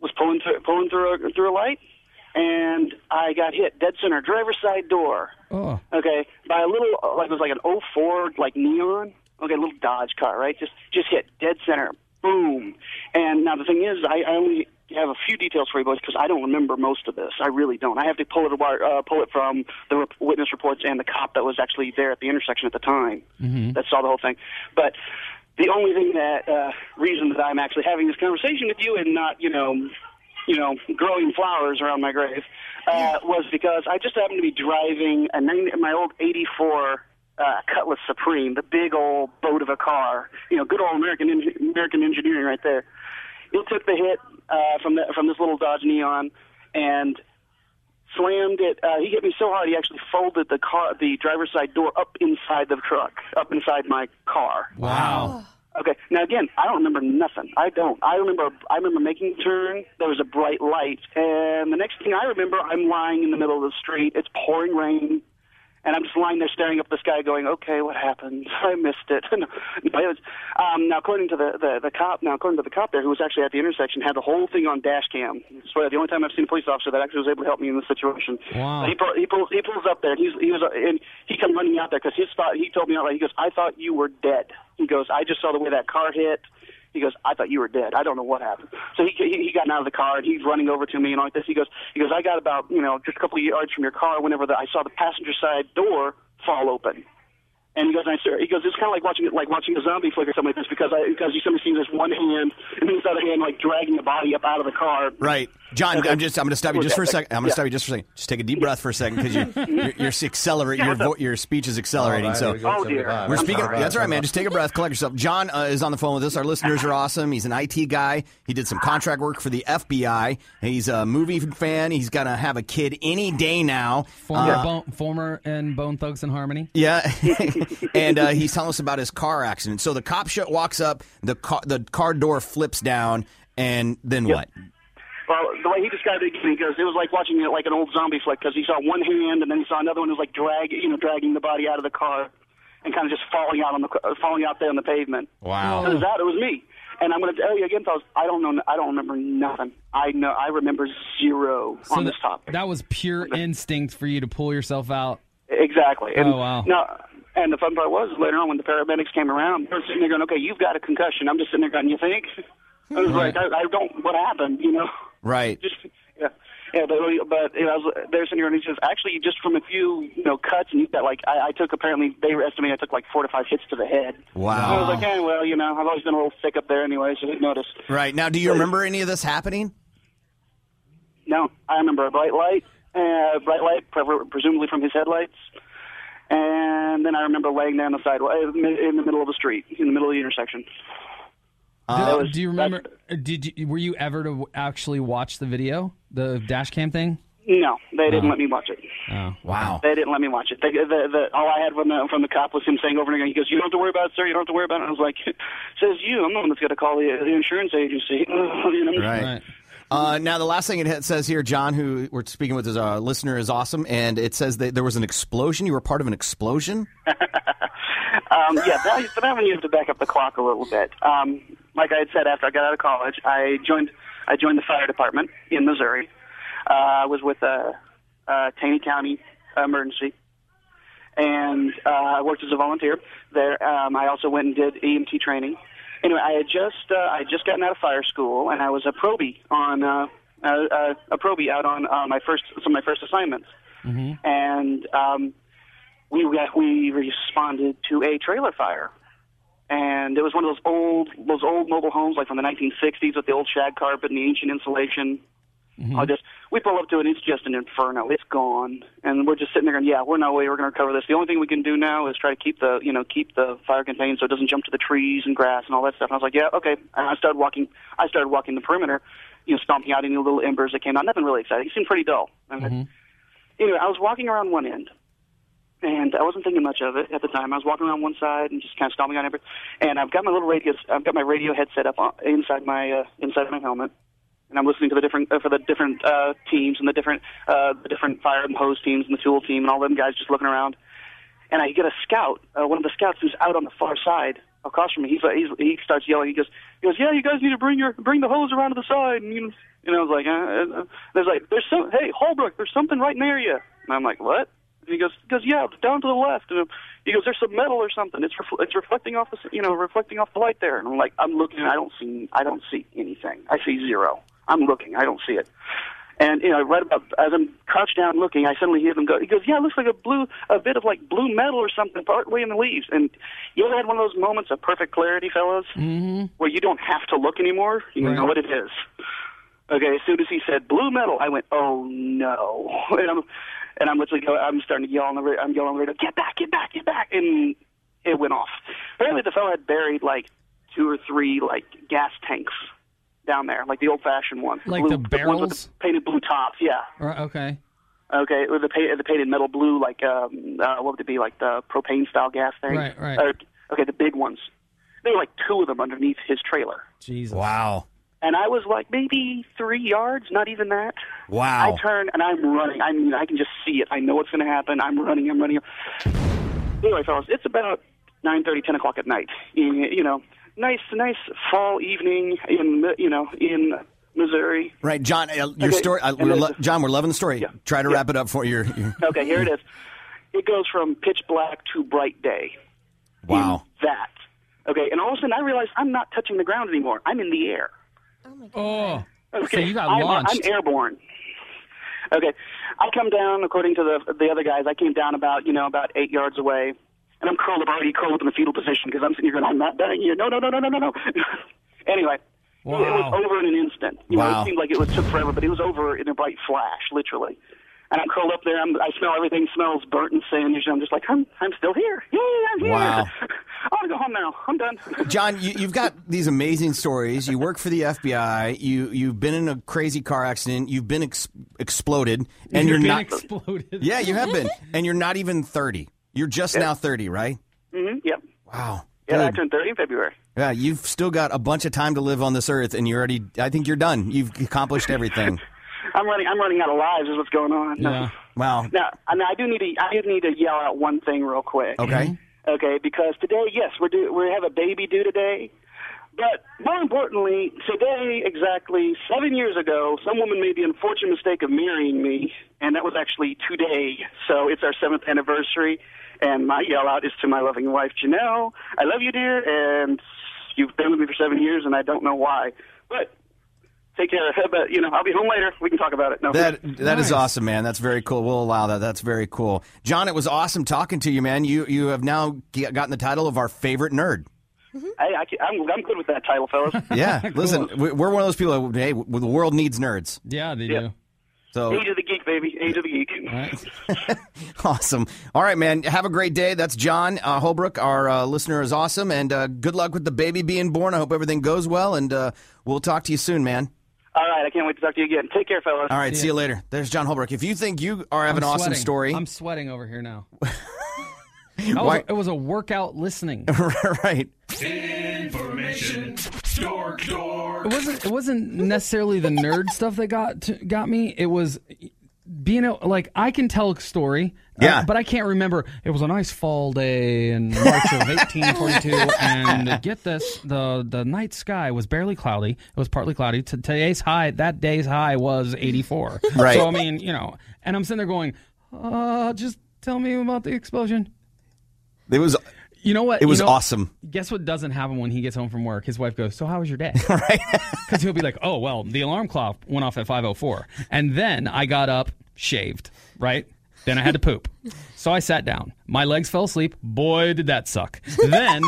Speaker 3: was pulling through, pulling through a, through a light, and I got hit dead center, driver's side door.
Speaker 8: Oh.
Speaker 3: Okay, by a little uh, like it was like an O four like neon. Okay, little Dodge car, right? Just just hit dead center, boom. And now the thing is, I, I only have a few details for you boys because I don't remember most of this. I really don't. I have to pull it apart- uh, pull it from the rep- witness reports and the cop that was actually there at the intersection at the time
Speaker 4: Mm-hmm.
Speaker 3: that saw the whole thing. But the only thing that uh, reason that I'm actually having this conversation with you and not, you know, you know, growing flowers around my grave uh, was because I just happened to be driving a 90, my old '84 uh, Cutlass Supreme, the big old boat of a car. You know, good old American en- American engineering right there. It took the hit uh, from the, from this little Dodge Neon and slammed it. Uh, he hit me so hard he actually folded the car, the driver's side door up inside the truck, up inside my car.
Speaker 8: Wow.
Speaker 3: Okay. Now again, I don't remember nothing. I don't. I remember. I remember making a turn. There was a bright light, and the next thing I remember, I'm lying in the middle of the street. It's pouring rain, and I'm just lying there staring up at the sky, going, "Okay, what happened? I missed it." No, it was- um, now, according to the, the the cop, now according to the cop there, who was actually at the intersection, had the whole thing on dash cam. It's probably the only time I've seen a police officer that actually was able to help me in this situation.
Speaker 8: Wow.
Speaker 3: He, pull, he pulls he pulls up there, and he's he was uh, and he come running out there because his thought he told me outright. He goes, "I thought you were dead." He goes, "I just saw the way that car hit." He goes, "I thought you were dead. I don't know what happened." So he he, he got out of the car and he's running over to me and all like this. He goes, "He goes, I got about you know just a couple of yards from your car. Whenever the, I saw the passenger side door fall open." And he goes, I sir. He goes, it's kind of like watching like watching a zombie flick or something like this because I because you sometimes see this one hand and then this other hand like dragging the body up out of the car.
Speaker 7: Right, John. I'm just. I'm going to stop you just for a second. I'm going to
Speaker 3: Yeah.
Speaker 7: stop you just for a second. Just take a deep breath for a second because you, you're, you're accelerating. Your vo- your speech is accelerating.
Speaker 5: All right,
Speaker 7: so
Speaker 5: here we go, Oh, dear. 75.
Speaker 7: we're speaking.
Speaker 5: I'm sorry.
Speaker 7: That's all right, man. Just take a breath. Collect yourself. John uh, is on the phone with us. Our listeners are awesome. He's an IT guy. He did some contract work for the FBI. He's a movie fan. He's going to have a kid any day now.
Speaker 8: Former,
Speaker 7: Uh,
Speaker 8: bone, former and Bone Thugs and Harmony.
Speaker 7: Yeah, and uh, he's telling us about his car accident. So the cop sh- walks up, the car, the car door flips down, and then what?
Speaker 3: Well, the way he described it, he goes, it was like watching it like an old zombie flick because he saw one hand and then he saw another one who was like drag, you know, dragging the body out of the car and kind of just falling out on the uh, falling out there on the pavement.
Speaker 7: Wow.
Speaker 3: It was that. It was me. And I'm going to tell you again, fellas. I don't know. I don't remember nothing. I know. I remember zero on
Speaker 8: that,
Speaker 3: this topic.
Speaker 8: that was pure instinct for you to pull yourself out.
Speaker 3: Exactly. And
Speaker 8: Oh, wow.
Speaker 3: No, and the fun part was later on when the paramedics came around, they were sitting there going, "Okay, you've got a concussion." I'm just sitting there going, "You think?" I was like, I, "I don't. What happened?" You know.
Speaker 7: Right.
Speaker 3: Just yeah, yeah. But but you know, I was there's sitting here and he says, "Actually, just from a few you know cuts and you got like I, I took apparently they were estimating I took like four to five hits to the head."
Speaker 7: Wow.
Speaker 3: I was like, "Eh, well, you know, I've always been a little thick up there anyway, so I didn't notice."
Speaker 7: Right now, do you remember any of this happening?
Speaker 3: No, I remember a bright light, uh, bright light, pre- presumably from his headlights, and then I remember laying down the sidewalk uh, in the middle of the street, in the middle of the intersection.
Speaker 8: Do- do you remember? Did you, were you ever to actually watch the video, the dash cam thing?
Speaker 3: No, they didn't let me watch it.
Speaker 8: Oh,
Speaker 7: wow.
Speaker 3: They didn't let me watch it. They, the, the, all I had from the, from the cop was him saying over and again, he goes, You don't have to worry about it, sir. You don't have to worry about it. I was like, Says you. I'm the one that's got to call the, the insurance agency. you know?
Speaker 7: Right. Uh, now, the last thing it ha- says here, John, who we're speaking with is a listener, is awesome, and it says that there was an explosion. You were part of an explosion.
Speaker 3: Um, yeah, that, for that one you have to back up the clock a little bit. Um, like I had said, after I got out of college, I joined I joined the fire department in Missouri. Uh, I was with uh, uh, Taney County Emergency, and uh, I worked as a volunteer there. Um, I also went and did EMT training. Anyway, I had just uh, I had just gotten out of fire school, and I was a probie on uh, uh, uh, a probie out on uh, my first some of my first assignments
Speaker 4: Mm-hmm.
Speaker 3: and um, we got, we responded to a trailer fire, and it was one of those old those old mobile homes like from the 1960s with the old shag carpet and the ancient insulation. I just we pull up to it, it's just an inferno. It's gone, and we're just sitting there going, "Yeah, we're no way we're going to recover this." The only thing we can do now is try to keep the you know keep the fire contained so it doesn't jump to the trees and grass and all that stuff. And I was like, "Yeah, okay." And I started walking. I started walking the perimeter, you know, stomping out any little embers that came out. Nothing really exciting. It seemed pretty dull. And it- anyway, I was walking around one end, and I wasn't thinking much of it at the time. I was walking around one side and just kind of stomping on everything. And I've got my little radio, I've got my radio headset up on, inside my uh, inside my helmet, and I'm listening to the different uh, for the different uh, teams and the different uh, the different fire and hose teams and the tool team and all them guys just looking around. And I get a scout, uh, one of the scouts who's out on the far side across from me. He's, like- he's he starts yelling. He goes, he goes, yeah, you guys need to bring your bring the hose around to the side. And, you know, and I was like, uh, uh, uh. there's like, there's some, hey Holbrook, there's something right near you. And I'm like, what? And he goes, he goes, yeah, it's down to the left. And he goes, there's some metal or something. It's refl- it's reflecting off the, s- you know, reflecting off the light there. And I'm like, I'm looking, I don't see, I don't see anything. I see zero. I'm looking, I don't see it. And you know, right about as I'm crouched down looking, I suddenly hear them go. He goes, "Yeah, it looks like a blue, a bit of like blue metal or something, partway in the leaves." And you ever had one of those moments of perfect clarity, fellas?
Speaker 4: Mm-hmm.
Speaker 3: where you don't have to look anymore. You know
Speaker 4: Right.
Speaker 3: what it is. Okay, as soon as he said blue metal, I went, oh no, and I'm and I'm literally go I'm starting to yell on the ra- I'm yelling on the radio, get back, get back, get back, and it went off. Apparently, the fellow had buried like two or three like gas tanks down there, like the old-fashioned ones,
Speaker 8: Like
Speaker 3: blue,
Speaker 8: the
Speaker 3: ones with
Speaker 8: barrels?
Speaker 3: the painted blue tops. Yeah,
Speaker 8: Or- okay.
Speaker 3: Okay, with the pa- the painted metal blue, like um, uh, what would it be, like the propane style gas thing?
Speaker 8: Right, right.
Speaker 3: Or, okay, the big ones. There were like two of them underneath his trailer,
Speaker 8: Jesus.
Speaker 12: Wow.
Speaker 3: and I was like maybe three yards, not even that.
Speaker 12: Wow.
Speaker 3: I turn and I'm running. I mean, I can just see it. I know what's going to happen. I'm running. I'm running. Anyway, fellas, it's about nine thirty, ten o'clock at night. You you know, nice, nice fall evening in Mi- you know in Missouri.
Speaker 7: Right, John. uh, Your
Speaker 3: Okay,
Speaker 7: story, uh,
Speaker 3: and
Speaker 7: we're
Speaker 3: then-
Speaker 7: lo- John. We're loving the story. Try to wrap it up for your. your
Speaker 3: Okay, here it is. It goes from pitch black to bright day.
Speaker 7: wow.
Speaker 3: That. Okay, and all of a sudden I realize I'm not touching the ground anymore. I'm in the air.
Speaker 8: Oh.
Speaker 3: Okay,
Speaker 8: So you got
Speaker 3: I'm,
Speaker 8: launched.
Speaker 3: I'm airborne. Okay, I come down. According to the the other guys, I came down about you know about eight yards away, and I'm curled up already curled up in the fetal position because I'm sitting here going, I'm not dying here. No, no, no, no, no, no, no. anyway, it
Speaker 4: Wow.
Speaker 3: was over in an instant. You know,
Speaker 4: Wow.
Speaker 3: it seemed like it was took forever, but it was over in a bright flash, literally. And I'm curled up there. I'm, I smell everything smells burnt and singed. and I'm just like, I'm I'm still here. Yay, I'm here.
Speaker 7: Wow.
Speaker 3: I want to go home now. I'm done.
Speaker 7: John, you, you've got these amazing stories. You work for the FBI. You you've been in a crazy car accident. You've been ex- exploded, and
Speaker 8: You've
Speaker 7: you're
Speaker 8: been
Speaker 7: not.
Speaker 8: exploded.
Speaker 7: yeah, you have been, and you're not even thirty. You're just now thirty, right?
Speaker 3: hmm Yep.
Speaker 7: Wow.
Speaker 3: Yeah, I
Speaker 7: Dude.
Speaker 3: turned 30 in February.
Speaker 7: Yeah, you've still got a bunch of time to live on this earth, and you already. I think you're done. You've accomplished everything.
Speaker 3: I'm running. I'm running out of lives. Is what's going on.
Speaker 7: Wow.
Speaker 3: Now, I mean, I do need to. I do need to yell out one thing real quick.
Speaker 7: Okay.
Speaker 10: Hmm?
Speaker 3: Okay. Because today, yes, we're due, we have a baby due today. But more importantly, today exactly seven years ago, some woman made the unfortunate mistake of marrying me, and that was actually today. So it's our seventh anniversary, and my yell out is to my loving wife Janelle. I love you, dear, and you've been with me for seven years, and I don't know why, but take care. But you know, I'll be home later. We can talk about it. No,
Speaker 7: That that is awesome, man. That's very cool. We'll allow that. That's very cool, John. It was awesome talking to you, man. You you have now g- gotten the title of our favorite nerd.
Speaker 3: Hey, I, can- I'm, I'm good with that title, fellas.
Speaker 7: Yeah, listen, we- we're one of those people. That, hey, w- the world needs nerds.
Speaker 8: Yeah, they
Speaker 3: Yeah. do.
Speaker 7: So
Speaker 3: Age of the geek, baby. Age of the geek.
Speaker 7: awesome. All right, man. Have a great day. That's John uh, Holbrook. Our uh, listener is awesome, and uh, good luck with the baby being born. I hope everything goes well, and uh, we'll talk to you soon, man.
Speaker 3: All right, I can't wait to talk to you again. Take care, fellas.
Speaker 7: All right, see you later. There's John Holbrook. If you think you are have an
Speaker 8: I'm
Speaker 7: awesome
Speaker 8: sweating.
Speaker 7: story,
Speaker 8: I'm sweating over here now. That was a- it was a workout listening.
Speaker 7: right.
Speaker 10: Information. Dork door.
Speaker 8: It wasn't. It wasn't necessarily the nerd stuff that got to, got me. It was being a, like I can tell a story, uh,
Speaker 7: Yeah.
Speaker 8: but I can't remember. It was a nice fall day in March of 1842, and uh, get this: the the night sky was barely cloudy. It was partly cloudy. T- today's high, that day's high was 84.
Speaker 10: Right.
Speaker 8: So I mean, you know, and I'm sitting there going, uh, just tell me about the explosion.
Speaker 7: it was.
Speaker 8: You know what?
Speaker 7: It was
Speaker 8: You know-
Speaker 7: awesome.
Speaker 8: Guess what doesn't happen when he gets home from work? His wife goes, "So how was your day?" right? Because he'll be like, "Oh well, the alarm clock went off at 5:04, and then I got up, shaved, right? Then I had to poop, so I sat down. My legs fell asleep. Boy, did that suck. Then,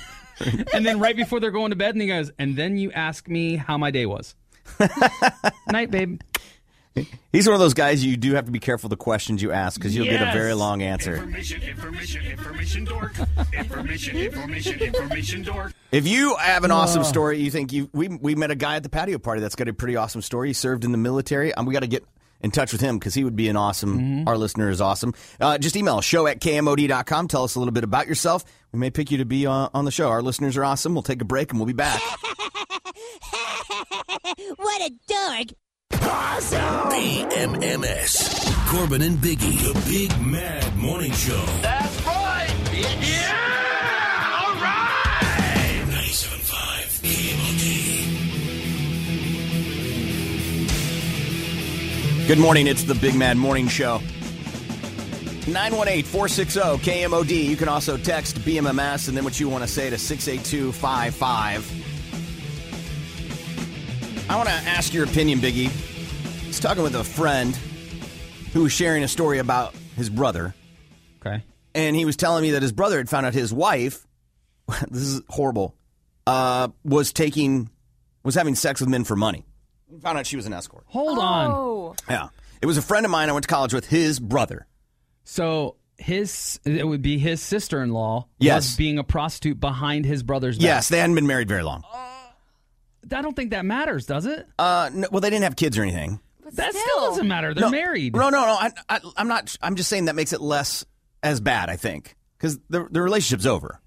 Speaker 8: and then right before they're going to bed, and he goes, "And then you ask me how my day was." Night, babe.
Speaker 7: He's one of those guys you do have to be careful the questions you ask because you'll get a
Speaker 10: Yes.
Speaker 7: very long answer.
Speaker 10: Information, information, information dork. Information, information, information dork.
Speaker 7: If you have an awesome
Speaker 10: Oh.
Speaker 7: story, you think you we we met a guy at the patio party that's got a pretty awesome story. He served in the military, and we got to get in touch with him because he would be an awesome. Our listener is awesome. Uh, just email show at kmod.com. Tell us a little bit about yourself. We may pick you to be uh, on, on the show. Our listeners are awesome. We'll take a break and we'll be back.
Speaker 10: What a dork. Awesome. BMMS. Corbin and Biggie. The Big Mad Morning Show. That's right. Yeah. All right. 97.5 KMOD.
Speaker 7: Good morning. It's the Big Mad Morning Show. 918 460 KMOD. You can also text BMMS and then what you want to say to 68255. I want to ask your opinion, Biggie. I was talking with a friend who was sharing a story about his brother.
Speaker 8: Okay.
Speaker 7: And he was telling me that his brother had found out his wife, this is horrible, uh, was taking, was having sex with men for money. Found out she was an escort.
Speaker 8: Hold on.
Speaker 7: Yeah. It was a friend of mine I went to college with, his brother.
Speaker 8: So his it would be his sister in law
Speaker 7: Yes.
Speaker 8: was being a prostitute behind his brother's back.
Speaker 7: Yes, they hadn't been married very long.
Speaker 8: I don't think that matters, does it?
Speaker 7: Uh, no, well, they didn't have kids or anything.
Speaker 8: that still, doesn't matter. They're
Speaker 7: no,
Speaker 8: married.
Speaker 7: No, no, no. I, I, I'm not. I'm just saying that makes it less as bad. I think because the the relationship's over.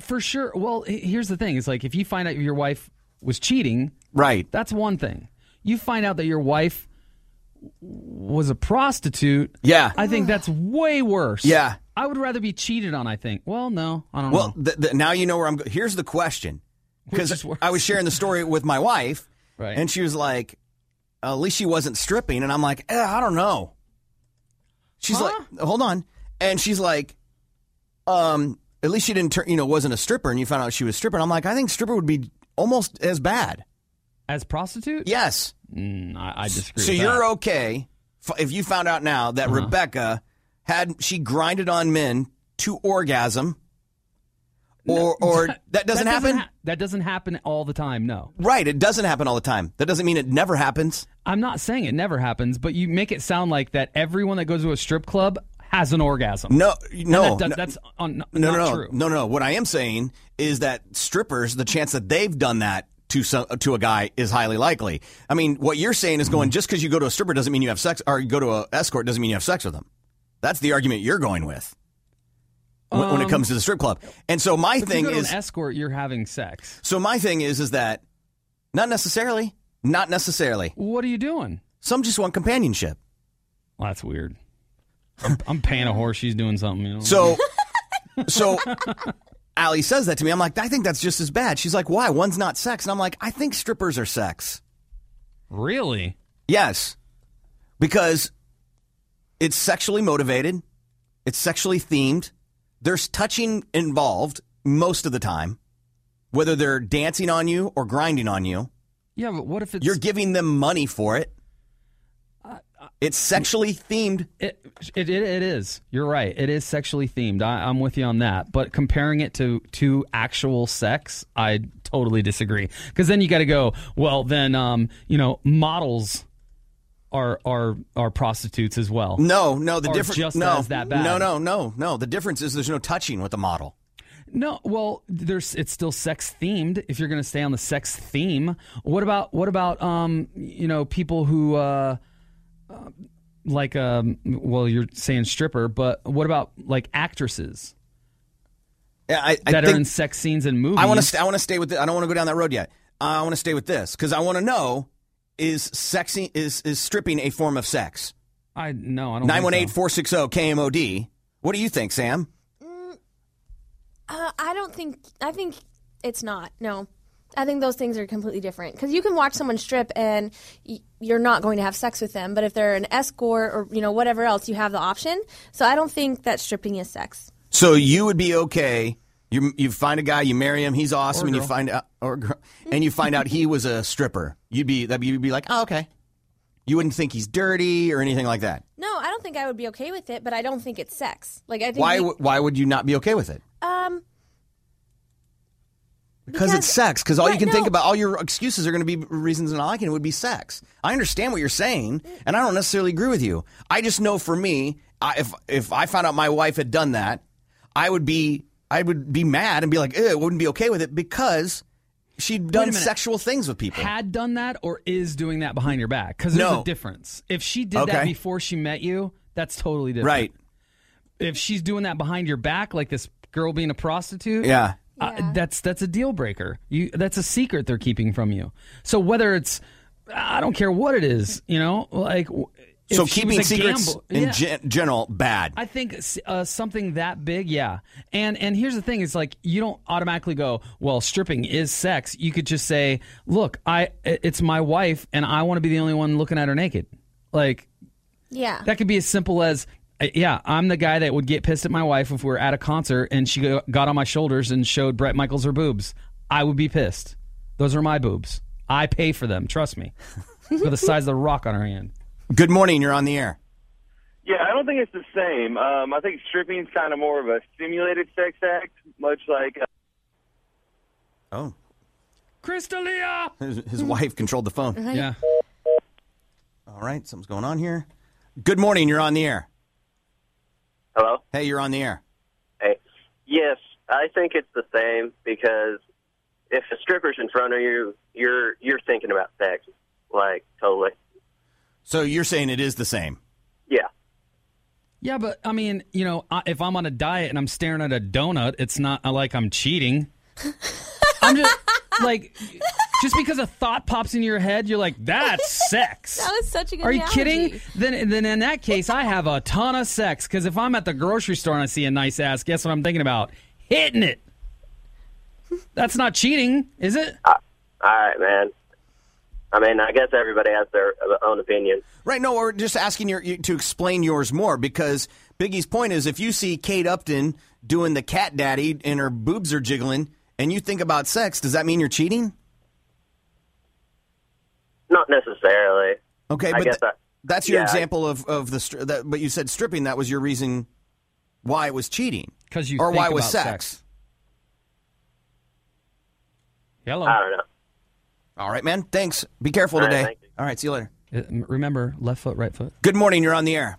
Speaker 8: For sure. Well, h- here's the thing: it's like if you find out your wife was cheating,
Speaker 7: right?
Speaker 8: That's one thing. You find out that your wife w- was a prostitute.
Speaker 7: Yeah,
Speaker 8: I think that's way worse.
Speaker 7: Yeah.
Speaker 8: I would rather be cheated on. I think. Well, no, I don't
Speaker 7: Well,
Speaker 8: know.
Speaker 7: th th now you know where I'm. Go- Here's the question. Because I was sharing the story with my wife,
Speaker 8: Right.
Speaker 7: and she was like, "At least she wasn't stripping," and I'm like, eh, "I don't know." She's like, "Hold on," and she's like, "Um, at least she didn't turn. You know, wasn't a stripper, and you found out she was a stripper." And I'm like, "I think stripper would be almost as bad
Speaker 8: as prostitute."
Speaker 7: Yes.
Speaker 8: Mm, I, I disagree.
Speaker 7: So
Speaker 8: with
Speaker 7: you're
Speaker 8: that. Uh-huh.
Speaker 7: okay f- if you found out now that Rebecca had she grinded on men to orgasm, or or that, doesn't
Speaker 8: that
Speaker 7: happen.
Speaker 8: ha- that doesn't happen all the time. No.
Speaker 7: right, it doesn't happen all the time. That doesn't mean it never happens.
Speaker 8: I'm not saying it never happens, but you make it sound like that everyone that goes to a strip club has an orgasm.
Speaker 7: No,
Speaker 8: And
Speaker 7: no,
Speaker 8: that-
Speaker 7: no.
Speaker 8: that's un-
Speaker 7: No,
Speaker 8: not
Speaker 7: no, no,
Speaker 8: true.
Speaker 7: no, no. What I am saying is that strippers, the chance that they've done that to some, to a guy is highly likely. I mean, what you're saying is
Speaker 8: Mm-hmm.
Speaker 7: going just because you go to a stripper doesn't mean you have sex, or you go to a escort doesn't mean you have sex with them. That's the argument you're going with when, when it
Speaker 8: Um,
Speaker 7: comes to the strip club. And so my
Speaker 8: If you
Speaker 7: thing
Speaker 8: go to
Speaker 7: is,
Speaker 8: an escort, you're having sex.
Speaker 7: so my thing is, is that not necessarily, not necessarily.
Speaker 8: What are you doing?
Speaker 7: Some just want companionship.
Speaker 8: Well, that's weird. I'm, I'm paying a horse. She's doing something. You know?
Speaker 7: So, so Allie says that to me. I'm like, I think that's just as bad. She's like, why? One's not sex. And I'm like, I think strippers are sex.
Speaker 8: Really?
Speaker 7: Yes. Because it's sexually motivated, it's sexually themed, there's touching involved most of the time, whether they're dancing on you or grinding on you.
Speaker 8: Yeah, but what if it's.
Speaker 7: You're giving them money for it. It's sexually themed.
Speaker 8: It, it, it is. You're right. It is sexually themed. I, I'm with you on that. But comparing it to to actual sex, I totally disagree. Because then you got to go. Well, then um, you know, models are are are prostitutes as well.
Speaker 7: No, no, the
Speaker 8: Or
Speaker 7: difference.
Speaker 8: just
Speaker 7: No,
Speaker 8: as that bad.
Speaker 7: no, no, no, no. The difference is there's no touching with the model.
Speaker 8: No, well, there's it's still sex themed. If you're going to stay on the sex theme, what about what about um you know people who uh, uh, like um well you're saying stripper, but what about like actresses
Speaker 7: Yeah, I, I
Speaker 8: that
Speaker 7: think
Speaker 8: are in sex scenes and movies?
Speaker 7: I want to. St- I want to stay with. Th- I don't want to go down that road yet. I want to stay with this because I want to know: is sexy is is stripping a form of sex?
Speaker 8: I no, I don't.
Speaker 7: Nine
Speaker 8: think
Speaker 7: one
Speaker 8: so.
Speaker 7: eight four six oh, zero KMOD. What do you think, Sam?
Speaker 9: Uh, I don't think. I think it's not. No, I think those things are completely different. Because you can watch someone strip and y- you're not going to have sex with them, but if they're an escort or you know whatever else, you have the option. So I don't think that stripping is sex.
Speaker 7: So you would be okay. You you find a guy, you marry him, he's awesome, and you
Speaker 9: girl.
Speaker 7: find out or girl, and you find out he was a stripper. You'd be that you'd be like, oh okay. You wouldn't think he's dirty or anything like that.
Speaker 9: No, I don't think I would be okay with it, but I don't think it's sex. Like I think
Speaker 7: Why
Speaker 9: we-
Speaker 7: w- why would you not be okay with it?
Speaker 9: um
Speaker 7: Because it's sex. Because all you
Speaker 9: Right,
Speaker 7: can think
Speaker 9: no.
Speaker 7: about, all your excuses are going to be reasons and all I can would be sex. I understand what you're saying, and I don't necessarily agree with you. I just know for me, I, if if I found out my wife had done that, I would be I would be mad and be like, "Ew, I wouldn't be okay with it because she'd done
Speaker 8: minute.
Speaker 7: sexual things with people.
Speaker 8: had done that or is doing that behind your back because there's
Speaker 7: No.
Speaker 8: a difference. If she did that
Speaker 7: Okay.
Speaker 8: before she met you, that's totally different.
Speaker 7: Right.
Speaker 8: If she's doing that behind your back, like this girl being a prostitute,
Speaker 7: Yeah.
Speaker 8: Uh, that's that's a deal breaker. You that's a secret they're keeping from you. So whether it's I don't care what it is, you know, like w-
Speaker 7: so
Speaker 8: if she
Speaker 7: keeping
Speaker 8: was a
Speaker 7: secrets
Speaker 8: gamble-
Speaker 7: in
Speaker 8: Yeah.
Speaker 7: gen- general bad.
Speaker 8: I think uh, something that big, yeah. And and here's the thing: it's like you don't automatically go, well, stripping is sex. You could just say, look, I it's my wife, and I want to be the only one looking at her naked. Like
Speaker 9: yeah.
Speaker 8: that could be as simple as, uh, yeah, I'm the guy that would get pissed at my wife if we were at a concert and she go- got on my shoulders and showed Brett Michaels her boobs. I would be pissed. Those are my boobs. I pay for them. Trust me. For the size of the rock on her hand.
Speaker 7: Good morning. You're on the air.
Speaker 24: Yeah, I don't think it's the same. Um, I think stripping's kind of more of a simulated sex act, much like. Uh,
Speaker 7: Oh,
Speaker 8: Crystalia.
Speaker 7: his, his wife controlled the phone.
Speaker 8: Right. Yeah.
Speaker 7: All right, something's going on here. Good morning. You're on the air.
Speaker 25: Hello.
Speaker 7: Hey, you're on the air.
Speaker 25: Hey. Yes, I think it's the same because if a stripper's in front of you, you're you're thinking about sex, like totally.
Speaker 7: So you're saying it is the same.
Speaker 25: Yeah.
Speaker 8: Yeah, but I mean, you know, I- if I'm on a diet and I'm staring at a donut, it's not uh, like I'm cheating. I'm just like, just because a thought pops into your head, you're like, that's sex.
Speaker 9: That was such a good.
Speaker 8: Are you
Speaker 9: analogy.
Speaker 8: kidding? Then, then in that case, I have a ton of sex because if I'm at the grocery store and I see a nice ass, guess what I'm thinking about? Hitting it. That's not cheating, is it?
Speaker 7: Uh,
Speaker 25: All right, man. I mean, I guess everybody has their own opinion.
Speaker 7: Right. No, we're just asking your, you to explain yours more because Biggie's point is if you see Kate Upton doing the cat daddy and her boobs are jiggling and you think about sex, does that mean you're cheating?
Speaker 25: Not necessarily.
Speaker 7: Okay,
Speaker 25: I
Speaker 7: but
Speaker 25: guess
Speaker 7: th-
Speaker 25: I-
Speaker 7: that's your
Speaker 25: yeah, I-
Speaker 7: example of of the. Stri- that, but you said stripping. That was your reason why it was cheating.
Speaker 8: 'Cause you
Speaker 7: or
Speaker 8: think
Speaker 7: why it was
Speaker 8: about
Speaker 7: sex.
Speaker 8: Hello.
Speaker 25: I don't know.
Speaker 7: All right, man. Thanks. Be careful
Speaker 8: All right,
Speaker 7: today.
Speaker 8: thank
Speaker 7: All right. See you later.
Speaker 8: Uh, Remember, left foot, right foot.
Speaker 7: Good morning. You're on the air.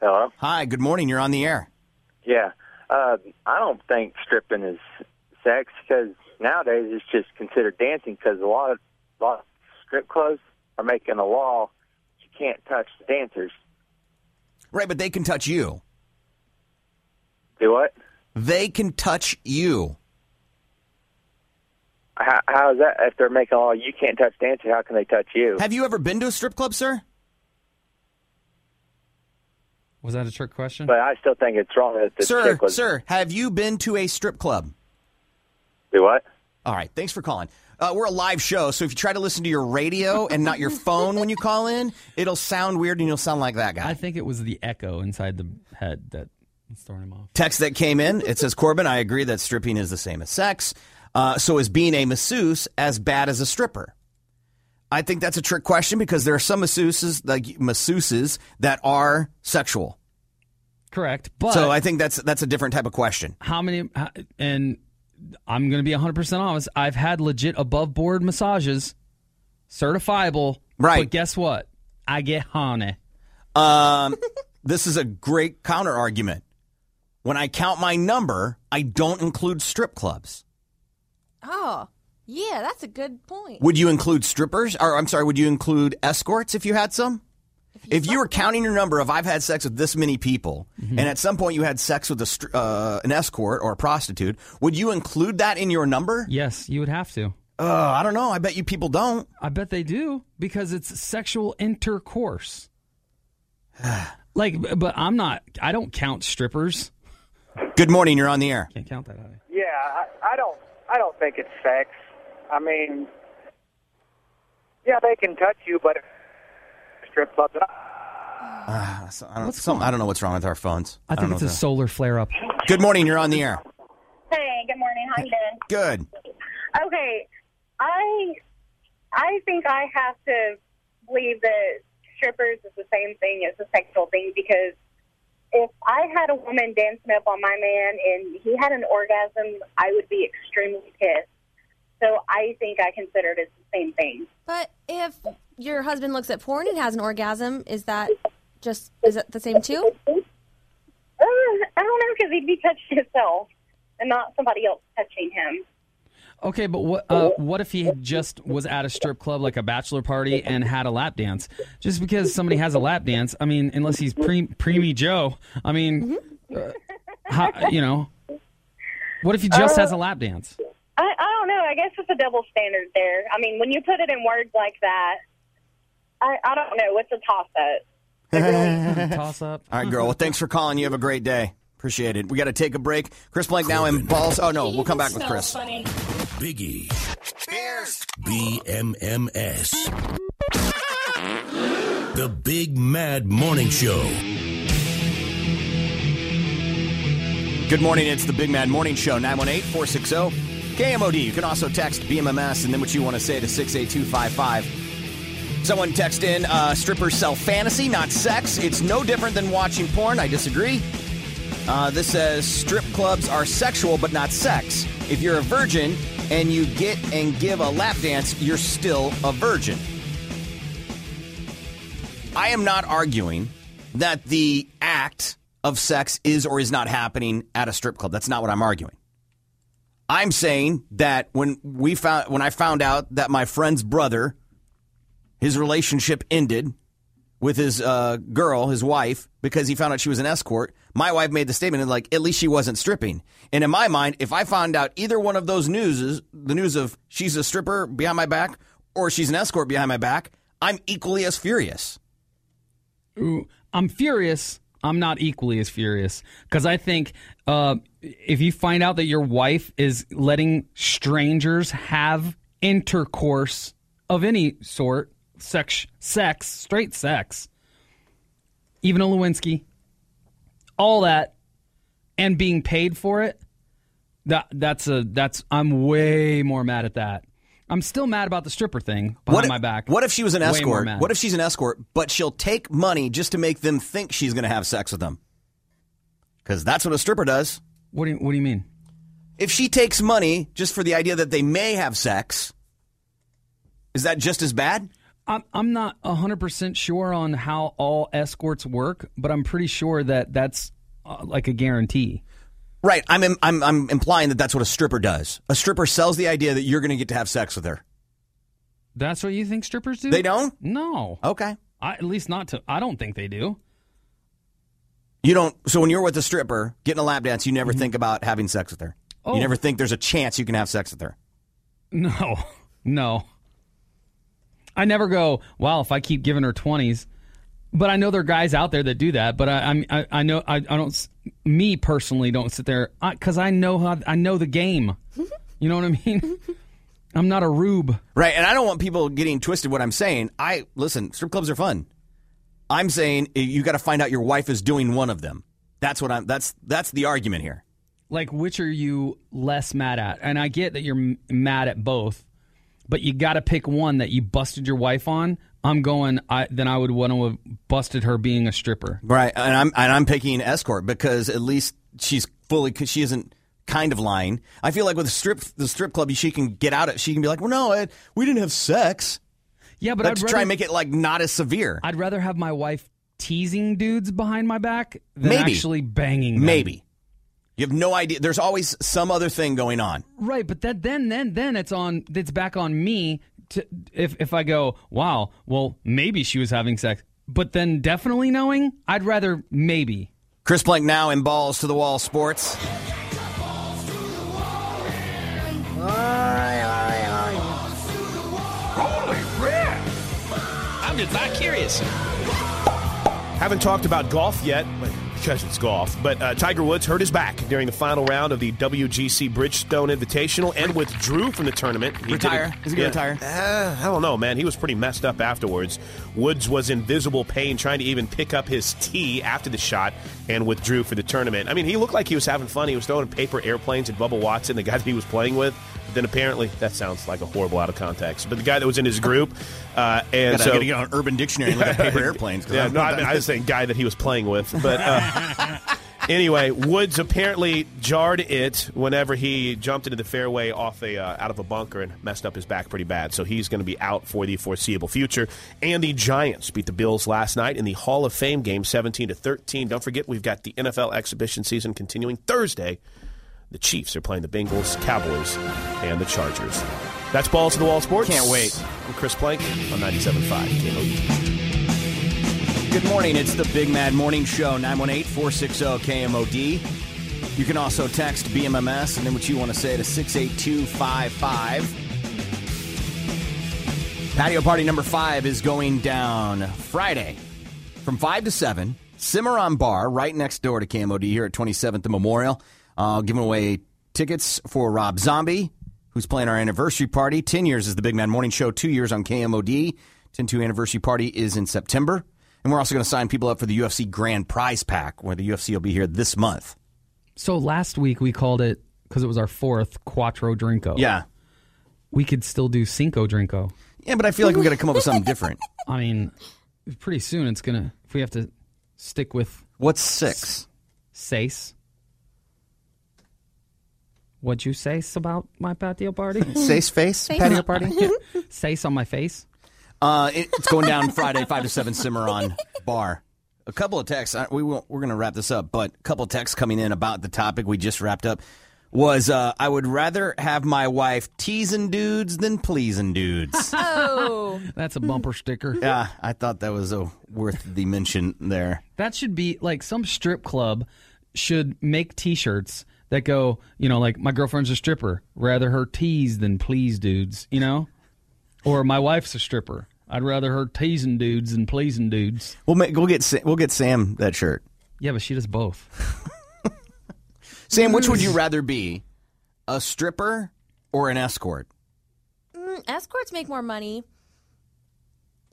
Speaker 25: Hello.
Speaker 7: Hi. Good morning. You're on the air.
Speaker 19: Yeah, uh, I don't think stripping is sex because nowadays it's just considered dancing because a lot of lot of strip clubs are making a law you can't touch the dancers.
Speaker 7: Right, but they can touch you.
Speaker 19: Do what?
Speaker 7: They can touch you.
Speaker 19: How, how is that? If they're making a law you can't touch dancers, how can they touch you?
Speaker 7: Have you ever been to a strip club, sir?
Speaker 8: Was that a trick question?
Speaker 19: But I still think it's wrong that the
Speaker 7: sir,
Speaker 19: strip clubs
Speaker 7: sir, have you been to a strip club?
Speaker 19: do what?
Speaker 7: All right. Thanks for calling. Uh, we're a live show, so if you try to listen to your radio and not your phone when you call in, it'll sound weird and you'll sound like that guy.
Speaker 8: I think it was the echo inside the head that was throwing him off.
Speaker 7: Text that came in. It says, Corbin, I agree that stripping is the same as sex. Uh, so is being a masseuse as bad as a stripper? I think that's a trick question because there are some masseuses, like masseuses, that are sexual.
Speaker 8: Correct. But
Speaker 7: so I think that's that's a different type of question.
Speaker 8: how many how- and i'm gonna be 100% honest i've had legit above board massages certifiable
Speaker 7: Right.
Speaker 8: but guess what i get honey
Speaker 7: Um, this is a great counter argument. When I count my number, I don't include strip clubs.
Speaker 9: Oh, yeah, that's a good point.
Speaker 7: Would you include strippers? Or I'm sorry, would you include escorts if you had some? If you were counting your number of I've had sex with this many people,
Speaker 8: Mm-hmm.
Speaker 7: and at some point you had sex with a str- uh, an escort or a prostitute, would you include that in your number?
Speaker 8: Yes, you would have to.
Speaker 7: Oh, I don't know. I bet you people don't.
Speaker 8: I bet they do because it's sexual intercourse.
Speaker 7: Ah.
Speaker 8: like, b- but I'm not. I don't count strippers.
Speaker 7: Good morning. You're on the air.
Speaker 8: Can't count that. honey.
Speaker 20: Yeah, I, I don't. I don't think it's sex. I mean, yeah, they can touch you, but strip clubs.
Speaker 7: Ah, so- I, don't, some, I don't know what's wrong with our phones.
Speaker 8: I think
Speaker 7: don't
Speaker 8: it's
Speaker 7: know
Speaker 8: a solar flare up.
Speaker 7: what the- Good morning. You're on the air.
Speaker 15: Hey, good morning. How you doing?
Speaker 7: Good.
Speaker 15: Okay, I I think I have to believe that strippers is the same thing as a sexual thing because if I had a woman dancing up on my man and he had an orgasm, I would be extremely pissed. So I think I consider it as the same thing.
Speaker 9: But if your husband looks at porn and has an orgasm, is that just is that the same too?
Speaker 15: Uh, I don't know because he'd be touching himself and not somebody else touching him.
Speaker 8: Okay, but what uh, what if he just was at a strip club like a bachelor party and had a lap dance? Just because somebody has a lap dance, I mean, unless he's pre- preemie Joe, I mean,
Speaker 7: Mm-hmm.
Speaker 8: uh, how, you know, what if he just has a lap dance?
Speaker 15: I, I don't know. I guess it's a double standard there. I mean, when you put it in words like that, I, I don't know. It's a toss up.
Speaker 8: Toss up.
Speaker 7: All right, girl. Well, thanks for calling. You have a great day. Appreciate it. We got to take a break. Chris Blank now in balls. Oh, no. We'll come back with Chris.
Speaker 26: Funny.
Speaker 10: Biggie. Beers. BMMS. The Big Mad Morning Show.
Speaker 7: Good morning. It's the Big Mad Morning Show, 918 460 KMOD. You can also text BMMS and then what you want to say to 68255. Someone text in uh, strippers sell fantasy, not sex. It's no different than watching porn. I disagree. Uh, this says strip clubs are sexual but not sex. If you're a virgin and you get and give a lap dance, you're still a virgin. I am not arguing that the act of sex is or is not happening at a strip club. That's not what I'm arguing. I'm saying that when we found when I found out that my friend's brother his relationship ended with his uh, girl, his wife, because he found out she was an escort. My wife made the statement, like, at least she wasn't stripping. And in my mind, if I found out either one of those news, the news of she's a stripper behind my back or she's an escort behind my back, I'm equally as furious.
Speaker 8: Ooh, I'm furious. I'm not equally as furious because I think uh, if you find out that your wife is letting strangers have intercourse of any sort, sex, sex, straight sex, even a Lewinsky, all that, and being paid for it, that that's a that's I'm way more mad at that. I'm still mad about the stripper thing behind
Speaker 7: if,
Speaker 8: my back.
Speaker 7: What if she was an
Speaker 8: Way more
Speaker 7: escort?
Speaker 8: mad.
Speaker 7: What if she's an escort, but she'll take money just to make them think she's going to have sex with them? Because that's what a stripper does.
Speaker 8: What do you, What do you mean?
Speaker 7: If she takes money just for the idea that they may have sex, is that just as bad?
Speaker 8: I'm I'm not hundred percent sure on how all escorts work, but I'm pretty sure that that's uh, like a guarantee.
Speaker 7: Right. I'm, im- I'm I'm implying that that's what a stripper does. A stripper sells the idea that you're going to get to have sex with her.
Speaker 8: That's what you think strippers do?
Speaker 7: They don't.
Speaker 8: No.
Speaker 7: Okay.
Speaker 8: I, at least not to. I don't think they do.
Speaker 7: You don't. So when you're with a stripper, getting a lap dance, you never think about having sex with her.
Speaker 8: Mm-hmm. Oh.
Speaker 7: You never think there's a chance you can have sex with her.
Speaker 8: No. No. I never go. Wow, if I keep giving her twenties, but I know there are guys out there that do that. But I I'm- I, I know I, I don't. s- Me personally, don't sit there because I know how I know the game. You know what I mean? I'm not a rube.
Speaker 7: Right, and I don't want people getting twisted what I'm saying. I listen, strip clubs are fun. I'm saying eh, you got to find out your wife is doing one of them. That's what I'm that's that's the argument here.
Speaker 8: like which are you less mad at and i get that you're m- mad at both but you gotta pick one that you busted your wife on i'm going i then i would want to have busted her being a stripper
Speaker 7: Right, and I'm and I'm picking escort because at least she's fully cause she isn't kind of lying. I feel like with the strip the strip club she can get out of she can be like, "Well, no, I, we didn't have sex."
Speaker 8: Yeah, but
Speaker 7: Let's try
Speaker 8: I'd rather-
Speaker 7: and make it like not as severe.
Speaker 8: i'd rather have my wife teasing dudes behind my back than
Speaker 7: Maybe.
Speaker 8: actually banging them.
Speaker 7: Maybe. You have no idea. There's always some other thing going on.
Speaker 8: Right, but that then then then it's on it's back on me to if if I go, "Wow, well, maybe she was having sex." But then definitely knowing, I'd rather maybe.
Speaker 7: Chris Plank now in balls to the wall sports.
Speaker 13: I'm just not curious. Haven't talked about golf yet, but because it's golf. But uh, Tiger Woods hurt his back during the final round of the WGC Bridgestone Invitational and withdrew from the tournament. He did
Speaker 7: Retire? Is he gonna retire?
Speaker 13: Uh, I don't know, man. He was pretty messed up afterwards. Woods was in visible pain trying to even pick up his tee after the shot and withdrew for the tournament. I mean, he looked like he was having fun. He was throwing paper airplanes at Bubba Watson, the guy that he was playing with. But then apparently, that sounds like a horrible out of context. But the guy that was in his group, uh, and
Speaker 7: Gotta-
Speaker 13: so
Speaker 7: gotta get on Urban Dictionary and look at paper airplanes, 'cause
Speaker 13: Yeah,
Speaker 7: I'm
Speaker 13: no,
Speaker 7: not
Speaker 13: I,
Speaker 7: that-
Speaker 13: mean, I was saying guy that he was playing with, but uh, anyway, Woods apparently jarred it whenever he jumped into the fairway off a uh, out of a bunker and messed up his back pretty bad. So he's going to be out for the foreseeable future. And the Giants beat the Bills last night in the Hall of Fame game, seventeen to thirteen. Don't forget, we've got the NFL exhibition season continuing Thursday. The Chiefs are playing the Bengals, Cowboys, and the Chargers. That's Balls to the Wall Sports.
Speaker 7: Can't wait.
Speaker 13: I'm Chris Plank on 97.5 KMOD.
Speaker 7: Good morning. It's the Big Mad Morning Show, 918 460 KMOD. You can also text BMMS and then what you want to say to 68255. Patio party number five is going down Friday from 5 to 7. Cimarron Bar, right next door to KMOD here at 27th and Memorial. Uh, giving away tickets for Rob Zombie, who's playing our anniversary party. 10 years is the Big Man Morning Show, two years on KMOD. 10 2 anniversary party is in September. And we're also going to sign people up for the UFC Grand Prize Pack, where the UFC will be here this month.
Speaker 8: So last week we called it cuz it was our fourth Quattro Drinko.
Speaker 7: Yeah.
Speaker 8: We could still do Cinco Drinko.
Speaker 7: Yeah, but I feel like we got to come up with something different.
Speaker 8: I mean, pretty soon it's going to if we have to stick with
Speaker 7: What's 6?
Speaker 8: Sace. What'd you say about my patio party?
Speaker 7: Sace face? Sace. Patio party?
Speaker 8: Sace on my face?
Speaker 7: Uh, it- it's going down Friday, five to seven, Cimarron Bar. A couple of texts. uh, We won't, we're going to wrap this up, but a couple of texts coming in about the topic we just wrapped up was uh, I would rather have my wife teasing dudes than pleasing dudes.
Speaker 8: Oh. That's a bumper sticker.
Speaker 7: yeah, I thought that was uh worth the mention there.
Speaker 8: That should be like some strip club should make t shirts that go, you know, like my girlfriend's a stripper. Rather her tease than please dudes, you know? Or my wife's a stripper. I'd rather her teasing dudes than pleasing dudes.
Speaker 7: We'll make, we'll get Sa- we'll get Sam that shirt.
Speaker 8: Yeah, but she does both.
Speaker 7: Sam, which would you rather be, a stripper or an escort?
Speaker 9: Mm, escorts make more money.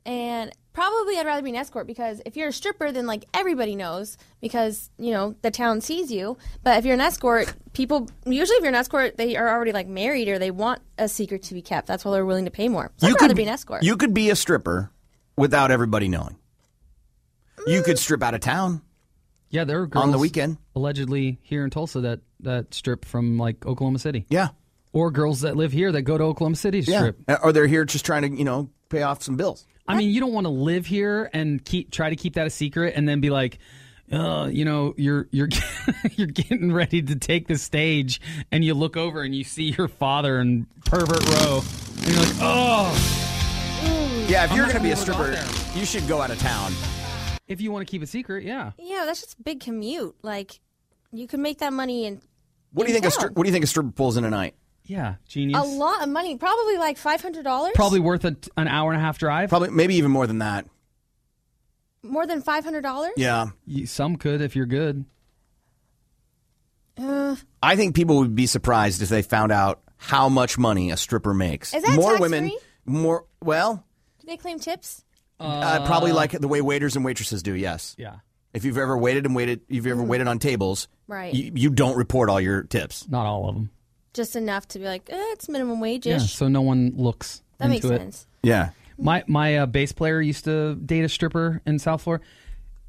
Speaker 9: And probably I'd rather be an escort because if you're a stripper, then like everybody knows because, you know, the town sees you. But if you're an escort, people usually if you're an escort, they are already like married or they want a secret to be kept. That's why they're willing to pay more. So I'd rather be an escort.
Speaker 7: You could be a stripper without everybody knowing. You could strip out of town.
Speaker 8: Yeah, there were girls
Speaker 7: On the weekend.
Speaker 8: allegedly here in Tulsa that that strip from like Oklahoma City.
Speaker 7: Yeah,
Speaker 8: or girls that live here that go to Oklahoma City to strip.
Speaker 7: Yeah. Or they're here just trying to, you know, pay off some bills.
Speaker 8: I mean, you don't want to live here and keep try to keep that a secret, and then be like, uh, you know, you're you're you're getting ready to take the stage, and you look over and you see your father and pervert row, and you're like, oh.
Speaker 7: Yeah, if
Speaker 8: I'm
Speaker 7: you're
Speaker 8: not
Speaker 7: going to be a
Speaker 8: able go out
Speaker 7: stripper,
Speaker 8: there.
Speaker 7: you should go out of town.
Speaker 8: if you want to keep it secret, yeah.
Speaker 9: Yeah, that's just a big commute. Like you could make that money in
Speaker 7: What do you think? A stri- what do you think a stripper pulls in a night?
Speaker 8: Yeah, genius.
Speaker 9: a lot of money, probably like five hundred dollars.
Speaker 8: Probably worth a, an hour and a half drive.
Speaker 7: Probably, maybe even more than that.
Speaker 9: more than five hundred dollars.
Speaker 7: Yeah,
Speaker 8: some could if you're good.
Speaker 9: Uh,
Speaker 7: I think people would be surprised if they found out how much money a stripper makes.
Speaker 9: Is that
Speaker 7: more
Speaker 9: tax-free?
Speaker 7: women? More well,
Speaker 9: do they claim tips?
Speaker 7: uh, probably like the way waiters and waitresses do. Yes.
Speaker 8: Yeah.
Speaker 7: If you've ever waited and waited, if you've ever waited on tables,
Speaker 9: Hmm. Right.
Speaker 7: You, you don't report all your tips.
Speaker 8: Not all of them.
Speaker 9: just enough to be like, eh, it's minimum wage
Speaker 8: Yeah,
Speaker 9: ish.
Speaker 8: so no one looks
Speaker 9: That makes
Speaker 8: into it.
Speaker 9: sense.
Speaker 7: Yeah.
Speaker 8: My my uh, bass player used to date a stripper in South Florida.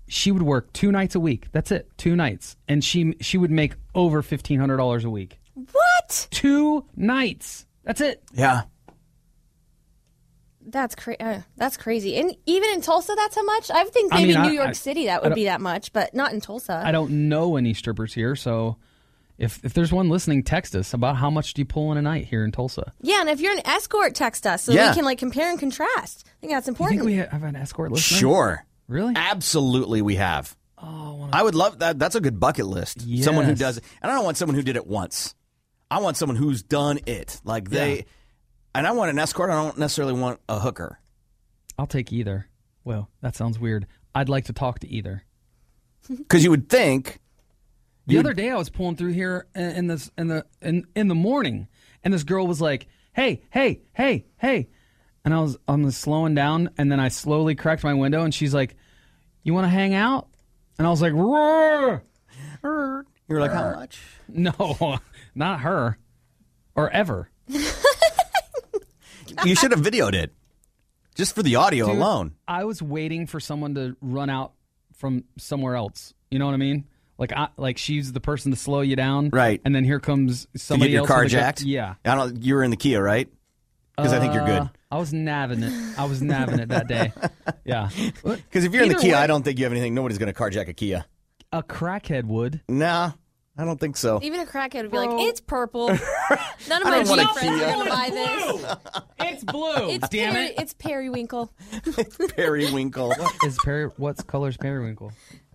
Speaker 8: She would work two nights a week. That's it, two nights, and she she would make over fifteen hundred dollars a week.
Speaker 9: What?
Speaker 8: Two nights. That's it.
Speaker 7: Yeah.
Speaker 9: That's cra- uh, that's crazy. And even in Tulsa, that's how much. I would think
Speaker 8: I
Speaker 9: maybe
Speaker 8: mean, I-
Speaker 9: New York
Speaker 8: I-
Speaker 9: City that
Speaker 8: I
Speaker 9: would
Speaker 8: don't-
Speaker 9: be that much, but not in Tulsa.
Speaker 8: I don't know any strippers here, so If if there's one listening, text us about how much do you pull in a night here in Tulsa.
Speaker 9: Yeah, and if you're an escort, text us so
Speaker 8: Yeah.
Speaker 9: we can like compare and contrast. I think that's important.
Speaker 8: we have an escort listener?
Speaker 7: Sure.
Speaker 8: Really?
Speaker 7: Absolutely, we have. Oh, I would love that. That's a good bucket list. Someone who does it. And I don't want someone who did it once. I want someone who's done it. Like they.
Speaker 8: Yeah.
Speaker 7: And I want an escort. I don't necessarily want a hooker.
Speaker 8: I'll take either. Well, that sounds weird. I'd like to talk to either.
Speaker 7: Because you would think
Speaker 8: The other day I was pulling through here in in this in the in, in the morning, and this girl was like, "Hey, hey, hey, hey," and I was I'm just slowing down, and then I slowly cracked my window, and she's like, "You want to hang out?" And I was like, "Roar!"
Speaker 7: You're like, "How much?"
Speaker 8: No, not her, or ever.
Speaker 7: you should have videoed it just for the audio
Speaker 8: Dude,
Speaker 7: alone.
Speaker 8: I was waiting for someone to run out from somewhere else. You know what I mean? Like, I, like she's the person to slow you down, right? And then here comes somebody
Speaker 7: to get your
Speaker 8: else
Speaker 7: car
Speaker 8: in the car-
Speaker 7: jacked.
Speaker 8: yeah,
Speaker 7: I don't. You were in the Kia, right? Because I think you're
Speaker 8: Uh,
Speaker 7: good.
Speaker 8: I was navin it. I was navin it that day. Yeah,
Speaker 7: Because if you're in the
Speaker 8: either
Speaker 7: Kia,
Speaker 8: way-
Speaker 7: I don't think you have anything. Nobody's going to carjack a Kia.
Speaker 8: a crackhead would.
Speaker 7: Nah, I don't think so.
Speaker 9: Even a crackhead would be like, "It's purple. None of
Speaker 7: Oh. I
Speaker 9: my
Speaker 7: don't wanna
Speaker 9: G friends
Speaker 7: see
Speaker 9: are
Speaker 7: it.
Speaker 9: gonna buy this.
Speaker 8: It's blue.
Speaker 9: It's
Speaker 8: Damn
Speaker 9: peri-
Speaker 8: it.
Speaker 9: It's periwinkle.
Speaker 7: Periwinkle.
Speaker 8: what is peri? What's color's periwinkle?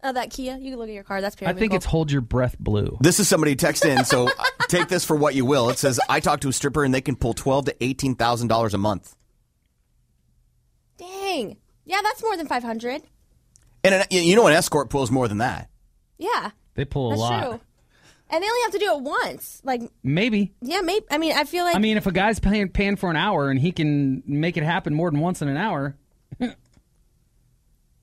Speaker 9: Oh, that Kia. You can look at your car. That's
Speaker 8: I
Speaker 9: periwinkle.
Speaker 8: think it's hold your breath blue.
Speaker 7: This is somebody text in, so uh, take this for what you will. It says, "I talked to a stripper, and they can pull twelve to eighteen thousand dollars a month."
Speaker 9: Dang. Yeah, that's more than 500.
Speaker 7: And an, you know, an escort pulls more than that.
Speaker 9: Yeah,
Speaker 8: They pull
Speaker 9: that's true. And they only have to do it once. Like,
Speaker 8: Maybe.
Speaker 9: yeah, maybe. I mean, I feel like
Speaker 8: I mean, if a guy's paying paying for an hour and he can make it happen more than once in an hour,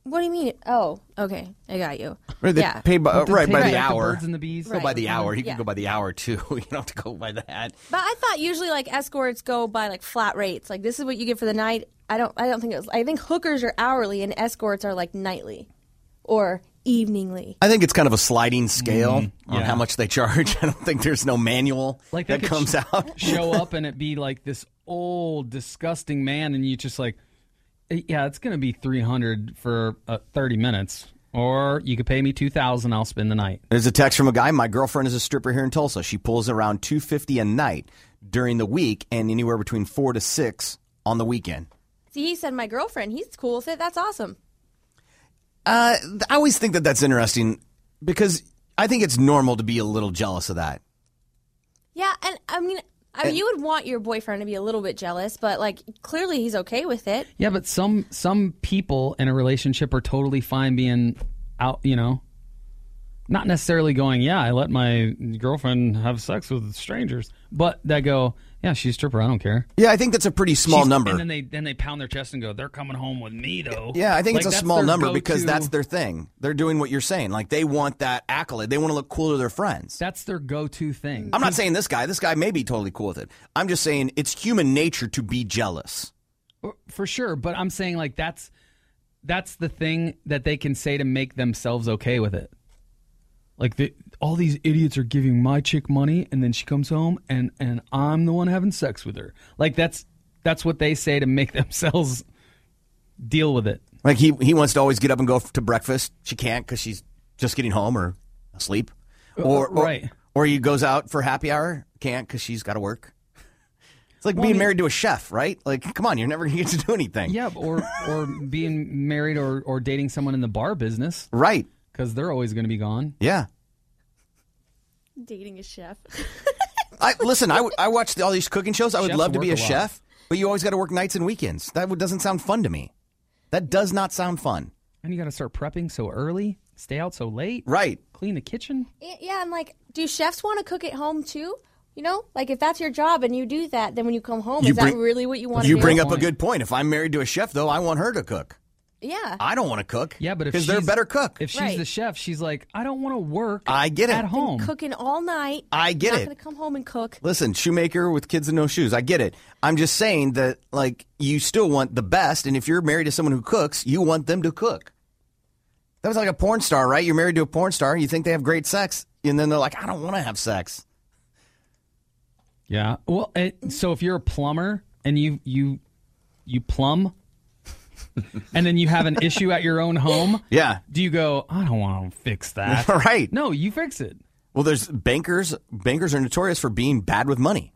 Speaker 9: What do you mean? Oh, okay, I got you.
Speaker 7: Right, they
Speaker 9: yeah,
Speaker 7: pay by,
Speaker 8: Well, they
Speaker 7: right, by the
Speaker 8: take like the
Speaker 7: hour.
Speaker 8: birds and the bees.
Speaker 7: Go by
Speaker 9: Right.
Speaker 7: the hour. You
Speaker 9: Yeah.
Speaker 7: can go by the hour too. You don't have to go by that.
Speaker 9: but I thought usually like escorts go by like flat rates. Like this is what you get for the night. I don't. I don't think it was. I think hookers are hourly and escorts are like nightly, or eveningly.
Speaker 7: I think it's kind of a sliding scale on
Speaker 8: Mm-hmm. yeah.
Speaker 7: how much they charge. I don't think there's no manual
Speaker 8: like they
Speaker 7: that
Speaker 8: could
Speaker 7: comes
Speaker 8: sh-
Speaker 7: out.
Speaker 8: show up and it be like this old disgusting man, and you just like, yeah, it's gonna be three hundred for uh, thirty minutes, or you could pay me two thousand. I'll spend the night.
Speaker 7: There's a text from a guy. My girlfriend is a stripper here in Tulsa. She pulls around 250 a night during the week and anywhere between 4 to 6 on the weekend.
Speaker 9: See, he said my girlfriend. He's cool with it. That's awesome.
Speaker 7: Uh, th- I always think that that's interesting because I think it's normal to be a little jealous of that.
Speaker 9: Yeah, and I mean, I you would want your boyfriend to be a little bit jealous, but like clearly he's okay with it.
Speaker 8: Yeah, but some some people in a relationship are totally fine being out. You know, not necessarily going. Yeah, I let my girlfriend have sex with strangers, but they go. Yeah, she's a stripper. I don't care.
Speaker 7: Yeah, I think that's a pretty small
Speaker 8: She's-
Speaker 7: number.
Speaker 8: And then they then they pound their chest and go, "They're coming home with me, though."
Speaker 7: Yeah, I think
Speaker 8: Like,
Speaker 7: it's a
Speaker 8: that's
Speaker 7: small
Speaker 8: their
Speaker 7: number because
Speaker 8: go-to-
Speaker 7: that's their thing. They're doing what you're saying. Like they want that accolade. They want to look cool to their friends.
Speaker 8: that's their go-to thing.
Speaker 7: I'm not saying this guy. This guy may be totally cool with it. I'm just saying it's human nature to be jealous.
Speaker 8: for sure, but I'm saying like that's that's the thing that they can say to make themselves okay with it. Like the, all these idiots are giving my chick money, and then she comes home, and and I'm the one having sex with her. Like that's that's what they say to make themselves deal with it.
Speaker 7: Like he he wants to always get up and go f- to breakfast. She can't because she's just getting home or asleep, or, or
Speaker 8: Uh, right.
Speaker 7: Or he goes out for happy hour. Can't because she's got to work. It's like
Speaker 8: Well, I
Speaker 7: being
Speaker 8: mean-
Speaker 7: married to a chef, right? Like, come on, you're never gonna get to do anything.
Speaker 8: Yeah, or or being married or or dating someone in the bar business,
Speaker 7: right?
Speaker 8: Because they're always going to be gone.
Speaker 7: Yeah.
Speaker 9: Dating a chef.
Speaker 7: I listen. I would- I watch all these cooking shows. I would
Speaker 8: Chefs
Speaker 7: love to be a
Speaker 8: work a lot.
Speaker 7: chef, but you always got to work nights and weekends. That would- doesn't sound fun to me. That does not sound fun.
Speaker 8: And you got to start prepping so early, stay out so late,
Speaker 7: right?
Speaker 8: Clean the kitchen.
Speaker 9: Y- Yeah, and like, do chefs want to cook at home too? You know, like if that's your job and you do that, then when you come home,
Speaker 7: You
Speaker 9: is
Speaker 7: bring-
Speaker 9: that really what you want to do?
Speaker 7: You bring up a good point. If I'm married to a chef, though, I want her to cook.
Speaker 9: Yeah.
Speaker 7: I don't want to cook.
Speaker 8: Yeah, but if
Speaker 7: because they're a
Speaker 8: she's-
Speaker 7: better cook.
Speaker 8: If she's the chef, she's like, I don't want to work.
Speaker 7: I get it.
Speaker 8: at home.
Speaker 9: Cooking all night.
Speaker 7: I get
Speaker 9: not
Speaker 7: it.
Speaker 9: Not going to come home and cook.
Speaker 7: Listen, shoemaker with kids and no shoes. I get it. I'm just saying that, like, you still want the best, and if you're married to someone who cooks, you want them to cook. That was like a porn star, right? You're married to a porn star, you think they have great sex, and then they're like, I don't want to have sex.
Speaker 8: Yeah. Well, it, so if you're a plumber and you you you plumb, and then you have an issue at your own home,
Speaker 7: yeah.
Speaker 8: Do you go? I don't want to fix that.
Speaker 7: right.
Speaker 8: No, you fix it.
Speaker 7: Well, there's bankers. Bankers are notorious for being bad with money,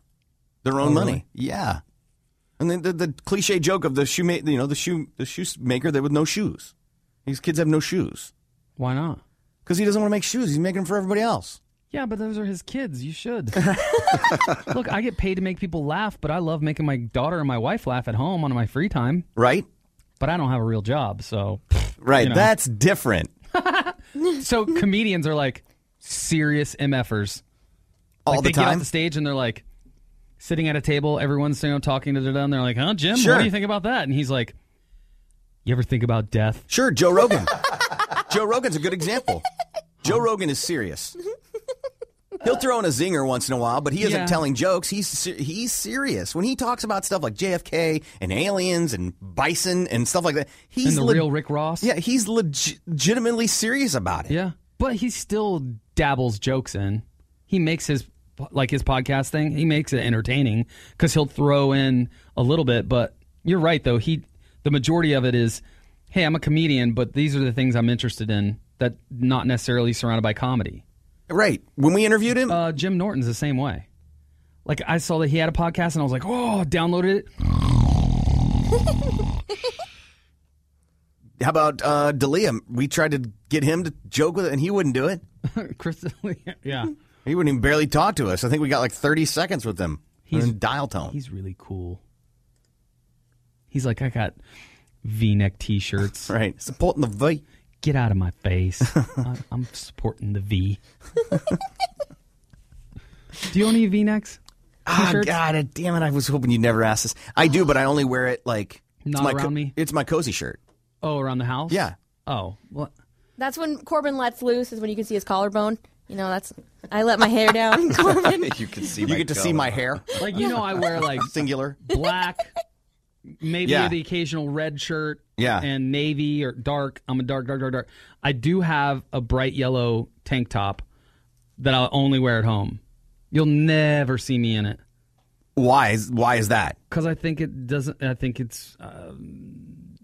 Speaker 7: their own
Speaker 10: Oh,
Speaker 7: money.
Speaker 10: really?
Speaker 7: Yeah, and then the, the cliche joke of the shoemaker, you know, the shoe the shoemaker that with no shoes. These kids have no shoes.
Speaker 8: Why not?
Speaker 7: Because he doesn't want to make shoes. He's making them for everybody else.
Speaker 8: Yeah, but those are his kids. You should. Look, I get paid to make people laugh, but I love making my daughter and my wife laugh at home on my free time.
Speaker 7: Right.
Speaker 8: But I don't have a real job, so.
Speaker 7: Right.
Speaker 8: you know.
Speaker 7: That's different.
Speaker 8: so comedians are like serious mfers
Speaker 7: All
Speaker 8: Like,
Speaker 7: the
Speaker 8: they Get
Speaker 7: time?
Speaker 8: off the stage and they're like sitting at a table. Everyone's you know talking to their done. They're like, "Huh, Jim?
Speaker 7: Sure.
Speaker 8: What do you think about that?" And he's like, "You ever think about death?"
Speaker 7: Sure, Joe Rogan. Joe Rogan's a good example. Joe Rogan is serious. He'll throw in a zinger once in a while, but he isn't
Speaker 10: Yeah.
Speaker 7: telling jokes. He's ser- he's serious when he talks about stuff like JFK and aliens and bison and stuff like that. He's
Speaker 8: the real Rick Ross.
Speaker 7: Yeah, he's leg- legitimately serious about it.
Speaker 8: Yeah, but he still dabbles jokes in. He makes his like his podcast thing. He makes it entertaining because he'll throw in a little bit. But you're right though. He the majority of it is, hey, I'm a comedian, but these are the things I'm interested in that not necessarily surrounded by comedy.
Speaker 7: Right. When we interviewed him,
Speaker 8: uh, Jim Norton's the same way. Like I saw that he had a podcast and I was like, oh, downloaded it.
Speaker 7: How about uh, Dalia? We tried to get him to joke with it, and he wouldn't do it.
Speaker 8: Chris D'Elia, yeah.
Speaker 7: He wouldn't even barely talk to us. I think we got like 30 seconds with him. He's in dial tone.
Speaker 8: He's really cool. He's like, I got V-neck T-shirts.
Speaker 7: right, supporting the V.
Speaker 8: Get out of my face! I, I'm supporting the V. do you own any V-necks?
Speaker 7: Ah,
Speaker 8: T-shirts?
Speaker 7: God, uh, damn it! I was hoping you'd never ask this. I do, but I only wear it like it's
Speaker 8: Not
Speaker 7: my
Speaker 8: around me?
Speaker 7: It's my cozy shirt.
Speaker 8: Oh, around the house?
Speaker 7: Yeah.
Speaker 8: Oh, well,
Speaker 9: That's when Corbin lets loose, is when you can see his collarbone. You know, that's. I let my hair down, Corbin.
Speaker 7: you
Speaker 8: Oh
Speaker 7: can see. You get to see my hair.
Speaker 8: Like you know, I wear like
Speaker 7: singular
Speaker 8: black, maybe
Speaker 7: Yeah.
Speaker 8: the occasional red shirt.
Speaker 7: Yeah.
Speaker 8: and navy or dark. I'm a dark, dark, dark, dark. I do have a bright yellow tank top that I'll only wear at home. You'll never see me in it.
Speaker 7: Why is why is that?
Speaker 8: Because I think it doesn't. I think it's um,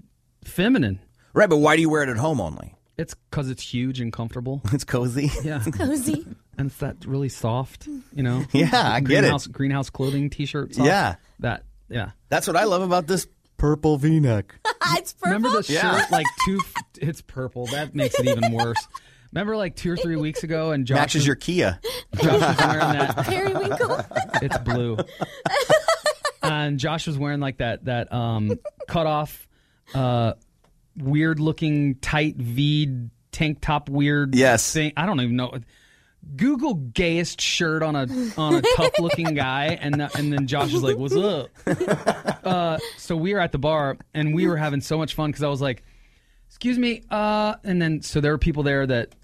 Speaker 8: feminine.
Speaker 7: Right, but why do you wear it at home only?
Speaker 8: It's because it's huge and comfortable.
Speaker 7: It's cozy.
Speaker 8: Yeah,
Speaker 9: cozy.
Speaker 8: And it's that really soft, you know.
Speaker 7: Yeah, I get it.
Speaker 8: greenhouse, Greenhouse clothing T-shirt. soft.
Speaker 7: Yeah.
Speaker 8: that. Yeah,
Speaker 7: That's what I love about this purple V-neck.
Speaker 9: it's purple.
Speaker 8: Remember the
Speaker 7: Yeah.
Speaker 8: shirt? Like two, it's purple. That makes it even worse. Remember, like two or three weeks ago, and Josh
Speaker 7: Matches
Speaker 8: was-
Speaker 7: your Kia.
Speaker 8: Josh was wearing that.
Speaker 9: Periwinkle.
Speaker 8: It's blue. and Josh was wearing like that that um, cut off, uh, weird looking tight V tank top weird
Speaker 7: Yes.
Speaker 8: thing. I don't even know. Google gayest shirt on a on a tough looking guy, and that, and then Josh is like, "What's up?" Uh, so we were at the bar, and we were having so much fun because I was like, "Excuse me," uh, and then so there were people there that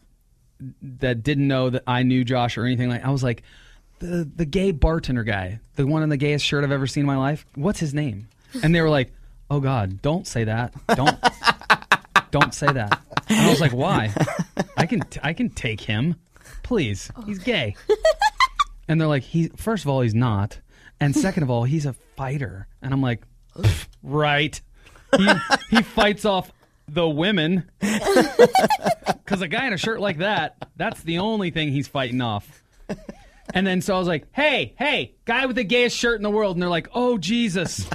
Speaker 8: that didn't know that I knew Josh or anything like. I was like, the the gay bartender guy, the one in the gayest shirt I've ever seen in my life. What's his name? And they were like, "Oh God, don't say that. Don't don't say that." And I was like, "Why? I can I can take him, please. He's gay." And they're like, "He first of all, he's not, and second of all, he's a fighter." And I'm like, "Pff, "Right." He, he fights off the women because a guy in a shirt like that, that's the only thing he's fighting off. And then so I was like, hey, hey, guy with the gayest shirt in the world. And they're like, oh, Jesus.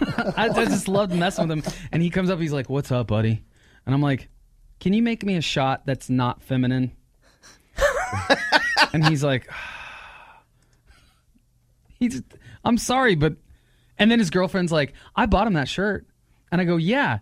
Speaker 8: I, I just loved messing with him. And he comes up, he's like, what's up, buddy? And I'm like, can you make me a shot that's not feminine? and he's like, he's, I'm sorry, but. And then his girlfriend's like, I bought him that shirt. And I go, yeah.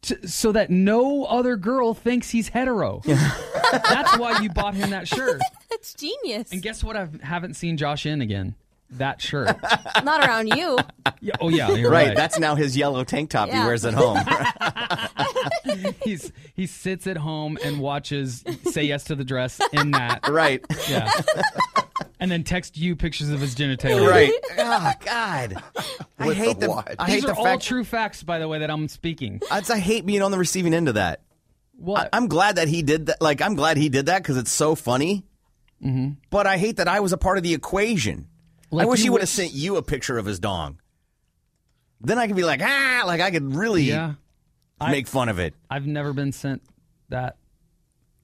Speaker 8: T- so that no other girl thinks he's hetero. That's why you bought him that shirt.
Speaker 9: That's genius.
Speaker 8: And guess what? I haven't seen Josh in again. That shirt.
Speaker 9: Not around you.
Speaker 8: Yeah, oh yeah, you're
Speaker 7: right,
Speaker 8: right.
Speaker 7: That's now his yellow tank top
Speaker 9: Yeah.
Speaker 7: he wears at home.
Speaker 8: He's he sits at home and watches "Say Yes to the Dress" in that.
Speaker 7: Right.
Speaker 8: Yeah. And then text you pictures of his genitalia.
Speaker 7: Right. oh God. I hate the, I hate
Speaker 8: These
Speaker 7: the
Speaker 8: are all
Speaker 7: fact
Speaker 8: true facts, by the way, that I'm speaking.
Speaker 7: That's, I hate being on the receiving end of that.
Speaker 8: What?
Speaker 7: I, am glad that he did that. Like, I'm glad he did that because it's so funny.
Speaker 8: Mhm.
Speaker 7: But I hate that I was a part of the equation.
Speaker 8: Like,
Speaker 7: I wish
Speaker 8: you
Speaker 7: he would have
Speaker 8: wish-
Speaker 7: sent you a picture of his dong. Then I could be like, ah, like I could really
Speaker 8: Yeah. I-
Speaker 7: make fun of it.
Speaker 8: I've never been sent that.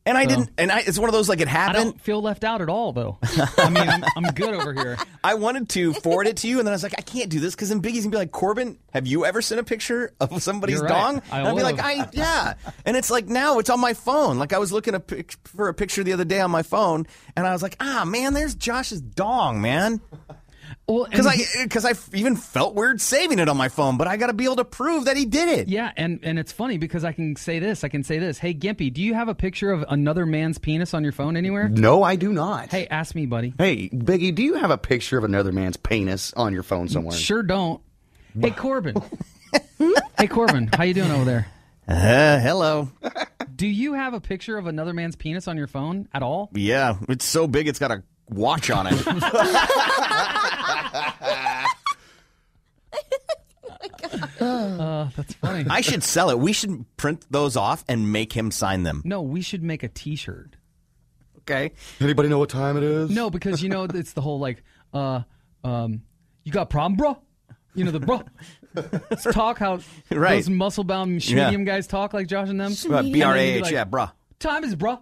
Speaker 7: And I didn't. And I, it's one of those like it happened.
Speaker 8: I don't feel left out at all, though. I mean, I'm, I'm good over here.
Speaker 7: I wanted to forward it to you, and then I was like, I can't do this because then Biggie's gonna be like, Corbin, have you ever sent a picture of somebody's
Speaker 8: You're right.
Speaker 7: dong?
Speaker 8: I
Speaker 7: and I'd be
Speaker 8: would've.
Speaker 7: like, I yeah. And it's like now it's on my phone. Like I was looking a pic- for a picture the other day on my phone, and I was like, ah man, there's Josh's dong, man.
Speaker 8: Well,
Speaker 7: because I because I even felt weird saving it on my phone, but I got to be able to prove that he did it.
Speaker 8: Yeah, and and it's funny because I can say this. I can say this. Hey, Gimpy, do you have a picture of another man's penis on your phone anywhere?
Speaker 11: No, I do not.
Speaker 8: Hey, ask me, buddy.
Speaker 11: Hey, Biggie, do you have a picture of another man's penis on your phone somewhere?
Speaker 8: Sure don't. Hey, Corbin. hey, Corbin, how you doing over there?
Speaker 7: Uh, hello.
Speaker 8: Do you have a picture of another man's penis on your phone at all?
Speaker 7: Yeah, it's so big it's got a watch on it.
Speaker 8: Uh, that's funny.
Speaker 7: I should sell it. We should print those off and make him sign them.
Speaker 8: No, we should make a T-shirt.
Speaker 7: Okay.
Speaker 11: Anybody know what time it is?
Speaker 8: No, because you know it's the whole like, uh, um, you got a problem, bro. You know the bro. Let's talk how
Speaker 7: Right.
Speaker 8: those muscle bound
Speaker 7: Yeah.
Speaker 8: medium guys talk like Josh and them.
Speaker 7: Uh,
Speaker 8: And then
Speaker 7: B
Speaker 8: you'd
Speaker 7: R A
Speaker 8: be
Speaker 7: H,
Speaker 8: like,
Speaker 7: yeah, bruh.
Speaker 8: Time is bro.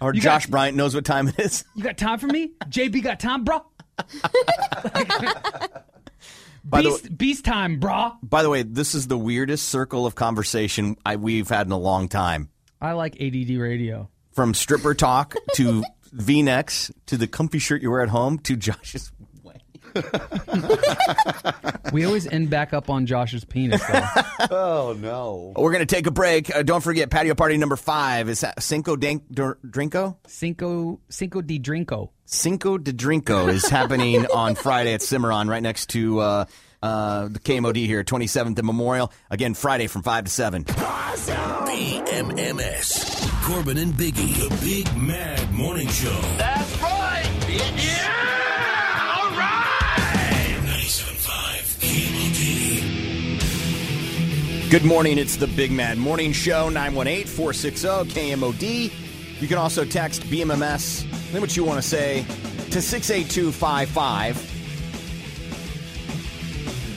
Speaker 7: Or Josh Bryant knows what time it is.
Speaker 8: You got time for me? JB got time, bro.
Speaker 7: the
Speaker 8: beast, beast time, brah.
Speaker 7: By the way, this is the weirdest circle of conversation I, we've had in a long time.
Speaker 8: I like ADD radio.
Speaker 7: From stripper talk to V necks to the comfy shirt you wear at home to Josh's.
Speaker 8: We always end back up on Josh's penis. Though.
Speaker 11: oh no.
Speaker 7: We're gonna take a break. Uh, don't forget, patio party number five is that Cinco Dank Dr- Drinko.
Speaker 8: Cinco Cinco de Drinko.
Speaker 7: Cinco de Drinko is happening on Friday at Cimarron, right next to uh, uh, the KMOD here, 27th and Memorial. Again, Friday from five to seven.
Speaker 10: BMMS. Corbin and Biggie. The Big Mad Morning Show. That's right. Yeah. All right. 97.5 KMOD.
Speaker 7: Good morning. It's the Big Mad Morning Show, 918 460 KMOD. You can also text BMMS, then what you want to say, to 68255.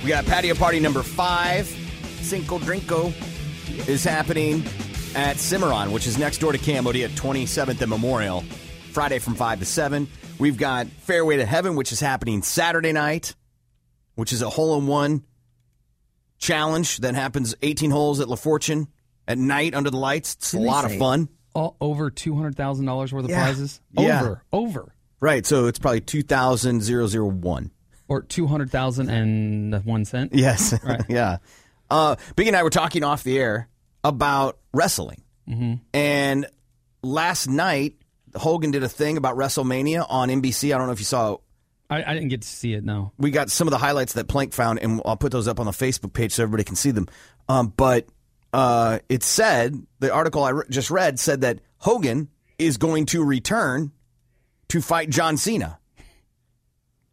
Speaker 7: We got patio party number five, Cinco Drinko, is happening at Cimarron, which is next door to KMOD at 27th and Memorial, Friday from 5 to 7. We've got Fairway to Heaven, which is happening Saturday night, which is a hole in one challenge that happens 18 holes at La Fortune at night under the lights. It's a lot of fun.
Speaker 8: All over two hundred thousand dollars worth of
Speaker 7: Yeah.
Speaker 8: prizes.
Speaker 7: Yeah.
Speaker 8: Over, over,
Speaker 7: Right, so it's probably 2000,001.
Speaker 8: or two hundred thousand and one cent.
Speaker 7: Yes.
Speaker 8: Right.
Speaker 7: yeah. Uh, Big and I were talking off the air about wrestling.
Speaker 8: Mhm.
Speaker 7: And last night, Hogan did a thing about WrestleMania on NBC. I don't know if you saw
Speaker 8: I, I didn't get to see it. No.
Speaker 7: we got some of the highlights that Plank found, and I'll put those up on the Facebook page so everybody can see them. Um, but uh, it said the article I re- just read said that Hogan is going to return to fight John Cena,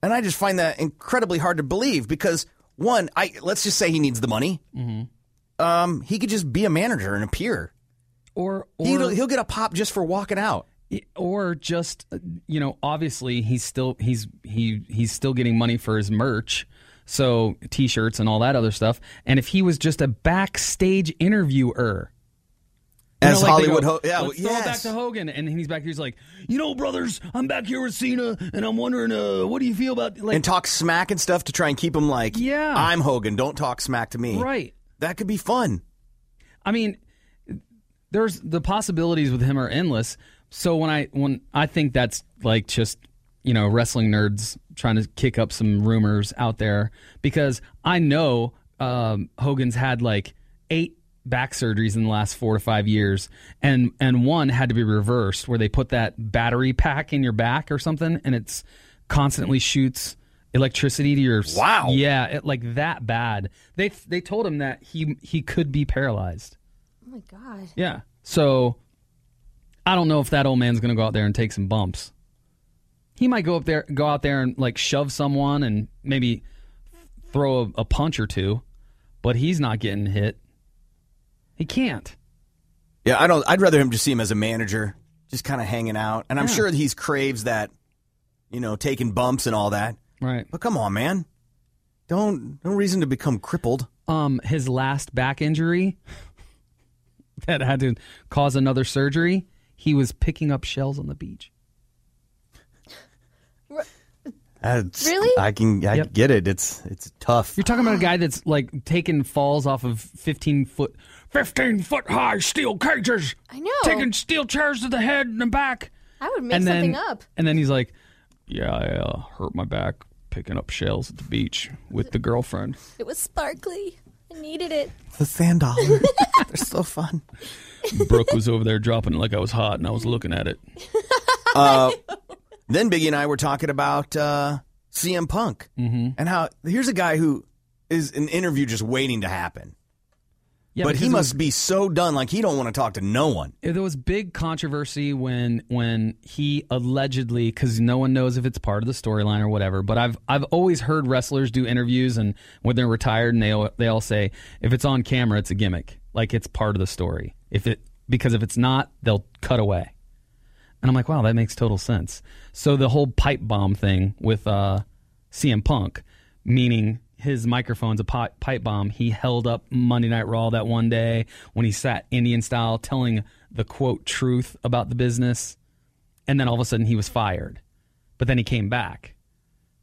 Speaker 7: and I just find that incredibly hard to believe because one, I let's just say he needs the money.
Speaker 8: Mm-hmm.
Speaker 7: Um, he could just be a manager and appear,
Speaker 8: Or, or
Speaker 7: he'll, he'll get a pop just for walking out.
Speaker 8: or just uh, you know obviously he's still he's he he's still getting money for his merch so t-shirts and all that other stuff and if he was just a backstage interviewer you
Speaker 7: As
Speaker 8: know, like they
Speaker 7: Hollywood ho-
Speaker 8: go,
Speaker 7: yeah,
Speaker 8: let's throw it back
Speaker 7: yes.
Speaker 8: to Hogan, and he's back. He's like, you know, brothers, I'm back here with Cena, and I'm wondering, uh, what do you feel about like
Speaker 7: and talk smack and stuff to try and keep him like,
Speaker 8: Yeah.
Speaker 7: I'm Hogan. Don't talk smack to me.
Speaker 8: Right.
Speaker 7: That could be fun.
Speaker 8: I mean, there's the possibilities with him are endless. So when I when I think that's like just you know wrestling nerds trying to kick up some rumors out there because I know um, Hogan's had like eight back surgeries in the last four to five years, and and one had to be reversed where they put that battery pack in your back or something, and it's constantly shoots electricity to your
Speaker 7: Wow.
Speaker 8: yeah it, like that bad they they told him that he he could be paralyzed
Speaker 9: Oh my god.
Speaker 8: yeah. So I don't know if that old man's going to go out there and take some bumps. He might go up there, go out there and like shove someone and maybe throw a, a punch or two, but he's not getting hit. He can't.
Speaker 7: Yeah, I don't. Oh, I'd rather him just see him as a manager, just kind of hanging out. And I'm
Speaker 8: Yeah.
Speaker 7: sure he's craves that, you know, taking bumps and all that.
Speaker 8: Right.
Speaker 7: But come on, man, don't no reason to become crippled.
Speaker 8: Um, his last back injury that had to cause another surgery. He was picking up shells on the beach.
Speaker 7: That's-
Speaker 9: Really?
Speaker 7: I can I get it. It's it's tough.
Speaker 8: You're talking about a guy that's like taking falls off of 15 foot, 15 foot high steel cages.
Speaker 9: I know.
Speaker 1: Taking steel chairs to the head and the back.
Speaker 9: I would make
Speaker 8: and
Speaker 9: something
Speaker 8: then,
Speaker 9: up.
Speaker 8: And then he's like, "Yeah, I uh, hurt my back picking up shells at the beach with the girlfriend."
Speaker 9: It was sparkly. I needed it.
Speaker 7: The sand dollar. Oh, They're so fun.
Speaker 8: Brooke was over there dropping it like I was hot, and I was looking at it.
Speaker 7: Uh, then Biggie and I were talking about uh, CM Punk
Speaker 8: Mm-hmm.
Speaker 7: and how here's a guy who is an interview just waiting to happen.
Speaker 8: Yeah,
Speaker 7: but he
Speaker 8: because
Speaker 7: must be so done, like he don't want to talk to no one.
Speaker 8: Yeah, There was big controversy when when he allegedly, because no one knows if it's part of the storyline or whatever. But I've I've always heard wrestlers do interviews, and when they're retired, and they all- they all say if it's on camera, it's a gimmick, like it's part of the story. If it because if it's not, they'll cut away. And I'm like, wow, that makes total sense. So the whole pipe bomb thing with uh, CM Punk, meaning his microphone's a pi- pipe bomb. He held up Monday Night Raw that one day when he sat Indian style telling the quote truth about the business. And then all of a sudden he was fired. But then he came back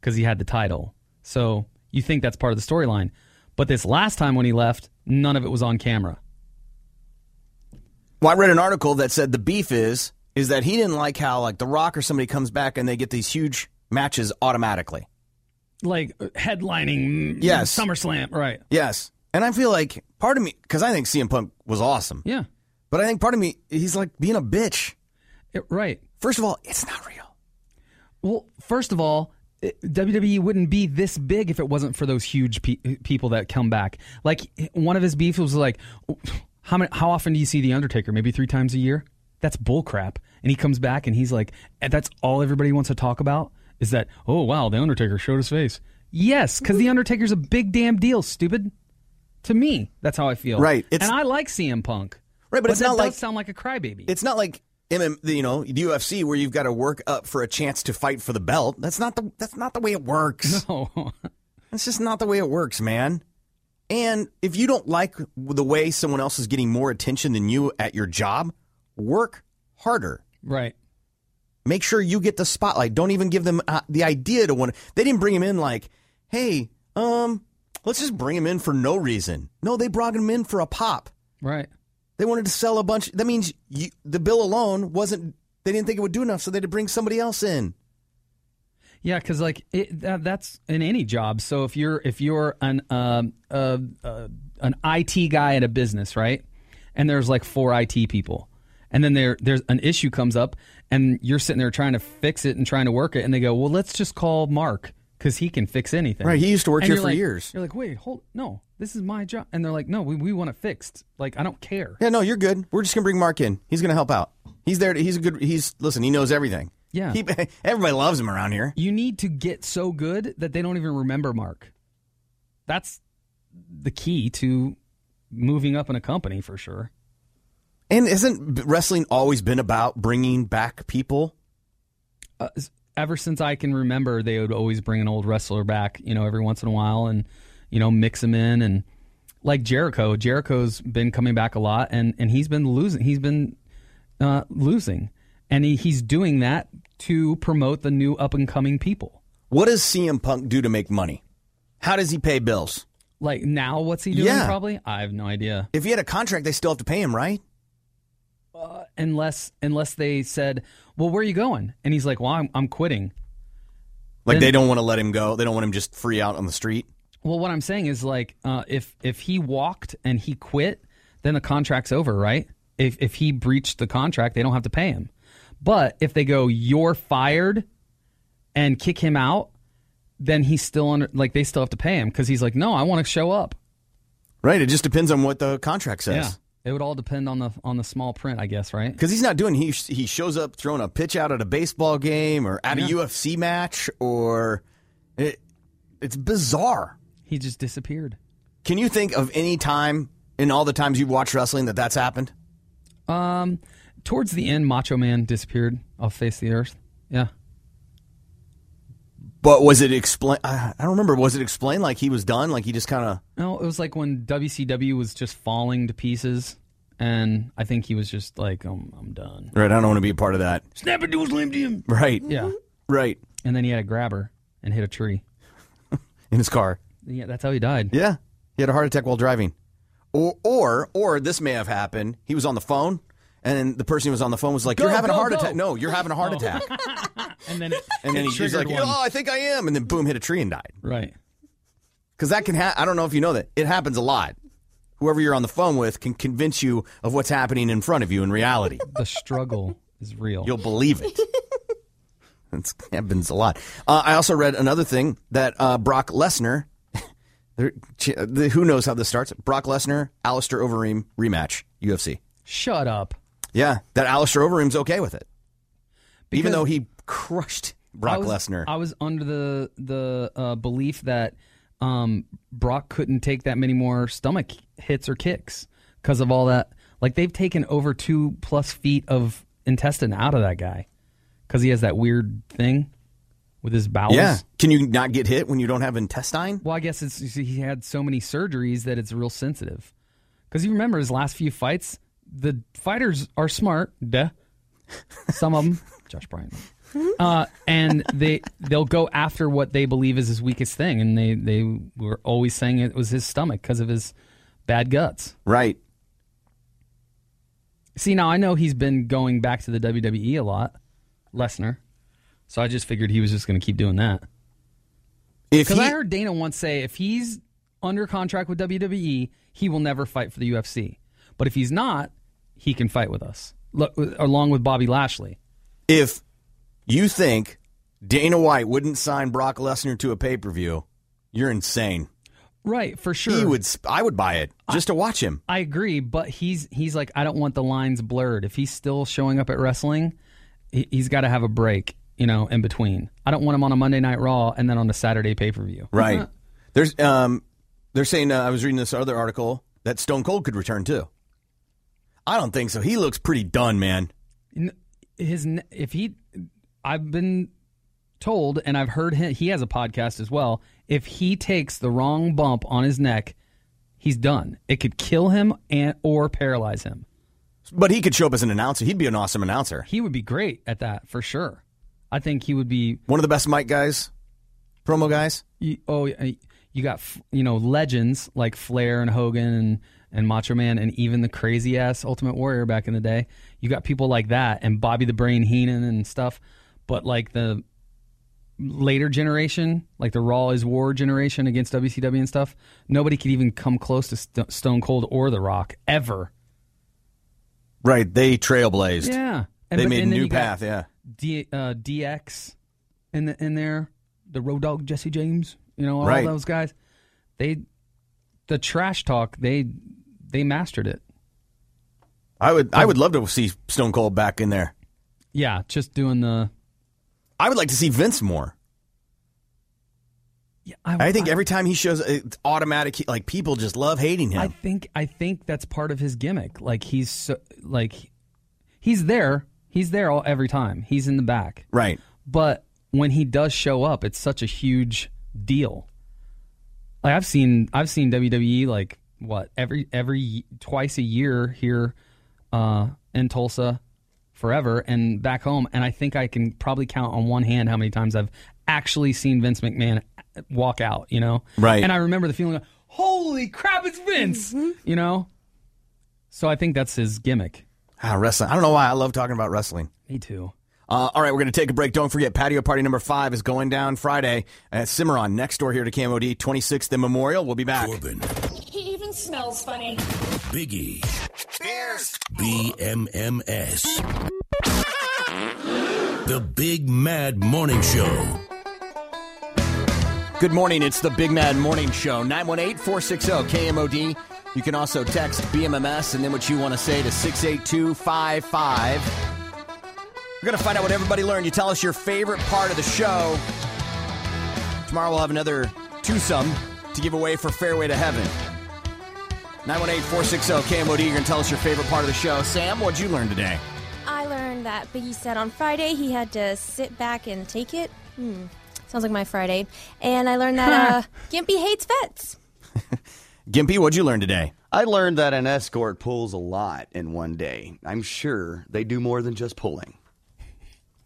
Speaker 8: because he had the title. So you think that's part of the storyline. But this last time when he left, none of it was on camera.
Speaker 7: Well, I read an article that said the beef is is that he didn't like how like The Rock or somebody comes back and they get these huge matches automatically.
Speaker 8: Like uh, headlining mm,
Speaker 7: Yes.
Speaker 8: SummerSlam, right?
Speaker 7: Yes, and I feel like part of me because I think CM Punk was awesome.
Speaker 8: Yeah,
Speaker 7: but I think part of me he's like being a bitch.
Speaker 8: right.
Speaker 7: First of all, it's not real.
Speaker 8: Well, first of all, eh, it- WWE E wouldn't be this big if it wasn't for those huge pe- people that come back. Like one of his beefs was like, how many, how often do you see the Undertaker? Maybe three times a year. That's bullcrap. And he comes back and he's like, and that's all everybody wants to talk about is that. Oh wow, the Undertaker showed his face. Yes, because the Undertaker's a big damn deal. Stupid. To me, that's how I feel.
Speaker 7: Right, it's-
Speaker 8: and I like CM Punk.
Speaker 7: Right, but, it's
Speaker 8: that
Speaker 7: not
Speaker 8: does
Speaker 7: like
Speaker 8: sound like a crybaby.
Speaker 7: It's not like MM, the, you know, the UFC where you've got to work up for a chance to fight for the belt. That's not the that's not the way it works.
Speaker 8: No,
Speaker 7: that's just not the way it works, man. And if you don't like the way someone else is getting more attention than you at your job, work harder.
Speaker 8: Right.
Speaker 7: Make sure you get the spotlight. Don't even give them uh, the idea to want. They didn't bring him in like, hey, um, let's just bring him in for no reason. No, they brought him in for a pop.
Speaker 8: Right.
Speaker 7: They wanted to sell a bunch. That means you, the bill alone wasn't. They didn't think it would do enough, so they had to bring somebody else in.
Speaker 8: Yeah, because like it, that, that's in any job. So if you're if you're an um uh, uh, an IT guy at a business, right? And there's like four IT people, and then there there's an issue comes up, and you're sitting there trying to fix it and trying to work it, and they go, well, let's just call Mark because he can fix anything.
Speaker 7: Right, he used to work
Speaker 8: And
Speaker 7: here
Speaker 8: you're
Speaker 7: for
Speaker 8: like-
Speaker 7: years.
Speaker 8: You're like, wait, hold, no, this is my job, and they're like, no, we we want it fixed. Like I don't care.
Speaker 7: Yeah, no, you're good. We're just gonna bring Mark in. He's gonna help out. He's there. To, he's a good. He's listen. He knows everything.
Speaker 8: Yeah.
Speaker 7: He, everybody loves him around here.
Speaker 8: You need to get so good that they don't even remember Mark. That's the key to moving up in a company for sure.
Speaker 7: And isn't b- wrestling always been about bringing back people?
Speaker 8: Uh, s- ever since I can remember, they would always bring an old wrestler back, you know, every once in a while and, you know, mix him in. And like Jericho, Jericho's been coming back a lot and, and he's been losing. He's been uh, losing. And he, he's doing that to promote the new up and coming people.
Speaker 7: What does CM Punk do to make money? How does he pay bills?
Speaker 8: Like now, what's he doing?
Speaker 7: Yeah.
Speaker 8: Probably? I have no idea.
Speaker 7: If he had a contract, they still have to pay him, right?
Speaker 8: uh, unless unless they said, "Well, where are you going?" And he's like, "Well, I'm, I'm quitting."
Speaker 7: Like
Speaker 8: Then-
Speaker 7: they don't want to let him go. They don't want him just free out on the street.
Speaker 8: Well, what I'm saying is like, uh, if if he walked and he quit, then the contract's over, right? If if he breached the contract, they don't have to pay him. But if they go, "You're fired," and kick him out, then he's still under. Like they still have to pay him because he's like, "No, I want to show up."
Speaker 7: Right. It just depends on what the contract says.
Speaker 8: Yeah, it would all depend on the on the small print, I guess, right?
Speaker 7: Because he's not doing he he shows up throwing a pitch out at a baseball game or at
Speaker 8: Yeah.
Speaker 7: a UFC match or it, it's bizarre.
Speaker 8: He just disappeared.
Speaker 7: Can you think of any time in all the times you've watched wrestling that that's happened?
Speaker 8: Um, towards the end, Macho Man disappeared off face of the earth. Yeah.
Speaker 7: But was it explained? I I don't remember. Was it explained like he was done? Like he just kind of
Speaker 8: No, it was like when WCW was just falling to pieces, and I think he was just like, um, I'm done.
Speaker 7: Right, I don't want to be a part of that.
Speaker 1: Snap it to his limb, Jim.
Speaker 7: Right.
Speaker 8: Yeah.
Speaker 7: Right.
Speaker 8: And then he had a grabber and hit a tree.
Speaker 7: In his car.
Speaker 8: Yeah, that's how he died.
Speaker 7: Yeah. He had a heart attack while driving. Or or or this may have happened. He was on the phone and the person who was on the phone was like,
Speaker 10: Go,
Speaker 7: You're having
Speaker 10: go,
Speaker 7: a heart
Speaker 10: go."
Speaker 7: attack. No, you're having a heart
Speaker 10: Oh.
Speaker 7: attack.
Speaker 8: And then
Speaker 7: And then
Speaker 10: It
Speaker 7: he- he's
Speaker 10: triggered
Speaker 7: like,
Speaker 10: one.
Speaker 7: Oh, I think I am and then boom hit a tree and died.
Speaker 8: Right.
Speaker 7: Cause that can happen. I don't know if you know that. It happens a lot. Whoever you're on the phone with can convince you of what's happening in front of you in reality.
Speaker 8: The struggle is real.
Speaker 7: You'll believe it. It happens a lot. Uh, I also read another thing that uh, Brock Lesnar, there- ch- the- who knows how this starts? Brock Lesnar, Alistair Overeem rematch, UFC.
Speaker 8: Shut up.
Speaker 7: Yeah, that Alistair Overeem's okay with it, even
Speaker 8: Because-
Speaker 7: though he crushed Brock
Speaker 8: I was-
Speaker 7: Lesnar.
Speaker 8: I was under the the uh, belief that um, Brock couldn't take that many more stomach hits or kicks because of all that. Like they've taken over two plus feet of intestine out of that guy because he has that weird thing with his bowels.
Speaker 7: yeah, can you not get hit when you don't have intestine?
Speaker 8: Well, I guess it's you see, he had so many surgeries that it's real sensitive. Because you remember his last few fights, the fighters are smart, duh. Some of them, Josh Bryant, uh, and they they'll go after what they believe is his weakest thing, and they they were always saying it was his stomach because of his bad guts.
Speaker 7: Right.
Speaker 8: See, now I know he's been going back to the WWE a lot, Lesnar. So I just figured he was just going to keep doing that.
Speaker 7: If
Speaker 8: Because I heard Dana once say if he's under contract with WWE, he will never fight for the UFC. But if he's not, he can fight with us, lo- along with Bobby Lashley.
Speaker 7: If you think Dana White wouldn't sign Brock Lesnar to a pay per view, you're insane.
Speaker 8: Right, for sure.
Speaker 7: He would. sp- I would buy it just to watch him.
Speaker 8: I agree, but he's he's like I don't want the lines blurred. If he's still showing up at wrestling, he, he's got to have a break, you know, in between. I don't want him on a Monday Night Raw and then on a Saturday pay per view.
Speaker 7: Right. There's um they're saying uh, I was reading this other article that Stone Cold could return too. I don't think so. He looks pretty done, man.
Speaker 8: N- his ne- if he i've been told and i've heard him he has a podcast as well if he takes the wrong bump on his neck he's done it could kill him and or paralyze him
Speaker 7: But he could show up as an announcer. He'd be an awesome announcer.
Speaker 8: he would be great at that for sure i think he would be
Speaker 7: one of the best mic guys promo guys
Speaker 8: you, oh y- you got f- you know legends like flair and hogan and and macho man and even the crazy ass ultimate warrior back in the day you got people like that and bobby the brain heenan and stuff but like the later generation, like the Raw is War generation against WCW and stuff, nobody could even come close to St- Stone Cold or The Rock ever.
Speaker 7: Right. They trailblazed.
Speaker 8: Yeah.
Speaker 7: they
Speaker 8: but-
Speaker 7: made a
Speaker 8: then
Speaker 7: new
Speaker 8: you got
Speaker 7: path, yeah.
Speaker 8: D, uh, DX in the, in there, the Road Dog Jesse James, you know, all
Speaker 7: Right.
Speaker 8: those guys. They the trash talk, they they mastered it.
Speaker 7: I would I would love to see Stone Cold back in there.
Speaker 8: Yeah, just doing the
Speaker 7: I would like to see Vince more.
Speaker 8: Yeah,
Speaker 7: I, think every time he shows uh, it's automatic he- like people just love hating him.
Speaker 8: I think I think that's part of his gimmick. Like he's so, like he's there. He's there all, every time. He's in the back.
Speaker 7: Right.
Speaker 8: But when he does show up, it's such a huge deal. Like I've seen I've seen WWE like what every every twice a year here uh, in Tulsa forever and back home, and I think I can probably count on one hand how many times I've actually seen Vince McMahon walk out. You know,
Speaker 10: Right.
Speaker 8: And I remember the feeling of holy crap, it's Vince. You know, so I think that's his gimmick.
Speaker 7: Ah, wrestling. I don't know why I love talking about wrestling.
Speaker 8: Me too.
Speaker 7: Uh, all right, we're going to take a break. Don't forget, patio party number five is going down Friday at Cimarron, next door here to KMOD, 26th and Memorial. We'll be back.
Speaker 14: He even smells funny.
Speaker 10: Biggie. BMMS. The Big Mad Morning Show.
Speaker 7: Good morning. It's the Big Mad Morning Show, 918 460 KMOD. You can also text BMMS and then what you want to say to 68255. We're going to find out what everybody learned. You tell us your favorite part of the show. Tomorrow we'll have another twosome to give away for Fairway to Heaven. 918 460 KMOD. You're going to tell us your favorite part of the show. Sam, what'd you learn today?
Speaker 9: I learned that Biggie said on Friday he had to sit back and take it. Hmm. Sounds like my Friday. And I learned that uh, Gimpy hates vets.
Speaker 27: Gimpy, what'd you learn today?
Speaker 11: I learned that an escort pulls a lot in one day. I'm sure they do more than just pulling.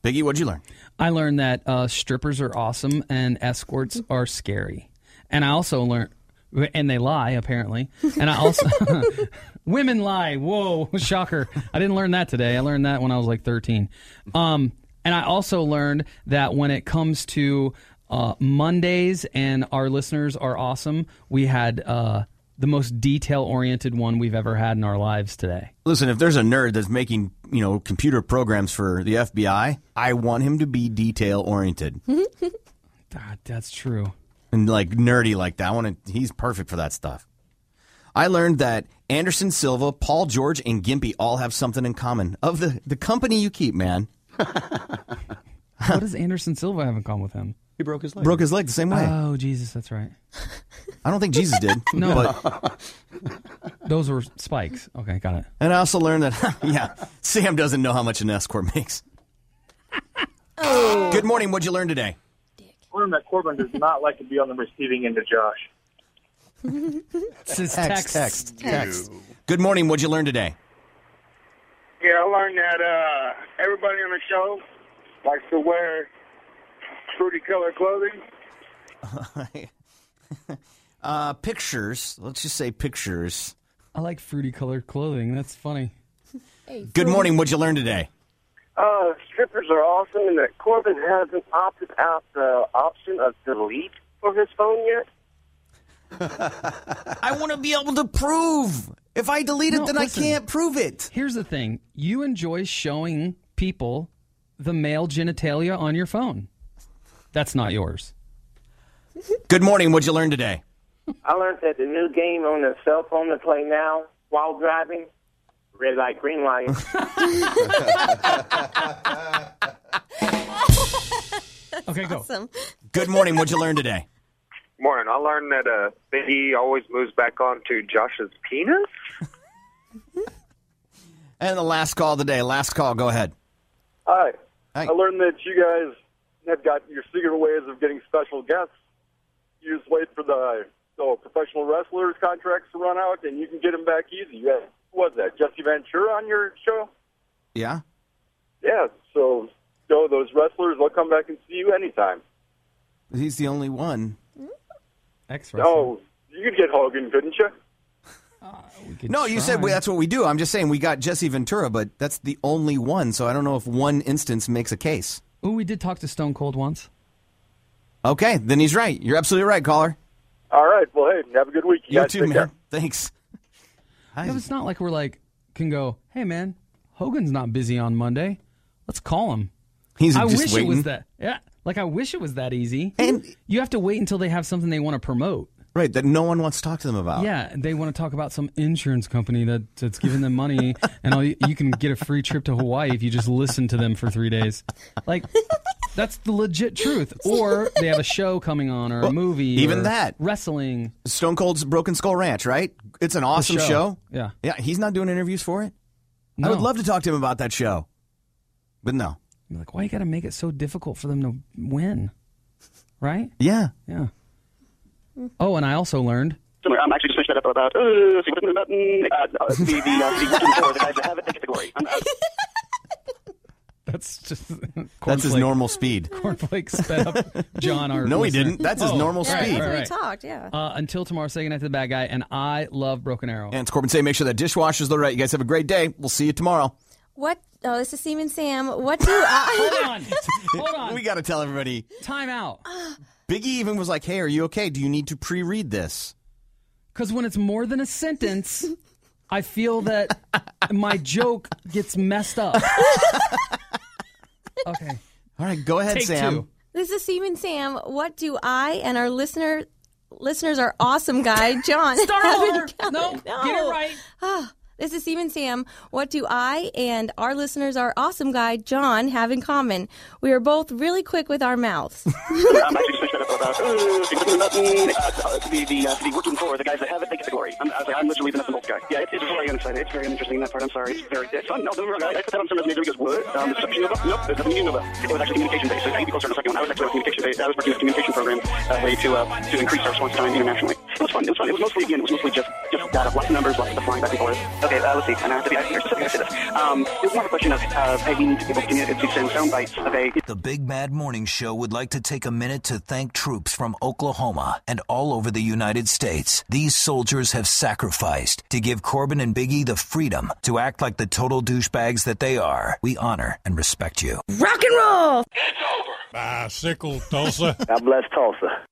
Speaker 27: Biggie, what'd you learn?
Speaker 8: I learned that uh, strippers are awesome and escorts are scary. And I also learned, and they lie apparently. And I also, women lie. Whoa, shocker! I didn't learn that today. I learned that when I was like 13. Um, and I also learned that when it comes to uh, Mondays, and our listeners are awesome. We had uh, the most detail-oriented one we've ever had in our lives today.
Speaker 7: Listen, if there's a nerd that's making, you know, computer programs for the FBI, I want him to be detail oriented
Speaker 8: God, that's true.
Speaker 7: and like nerdy like that. I want to, he's perfect for that stuff. I learned that Anderson Silva, Paul George, and Gimpy all have something in common of the, the company you keep, man.
Speaker 8: What does Anderson Silva have in common with him?
Speaker 11: He broke his
Speaker 7: Broke his leg the same way.
Speaker 8: Oh Jesus, that's right.
Speaker 7: I don't think Jesus did.
Speaker 8: No.
Speaker 7: but-
Speaker 8: Those were spikes. Okay, got it.
Speaker 7: and I also learned that, yeah, Sam doesn't know how much an escort makes. Good morning. What'd you learn today?
Speaker 16: learned that Corbin does not like to be on the receiving end of Josh.
Speaker 7: This is
Speaker 16: text.
Speaker 7: Text.
Speaker 16: Text.
Speaker 7: text. Good morning. What'd you learn today?
Speaker 19: Yeah, I learned that uh, everybody on the show likes to wear fruity colored clothing.
Speaker 7: uh, pictures. Let's just say pictures.
Speaker 8: I like fruity colored clothing. That's funny.
Speaker 7: Good morning. What'd you learn today?
Speaker 19: Uh, strippers are awesome, and that Corbin hasn't opted out the option of delete for his phone yet.
Speaker 7: I want to be able to prove. If I delete it, then I can't prove it.
Speaker 8: Here's the thing you enjoy showing people the male genitalia on your phone. That's not yours.
Speaker 7: Good morning. What'd you learn today?
Speaker 19: I learned that the new game on the cell phone to play now while driving, red light, green light.
Speaker 8: okay,
Speaker 19: go.
Speaker 7: Good morning. What'd you learn today?
Speaker 16: Morning. I learned that uh, Biggie always moves back onto Josh's penis.
Speaker 7: And the last call of the day. Last call. Go ahead.
Speaker 16: Hi.
Speaker 7: Hi.
Speaker 16: I learned that you guys have got your secret ways of getting special guests. You just wait for the oh, professional wrestlers' contracts to run out, and you can get them back easy. You had, what was that, Jesse Ventura on your show?
Speaker 7: Yeah.
Speaker 16: Yeah, so so those wrestlers, they'll come back and see you anytime.
Speaker 7: He's the only one.
Speaker 8: X
Speaker 16: Oh, you could get Hogan, couldn't you?
Speaker 7: No, you said we, that's what we do. I'm just saying we got Jesse Ventura, but that's the only one. So I don't know if one instance makes a case.
Speaker 8: Ooh, we did talk to Stone Cold once.
Speaker 7: Okay, then he's right. You're absolutely right, caller.
Speaker 16: All right, well, hey, have a good week.
Speaker 7: You
Speaker 16: guys.
Speaker 7: too,
Speaker 16: Take
Speaker 7: man.
Speaker 16: care.
Speaker 7: Thanks.
Speaker 8: No, it's not like we're like, can go, hey, man, Hogan's not busy on Monday. Let's call him.
Speaker 7: He's
Speaker 8: I
Speaker 7: just
Speaker 8: wish it
Speaker 7: waiting.
Speaker 8: was that. Yeah. Like, I wish it was that easy. And you have to wait until they have something they want to promote.
Speaker 7: Right, that no one wants to talk to them about.
Speaker 8: Yeah, they want to talk about some insurance company that, that's giving them money, and all you, you can get a free trip to Hawaii if you just listen to them for three days. Like, that's the legit truth. Or they have a show coming on, or a movie,
Speaker 7: even
Speaker 8: or
Speaker 7: that.
Speaker 8: wrestling.
Speaker 7: Stone Cold's Broken Skull Ranch, right? It's an awesome
Speaker 8: show.
Speaker 7: show.
Speaker 8: Yeah.
Speaker 7: Yeah, he's not doing interviews for it. I would
Speaker 8: No.
Speaker 7: love to talk to him about that show. But no.
Speaker 8: You're like, why you got to make it so difficult for them to win? Right?
Speaker 7: Yeah.
Speaker 8: Yeah. Oh, and I also learned
Speaker 3: I'm actually just finishing that up about uh, let's see what's in the button. Uh, uh, the the uh, the question for the guys that have it, the category. I'm, uh,
Speaker 8: that's just
Speaker 7: That's his
Speaker 8: Cornflake-
Speaker 7: normal speed.
Speaker 8: Cornflake sped up John. Our
Speaker 7: No, he
Speaker 8: listener.
Speaker 7: didn't. That's his
Speaker 8: Oh,
Speaker 7: normal
Speaker 8: right,
Speaker 7: speed.
Speaker 8: right,
Speaker 9: We
Speaker 8: right.
Speaker 9: talked, Oh, yeah.
Speaker 8: Uh, until tomorrow, say goodnight to the bad guy, and I love Broken Arrow.
Speaker 7: And it's Corbin saying, make sure that dishwasher's loaded right. You guys have a great day. We'll see you tomorrow.
Speaker 9: What? Oh, this is Seaman Sam. What do I?
Speaker 8: Hold on.
Speaker 7: We got to tell everybody.
Speaker 8: Time out.
Speaker 7: Biggie even was like, hey, are you okay? Do you need to pre read this?
Speaker 8: Because when it's more than a sentence, I feel that my joke gets messed up. okay.
Speaker 7: All right, go ahead,
Speaker 8: Take
Speaker 7: Sam.
Speaker 8: two.
Speaker 9: This is Seaman Sam. What do I and our listener listeners are awesome guy John
Speaker 8: Start
Speaker 9: have
Speaker 8: over.
Speaker 9: encountered?
Speaker 8: No, get it right.
Speaker 9: Ah, this is Seaman Sam. What do I and our listeners are awesome guy John have in common? We are both really quick with our mouths.
Speaker 3: I'm actually finishing that up about uh, let's see what's in the button. Uh, uh, the the uh, the question for the guys that have it, the category. I'm, I'm, I'm literally the nothing old guy. Yeah, it's, it's very unexciting. It's very uninteresting that part. I'm sorry. It's very it's fun. No, don't get me wrong. I I put that on some resume because what? Um, something you know about? Nope, there's nothing you know about. It was actually communication based. So it's maybe closer to the second one. I was actually on communication based. I was working with a communication program uh, way to uh, to increase our response time internationally. It was fun. It was fun. It was mostly again. It was mostly just just data, lots of numbers, lots of flying back and forth. Okay, uh, let's see. And I have to be. I have to be. I say this. Um, it was more of a question of uh, hey, we need to be able to communicate to send sound bites. Okay.
Speaker 18: The Big Mad Morning Show would like to take a minute to thank troops from Oklahoma and all over the United States. These soldiers have sacrificed to give Corbin and Biggie the freedom to act like the total douchebags that they are. We honor and respect you.
Speaker 19: Rock and roll!
Speaker 28: Bicycle Tulsa.
Speaker 19: God bless Tulsa.